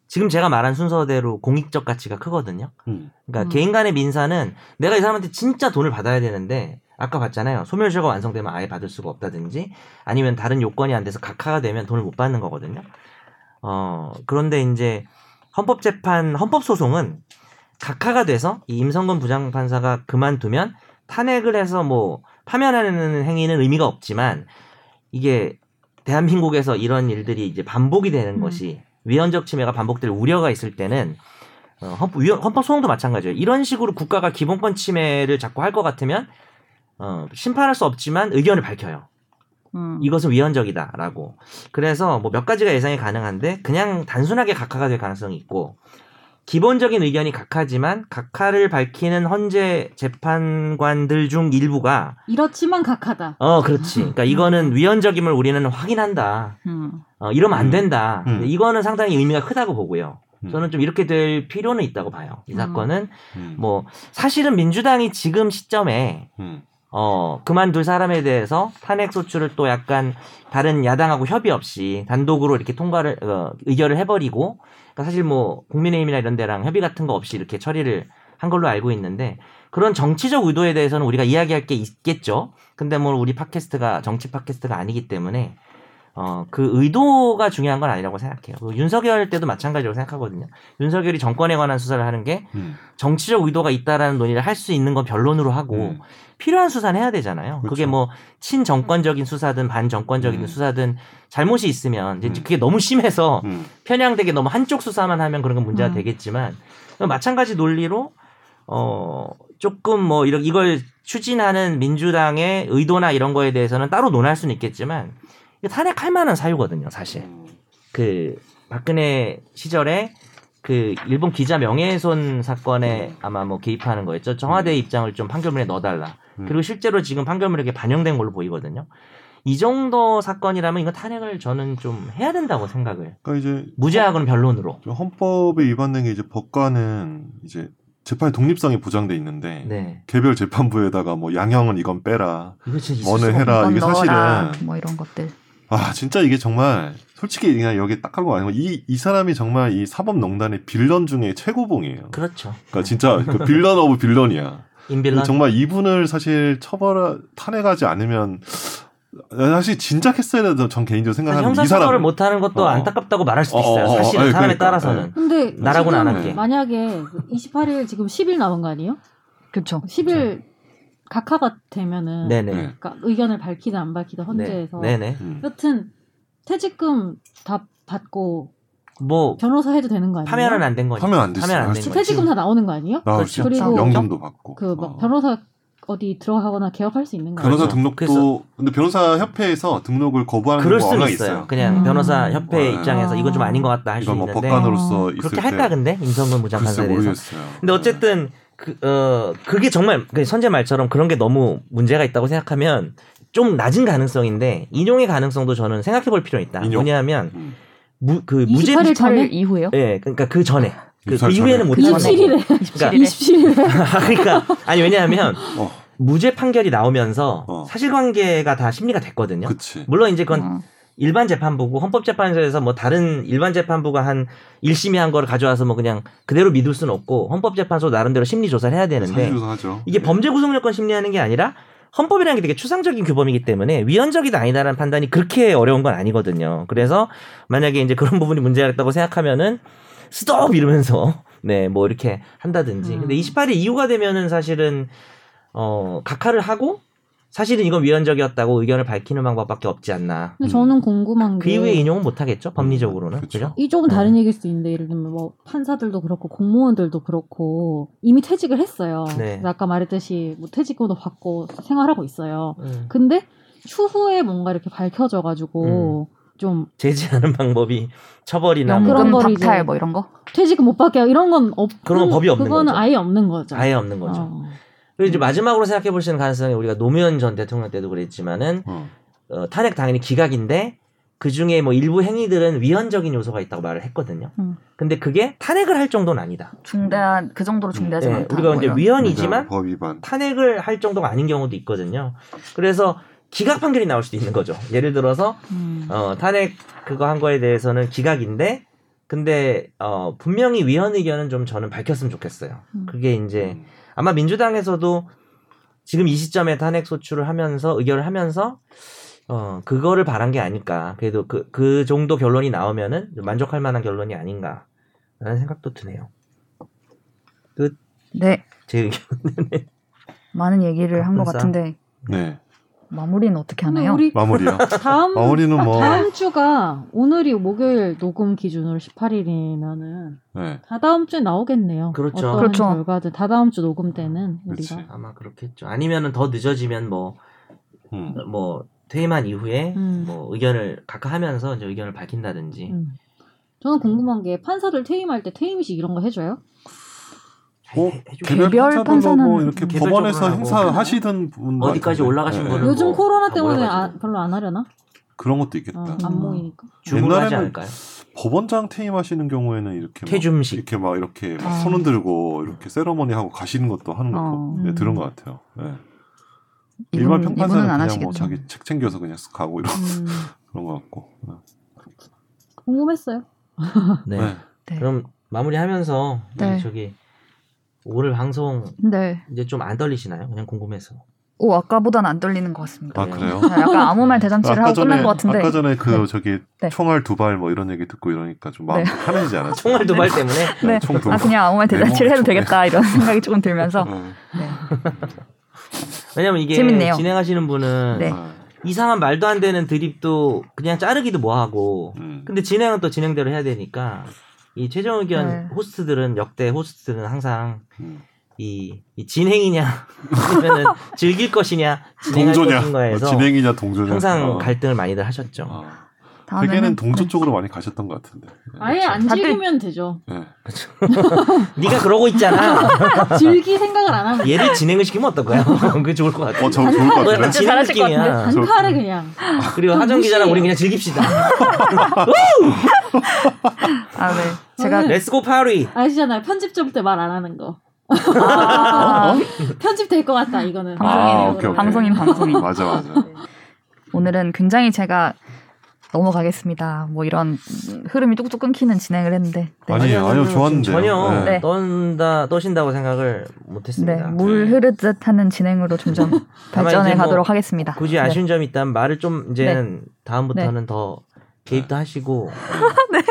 Speaker 4: 지금 제가 말한 순서대로 공익적 가치가 크거든요.
Speaker 2: 음.
Speaker 4: 그러니까
Speaker 3: 음.
Speaker 4: 개인 간의 민사는 내가 이 사람한테 진짜 돈을 받아야 되는데 아까 봤잖아요. 소멸시효가 완성되면 아예 받을 수가 없다든지 아니면 다른 요건이 안 돼서 각하가 되면 돈을 못 받는 거거든요. 어, 그런데 이제 헌법재판 헌법 소송은 각하가 돼서 이 임성근 부장판사가 그만두면 탄핵을 해서 뭐 파면하는 행위는 의미가 없지만 이게 대한민국에서 이런 일들이 이제 반복이 되는
Speaker 3: 음.
Speaker 4: 것이 위헌적 침해가 반복될 우려가 있을 때는 어, 헌법, 위헌- 헌법 소송도 마찬가지예요. 이런 식으로 국가가 기본권 침해를 자꾸 할 것 같으면 어, 심판할 수 없지만 의견을 밝혀요.
Speaker 1: 음.
Speaker 4: 이것은 위헌적이다라고. 그래서 뭐 몇 가지가 예상이 가능한데 그냥 단순하게 각하가 될 가능성이 있고 기본적인 의견이 각하지만 각하를 밝히는 헌재 재판관들 중 일부가
Speaker 3: 이렇지만 각하다.
Speaker 4: 어 그렇지. 그러니까 이거는 위헌적임을 우리는 확인한다.
Speaker 1: 음.
Speaker 4: 어, 이러면 안 된다.
Speaker 2: 음. 음.
Speaker 4: 이거는 상당히 의미가 크다고 보고요.
Speaker 2: 음.
Speaker 4: 저는 좀 이렇게 될 필요는 있다고 봐요. 이
Speaker 1: 음.
Speaker 4: 사건은
Speaker 2: 음.
Speaker 4: 뭐 사실은 민주당이 지금 시점에
Speaker 2: 음.
Speaker 4: 어, 그만둘 사람에 대해서 탄핵 소추를 또 약간 다른 야당하고 협의 없이 단독으로 이렇게 통과를 어, 의결을 해버리고 그러니까 사실 뭐 국민의힘이나 이런 데랑 협의 같은 거 없이 이렇게 처리를 한 걸로 알고 있는데 그런 정치적 의도에 대해서는 우리가 이야기할 게 있겠죠. 근데 뭐 우리 팟캐스트가 정치 팟캐스트가 아니기 때문에 어, 그 의도가 중요한 건 아니라고 생각해요. 그 윤석열 때도 마찬가지로 생각하거든요. 윤석열이 정권에 관한 수사를 하는 게
Speaker 2: 음.
Speaker 4: 정치적 의도가 있다라는 논의를 할 수 있는 건 변론으로 하고
Speaker 2: 음.
Speaker 4: 필요한 수사는 해야 되잖아요.
Speaker 2: 그렇죠.
Speaker 4: 그게 뭐 친정권적인 수사든 반정권적인
Speaker 2: 음.
Speaker 4: 수사든 잘못이 있으면 이제
Speaker 2: 음.
Speaker 4: 그게 너무 심해서
Speaker 2: 음.
Speaker 4: 편향되게 너무 한쪽 수사만 하면 그런 건 문제가
Speaker 1: 음.
Speaker 4: 되겠지만 마찬가지 논리로 어 조금 뭐 이런 이걸 추진하는 민주당의 의도나 이런 거에 대해서는 따로 논할 수는 있겠지만 이거 탄핵할 만한 사유거든요, 사실.
Speaker 2: 음.
Speaker 4: 그 박근혜 시절에 그 일본 기자 명예훼손 사건에 아마 뭐 개입하는 거였죠. 청와대 입장을 좀 판결문에 넣어달라.
Speaker 2: 음.
Speaker 4: 그리고 실제로 지금 판결문에 이렇게 반영된 걸로 보이거든요. 이 정도 사건이라면 이건 탄핵을 저는 좀 해야 된다고 생각을.
Speaker 2: 그러니까 이제
Speaker 4: 무죄하고는 변론으로.
Speaker 2: 좀 헌법에 위반된 게 이제 법관은 이제 재판의 독립성이 보장돼 있는데
Speaker 4: 네.
Speaker 2: 개별 재판부에다가 뭐 양형은 이건 빼라
Speaker 4: 그렇죠. 이거 진짜 있을
Speaker 2: 뭐는
Speaker 4: 수가
Speaker 2: 해라.
Speaker 1: 이건
Speaker 2: 아, 이게
Speaker 1: 넣어라.
Speaker 2: 사실은-
Speaker 1: 뭐 이런 것들.
Speaker 2: 아 진짜 이게 정말 솔직히 그냥 여기 딱 한 거 아니고 이 이 사람이 정말 이 사법농단의 빌런 중에 최고봉이에요.
Speaker 4: 그렇죠.
Speaker 2: 그러니까 진짜 그 빌런 오브 빌런이야.
Speaker 4: 인빌런
Speaker 2: 그 정말 이분을 사실 처벌 탄핵하지 않으면 사실 진작했어야 된다고 전 개인적으로 생각하는 이
Speaker 4: 형사처벌을
Speaker 2: 사람
Speaker 4: 못하는 것도
Speaker 2: 어.
Speaker 4: 안타깝다고 말할 수도
Speaker 2: 어,
Speaker 4: 있어요.
Speaker 2: 어, 어,
Speaker 4: 사실은
Speaker 2: 예,
Speaker 4: 사람에
Speaker 2: 그러니까,
Speaker 4: 따라서는.
Speaker 3: 근데
Speaker 4: 나라고는 안
Speaker 3: 지금
Speaker 2: 할게.
Speaker 3: 만약에 28일 지금 10일 남은 거 아니에요?
Speaker 1: 그렇죠.
Speaker 3: 10일 각하가 되면은
Speaker 4: 네네.
Speaker 2: 네.
Speaker 3: 그러니까 의견을 밝히든 안 밝히든 헌재에서
Speaker 4: 네. 네네.
Speaker 2: 음.
Speaker 3: 여튼 퇴직금 다 받고
Speaker 4: 뭐
Speaker 3: 변호사 해도 되는 거 아니에요?
Speaker 4: 파면은 안 된 거니까.
Speaker 2: 하면 안 됐어.
Speaker 4: 하면 안
Speaker 2: 요
Speaker 4: 된
Speaker 3: 지금
Speaker 4: 거지.
Speaker 3: 퇴직금 다 나오는 거 아니에요?
Speaker 2: 나
Speaker 4: 그렇죠.
Speaker 2: 진짜
Speaker 3: 그리고
Speaker 2: 연금도 받고
Speaker 3: 그 막
Speaker 2: 어.
Speaker 3: 변호사 어디 들어가거나 개업할 수 있는 거
Speaker 2: 변호사
Speaker 4: 그렇죠.
Speaker 3: 아니에요?
Speaker 2: 등록도
Speaker 4: 그래서-
Speaker 2: 근데 변호사 협회에서 등록을 거부하는
Speaker 4: 그럴
Speaker 2: 경우가
Speaker 4: 수는
Speaker 2: 워낙
Speaker 4: 있어요.
Speaker 2: 있어요.
Speaker 4: 그냥
Speaker 1: 음.
Speaker 4: 변호사 협회
Speaker 2: 와.
Speaker 4: 입장에서 이건 좀 아닌 것 같다 할 수
Speaker 2: 이건 뭐
Speaker 4: 있는데 어,
Speaker 2: 법관으로서 있을
Speaker 4: 그렇게
Speaker 2: 때
Speaker 4: 할까 근데 임성근
Speaker 2: 글쎄
Speaker 4: 부장판사에 대해서.
Speaker 2: 모르겠어요.
Speaker 4: 근데 어쨌든 그 어 그게 정말 그 선재 말처럼 그런 게 너무 문제가 있다고 생각하면 좀 낮은 가능성인데 인용의 가능성도 저는 생각해볼 필요는 있다.
Speaker 2: 인용.
Speaker 4: 뭐냐면
Speaker 2: 음.
Speaker 4: 무, 그 무죄
Speaker 3: 28일
Speaker 4: 비판-
Speaker 3: 전에?
Speaker 1: 28일 이후에요?
Speaker 4: 예, 그러니까 그 전에 그, 그
Speaker 2: 입찰 전에.
Speaker 4: 이후에는 못 하는 거고.
Speaker 3: 27일에
Speaker 4: 그러니까
Speaker 3: 27일에
Speaker 4: 그러니까 아니 왜냐하면
Speaker 2: 어,
Speaker 4: 무죄 판결이 나오면서
Speaker 2: 어.
Speaker 4: 사실관계가 다 심리가 됐거든요.
Speaker 2: 그치.
Speaker 4: 물론 이제 그건
Speaker 1: 어.
Speaker 4: 일반 재판부고 헌법재판소에서 뭐 다른 일반 재판부가 한 일심이 한 거를 가져와서 뭐 그냥 그대로 믿을 수는 없고 헌법재판소 나름대로 심리 조사를 해야 되는데
Speaker 2: 사실조사하죠.
Speaker 4: 이게 범죄 구속요건 심리하는 게 아니라 헌법이라는 게 되게 추상적인 규범이기 때문에 위헌적이다 아니다라는 판단이 그렇게 어려운 건 아니거든요. 그래서 만약에 이제 그런 부분이 문제가 있다고 생각하면은 스톱 이러면서 네 뭐 이렇게 한다든지. 근데
Speaker 3: 음.
Speaker 4: 28일 이후가 되면은 사실은 어 각하를 하고 사실은 이건 위헌적이었다고 의견을 밝히는 방법밖에 없지 않나.
Speaker 3: 근데 저는 궁금한
Speaker 4: 그
Speaker 3: 게
Speaker 4: 이후에 인용은 못 하겠죠 법리적으로는
Speaker 2: 음, 그쵸.
Speaker 4: 그죠?
Speaker 3: 이 조금
Speaker 4: 네.
Speaker 3: 다른 얘기일 수 있는데 예를 들면 뭐 판사들도 그렇고 공무원들도 그렇고 이미 퇴직을 했어요.
Speaker 4: 네.
Speaker 3: 그래서 아까 말했듯이 뭐 퇴직금도 받고 생활하고 있어요.
Speaker 4: 음.
Speaker 3: 근데 추후에 뭔가 이렇게 밝혀져
Speaker 4: 음.
Speaker 3: 가지고 좀
Speaker 4: 제지하는 방법이 처벌이나 뭐
Speaker 3: 그런
Speaker 1: 연금
Speaker 3: 거를 이제-
Speaker 1: 박탈 뭐 이런 거?
Speaker 3: 퇴직금 못 받게 이런 건 없.
Speaker 4: 그런 건 법이 없는
Speaker 3: 그거는
Speaker 4: 거죠.
Speaker 3: 아예 없는 거죠.
Speaker 4: 아예 없는 거죠.
Speaker 3: 어.
Speaker 4: 그리고 이제 마지막으로 생각해 볼 수 있는 가능성이 우리가 노무현 전 대통령 때도 그랬지만은
Speaker 2: 어.
Speaker 4: 어, 탄핵 당연히 기각인데 그 중에 뭐 일부 행위들은 위헌적인 요소가 있다고 말을 했거든요.
Speaker 1: 음.
Speaker 4: 근데 그게 탄핵을 할 정도는 아니다.
Speaker 1: 중대한 그 정도로 중대하지
Speaker 4: 네,
Speaker 1: 않다.
Speaker 4: 우리가
Speaker 1: 뭐
Speaker 4: 이제
Speaker 1: 이런.
Speaker 4: 위헌이지만
Speaker 2: 네, 법 위반.
Speaker 4: 탄핵을 할 정도가 아닌 경우도 있거든요. 그래서 기각 판결이 나올 수도 있는 거죠. 예를 들어서
Speaker 3: 음.
Speaker 4: 어, 탄핵 그거 한 거에 대해서는 기각인데 근데 어, 분명히 위헌 의견은 좀 저는 밝혔으면 좋겠어요.
Speaker 3: 음.
Speaker 4: 그게 이제 아마 민주당에서도 지금 이 시점에 탄핵 소추를 하면서 의결을 하면서 어 그거를 바란 게 아닐까. 그래도 그 그 정도 결론이 나오면은 좀 만족할 만한 결론이 아닌가라는 생각도 드네요.
Speaker 1: 네
Speaker 4: 제 의견.
Speaker 1: 많은 얘기를 한 것
Speaker 4: 가끔싸.
Speaker 1: 같은데
Speaker 2: 네.
Speaker 1: 마무리는 어떻게
Speaker 3: 근데
Speaker 1: 하나요?
Speaker 3: 음, 우리
Speaker 2: 마무리요.
Speaker 3: 다음
Speaker 2: 마무리는
Speaker 3: 아,
Speaker 2: 뭐
Speaker 3: 다음 주가 오늘이 목요일 녹음 기준으로 18일이면은
Speaker 2: 네.
Speaker 3: 다 다음 주에 나오겠네요.
Speaker 4: 그렇죠.
Speaker 3: 어떤
Speaker 1: 그렇죠.
Speaker 3: 결과든 다 다음 주 녹음 때는
Speaker 2: 그치.
Speaker 3: 우리가
Speaker 4: 아마 그렇겠죠. 아니면은 더 늦어지면 뭐 뭐
Speaker 2: 음.
Speaker 4: 퇴임한 이후에
Speaker 3: 음.
Speaker 4: 뭐 의견을 각하 하면서 이제 의견을 밝힌다든지.
Speaker 3: 음. 저는 궁금한 게 판사들 퇴임할 때 퇴임식 이런 거 해줘요?
Speaker 4: 해-
Speaker 2: 뭐
Speaker 4: 해- 해주겠죠.
Speaker 2: 개별
Speaker 1: 개별
Speaker 2: 판사들하고
Speaker 1: 판사는
Speaker 2: 이렇게
Speaker 4: 개별
Speaker 2: 법원에서
Speaker 4: 적용하고
Speaker 2: 행사하시던 분
Speaker 4: 어디까지 올라가신 분은
Speaker 3: 요즘
Speaker 4: 뭐
Speaker 3: 코로나
Speaker 4: 다
Speaker 3: 때문에 아-
Speaker 4: 모여가지고.
Speaker 3: 별로 안 하려나?
Speaker 2: 네. 그런 것도 있겠다.
Speaker 3: 어, 안
Speaker 1: 음.
Speaker 3: 모이니까.
Speaker 4: 줌으로 하지
Speaker 2: 옛날에는-
Speaker 4: 않을까요?
Speaker 2: 법원장 퇴임하시는 경우에는 이렇게 막
Speaker 4: 캐줌식.
Speaker 2: 이렇게 막 이렇게 막
Speaker 1: 아.
Speaker 2: 손 흔들고 이렇게 세러머니 하고 가시는 것도 하는 거고
Speaker 1: 어.
Speaker 2: 네,
Speaker 3: 음.
Speaker 2: 들은 것 같아요. 네. 일반
Speaker 1: 이분,
Speaker 2: 평판사는
Speaker 1: 이분은 안
Speaker 2: 그냥 뭐
Speaker 1: 하시겠죠.
Speaker 2: 자기 책 챙겨서 그냥 쓱 가고 이런
Speaker 3: 음,
Speaker 2: 그런 것 같고. 네.
Speaker 3: 궁금했어요.
Speaker 4: 네.
Speaker 2: 네.
Speaker 1: 네.
Speaker 4: 그럼 마무리하면서 우리
Speaker 1: 네.
Speaker 4: 저기 오늘 방송
Speaker 1: 네.
Speaker 4: 이제 좀 안 떨리시나요? 그냥 궁금해서.
Speaker 1: 오 아까보단 안 떨리는 것 같습니다.
Speaker 2: 아
Speaker 4: 네.
Speaker 2: 그래요?
Speaker 1: 아, 약간 아무 말 대잔치를 하고 끝난 것 같은데.
Speaker 2: 아까 전에 그
Speaker 1: 네.
Speaker 2: 저기
Speaker 1: 네.
Speaker 2: 총알 두 발 뭐 이런 얘기 듣고 이러니까 좀 마음
Speaker 1: 네.
Speaker 2: 좀 편해지지 않았어요?
Speaker 4: 총알 두발 때문에
Speaker 1: 네.
Speaker 2: 총두
Speaker 1: 아
Speaker 2: 발.
Speaker 1: 그냥 아무 말 대잔치를 해도
Speaker 2: 네.
Speaker 1: 되겠다 이런 생각이 조금 들면서
Speaker 2: 네.
Speaker 1: 네.
Speaker 4: 왜냐면 이게
Speaker 1: 재밌네요.
Speaker 4: 진행하시는 분은
Speaker 1: 네.
Speaker 2: 아,
Speaker 4: 이상한 말도 안 되는 드립도 그냥 자르기도 뭐하고
Speaker 2: 음.
Speaker 4: 근데 진행은 또 진행대로 해야 되니까 이 최종 의견
Speaker 1: 네.
Speaker 4: 호스트들은 역대 호스트들은 항상
Speaker 2: 음.
Speaker 4: 이, 이 진행이냐 아니면은 즐길 것이냐 진행할
Speaker 2: 동조냐
Speaker 4: 것인가에서
Speaker 2: 어, 진행이냐 동조냐
Speaker 4: 항상
Speaker 2: 어.
Speaker 4: 갈등을 많이들 하셨죠.
Speaker 2: 아. 대개는
Speaker 1: 다음에는
Speaker 2: 동조 쪽으로 많이 가셨던 것 같은데. 네,
Speaker 3: 아예 안
Speaker 1: 다들-
Speaker 3: 즐기면 되죠.
Speaker 2: 네.
Speaker 4: 어, 네가 그러고 있잖아.
Speaker 3: 즐기 생각을 안 하면
Speaker 4: 얘를 진행을 시키면 어떨 거야? 그게 좋을 것 같아.
Speaker 2: 어, 저 좋을 것 같은데.
Speaker 1: 진짜 잘하실 것
Speaker 2: 아,
Speaker 4: 느낌이야.
Speaker 3: 단타를 그냥
Speaker 4: 그리고 하정 기자랑
Speaker 3: 무시해요.
Speaker 4: 우리 그냥 즐깁시다.
Speaker 1: 아 네. 제가
Speaker 3: 저는-
Speaker 4: 렛츠고 파리.
Speaker 3: 아시잖아요. 편집점 때 말 안 하는 거.
Speaker 1: 아,
Speaker 3: 편집 될 것 같다 이거는.
Speaker 2: 어? 아, 오케이, 오케이.
Speaker 1: 방송인
Speaker 4: 음,
Speaker 1: 방송인
Speaker 2: 맞아, 맞아.
Speaker 1: 오늘은 굉장히 제가 넘어가겠습니다. 뭐 이런 흐름이 뚝뚝 끊기는 진행을 했는데 네.
Speaker 2: 아니, 아니요, 좋았는데.
Speaker 4: 전혀
Speaker 1: 네.
Speaker 4: 떤다 떠신다고 생각을
Speaker 1: 네,
Speaker 4: 못했습니다.
Speaker 1: 물
Speaker 2: 네.
Speaker 1: 흐르듯 하는 진행으로 점점
Speaker 4: 다만
Speaker 1: 발전해
Speaker 4: 이제 뭐
Speaker 1: 가도록 하겠습니다.
Speaker 4: 굳이
Speaker 1: 네.
Speaker 4: 아쉬운 점이 있다면 말을 좀 이제는 다음부터는 더 개입도 하시고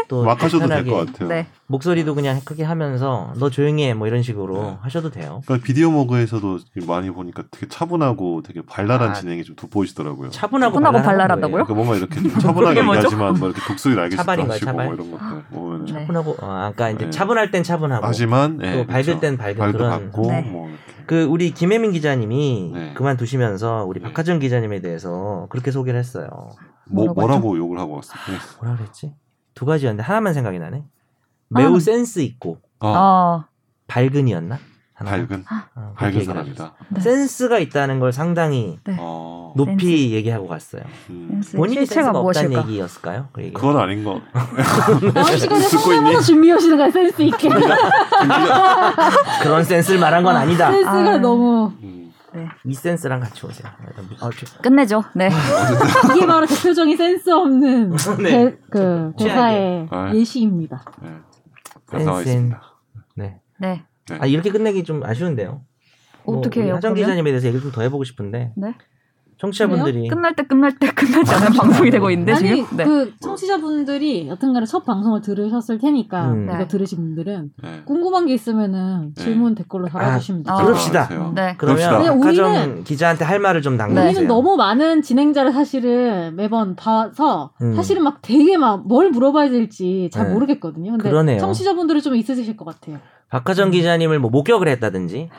Speaker 4: 또
Speaker 2: 네. 막 하셔도 될
Speaker 4: 편하게
Speaker 2: 것 같아요.
Speaker 1: 네.
Speaker 4: 목소리도 그냥 크게 하면서 너 조용히 해 뭐 이런 식으로
Speaker 2: 네.
Speaker 4: 하셔도 돼요.
Speaker 2: 그러니까 비디오 모그에서도 많이 보니까 되게 차분하고 되게 발랄한
Speaker 4: 아.
Speaker 2: 진행이 좀 돋보이시더라고요.
Speaker 4: 차분하고,
Speaker 1: 차분하고
Speaker 4: 발랄한
Speaker 1: 발랄하다고요?
Speaker 4: 거예요.
Speaker 2: 그러니까 뭔가 이렇게 좀 차분하게
Speaker 1: 그게 뭐죠?
Speaker 2: 얘기하지만 뭐 이렇게 독수리 날개짓도
Speaker 4: 차발인가요,
Speaker 2: 하시고
Speaker 4: 차발?
Speaker 2: 뭐 이런 것들 보면
Speaker 1: 네.
Speaker 4: 차분하고 어, 아까 이제
Speaker 2: 네.
Speaker 4: 차분할 땐 차분하고
Speaker 2: 하지만 예,
Speaker 4: 또 밝을 땐 밝은
Speaker 2: 발도
Speaker 4: 그런
Speaker 2: 받고
Speaker 1: 네.
Speaker 2: 뭐 이렇게
Speaker 4: 그 우리 김혜민 기자님이
Speaker 2: 네.
Speaker 4: 그만두시면서 우리
Speaker 2: 네.
Speaker 4: 박하정 기자님에 대해서 그렇게 소개를 했어요.
Speaker 2: 뭐,
Speaker 1: 뭐라고
Speaker 2: 뭐라고 욕을 하고 왔어요. 네.
Speaker 4: 뭐라 그랬지? 두 가지였는데 하나만 생각이 나네. 매우
Speaker 1: 하나만.
Speaker 4: 센스 있고
Speaker 2: 아,
Speaker 1: 어,
Speaker 4: 밝은이었나? 하나?
Speaker 2: 밝은
Speaker 4: 어, 그렇게
Speaker 2: 밝은
Speaker 4: 얘기를
Speaker 2: 사람이다.
Speaker 1: 네.
Speaker 4: 하셨어요. 센스가 있다는 걸 상당히
Speaker 1: 네.
Speaker 2: 어,
Speaker 4: 높이
Speaker 1: 센스.
Speaker 4: 얘기하고 갔어요.
Speaker 2: 음,
Speaker 1: 센스,
Speaker 4: 본인의
Speaker 1: 실체가
Speaker 4: 센스가 없다는
Speaker 1: 무엇일까?
Speaker 4: 얘기였을까요? 그 얘기.
Speaker 2: 그건 아닌 것.
Speaker 4: 네.
Speaker 3: 다음 아, 시간에
Speaker 2: 듣고 있니?
Speaker 3: 성대모사 준비해 오시는 거 센스 있게.
Speaker 4: 그러니까. 그런 센스를 말한 건 아니다.
Speaker 3: 센스가
Speaker 1: 아.
Speaker 3: 너무
Speaker 2: 음,
Speaker 4: 이 센스랑 같이 오세요. 어, 저-
Speaker 1: 끝내죠. 네.
Speaker 2: 아.
Speaker 3: 이게 바로 대표적인 센스 없는
Speaker 4: 네.
Speaker 3: 대, 그
Speaker 4: 취향이에요.
Speaker 3: 대사의
Speaker 2: 아.
Speaker 3: 예시입니다.
Speaker 2: 네. 감사하겠습니다.
Speaker 4: 센스. 네.
Speaker 1: 네.
Speaker 2: 네.
Speaker 4: 아 이렇게 끝내기 좀 아쉬운데요. 뭐
Speaker 1: 어떻게
Speaker 4: 우리
Speaker 1: 해요?
Speaker 4: 하정
Speaker 1: 그러면?
Speaker 4: 기자님에 대해서 얘기를 좀 더 해보고 싶은데
Speaker 1: 네.
Speaker 2: 예.
Speaker 4: 청취자분들이
Speaker 1: 끝날 때 끝날 때 끝나지 않는 방송이 되고 있는데
Speaker 3: 아니
Speaker 1: 지금. 네.
Speaker 3: 그 청취자분들이 여튼간에 첫 방송을 들으셨을 테니까
Speaker 4: 음.
Speaker 3: 이거
Speaker 1: 네.
Speaker 3: 들으신 분들은
Speaker 2: 네.
Speaker 3: 궁금한 게 있으면은
Speaker 2: 네.
Speaker 3: 질문 댓글로 달아주시면
Speaker 1: 아.
Speaker 3: 돼요.
Speaker 4: 그럽시다.
Speaker 2: 그러세요.
Speaker 1: 네.
Speaker 4: 그러면
Speaker 3: 그냥
Speaker 4: 박하정
Speaker 3: 우리는-
Speaker 4: 기자한테 할 말을 좀 남겨주세요.
Speaker 3: 우리는 너무 많은 진행자를 사실은 매번 봐서
Speaker 4: 음.
Speaker 3: 사실은 막 되게 막 뭘 물어봐야 될지 잘
Speaker 4: 네.
Speaker 3: 모르겠거든요. 근데
Speaker 4: 그러네요.
Speaker 3: 청취자분들은 좀 있으실 것 같아요.
Speaker 4: 박하정 기자님을 뭐 목격을 했다든지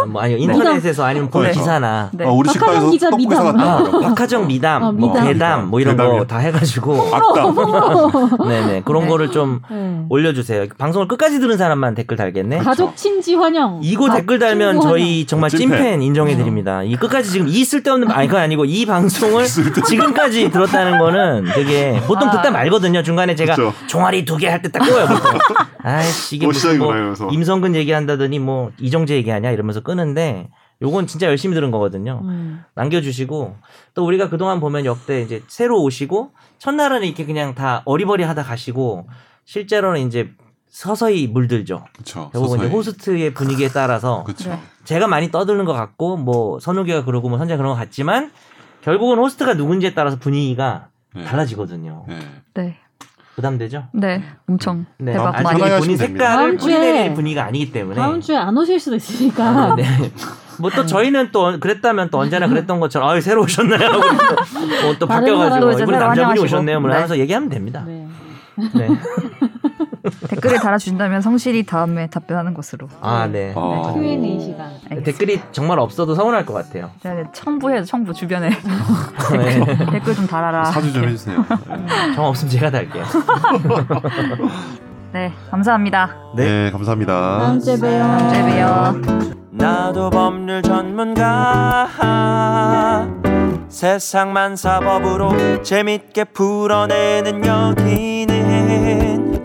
Speaker 4: 어, 뭐 아니면 인터넷에서 아니면 본
Speaker 2: 네.
Speaker 4: 기사나
Speaker 1: 네.
Speaker 2: 아, 우리
Speaker 3: 박하정
Speaker 2: 식당에서
Speaker 3: 기자
Speaker 2: 떡볶이
Speaker 3: 미담.
Speaker 2: 사갔다.
Speaker 4: 아, 박하정 미담,
Speaker 3: 어,
Speaker 4: 뭐
Speaker 3: 미담.
Speaker 4: 대담 뭐 이런 거
Speaker 2: 대담이요?
Speaker 4: 다 해가지고
Speaker 2: 악담.
Speaker 4: 네네 그런
Speaker 1: 네.
Speaker 4: 거를 좀
Speaker 3: 네.
Speaker 4: 올려주세요. 방송을 끝까지 들은 사람만 댓글 달겠네.
Speaker 3: 가족 친지 환영.
Speaker 4: 이거
Speaker 3: 아, 네.
Speaker 4: 댓글 달면
Speaker 3: 친구
Speaker 4: 저희 정말
Speaker 2: 찐팬.
Speaker 4: 찐팬 인정해드립니다. 이 끝까지 지금 이 쓸데없는 아니 그건 아니고 이 방송을 지금까지 들었다는 거는 되게 보통
Speaker 1: 아.
Speaker 4: 듣다 말거든요. 중간에 제가
Speaker 2: 그쵸.
Speaker 4: 종아리 두 개 할 때 딱 꼬여요. 보통. 아이씨 이게
Speaker 2: 또
Speaker 4: 무슨 뭐
Speaker 2: 시작이구나, 이러면서.
Speaker 4: 임성근 얘기한다더니 뭐 이정재 얘기하냐 이러면서 끄는데 요건 진짜 열심히 들은 거거든요.
Speaker 3: 환영. 음.
Speaker 4: 남겨주시고 또 우리가 그동안 보면 역대 이제 새로 오시고 첫날은 이렇게 그냥 다 어리버리하다 가시고 실제로는 이제 서서히 물들죠.
Speaker 2: 그렇죠.
Speaker 4: 대부분 이제 호스트의 분위기에 따라서
Speaker 2: 그렇죠.
Speaker 1: 네.
Speaker 4: 제가 많이 떠드는 것 같고 뭐 선우기가 그러고 뭐 선재 그런 것 같지만 결국은 호스트가 누군지에 따라서 분위기가
Speaker 2: 네.
Speaker 4: 달라지거든요.
Speaker 2: 네.
Speaker 1: 네.
Speaker 4: 부담되죠?
Speaker 1: 네. 엄청
Speaker 4: 네.
Speaker 1: 대박
Speaker 4: 아직
Speaker 1: 많이.
Speaker 4: 본인
Speaker 2: 하시면 됩니다.
Speaker 4: 색깔을
Speaker 3: 다음 주에.
Speaker 4: 뿌리내릴 분위기가 아니기 때문에
Speaker 3: 다음 주에 안 오실
Speaker 1: 아,
Speaker 3: 수도
Speaker 4: 아,
Speaker 3: 있으니까.
Speaker 1: 네,
Speaker 4: 뭐 또 저희는 또 언- 그랬다면 또 언제나 그랬던 것처럼 아유 새로 오셨나요? 하고 또, 어, 또
Speaker 3: 다른
Speaker 4: 바뀌어가지고
Speaker 3: 사람도
Speaker 1: 이제
Speaker 4: 이분
Speaker 1: 새로
Speaker 4: 남자분이
Speaker 1: 환영하시고.
Speaker 4: 오셨네요. 뭐
Speaker 1: 네.
Speaker 4: 하면서 얘기하면 됩니다. 네.
Speaker 3: 네.
Speaker 1: 댓글을 달아주신다면 성실히 다음에 답변하는 것으로.
Speaker 4: 아 네.
Speaker 2: 아.
Speaker 3: Q&A 시간.
Speaker 4: 네.
Speaker 1: 알겠습니다.
Speaker 4: 댓글이 정말 없어도 서운할 것 같아요.
Speaker 1: 네, 청부해 청부 주변에
Speaker 4: 네.
Speaker 1: 댓글 좀 달아라.
Speaker 2: 사주 좀 해주세요. 네.
Speaker 4: 정 없으면 제가 달게요.
Speaker 1: 네, 감사합니다.
Speaker 2: 네. 감사합니다.
Speaker 3: 다음 주에 봬요.
Speaker 1: 다음
Speaker 2: 네.
Speaker 1: 주에 봬요.
Speaker 5: 나도 법률 전문가 세상만 사법으로 재밌게 풀어내는 여기는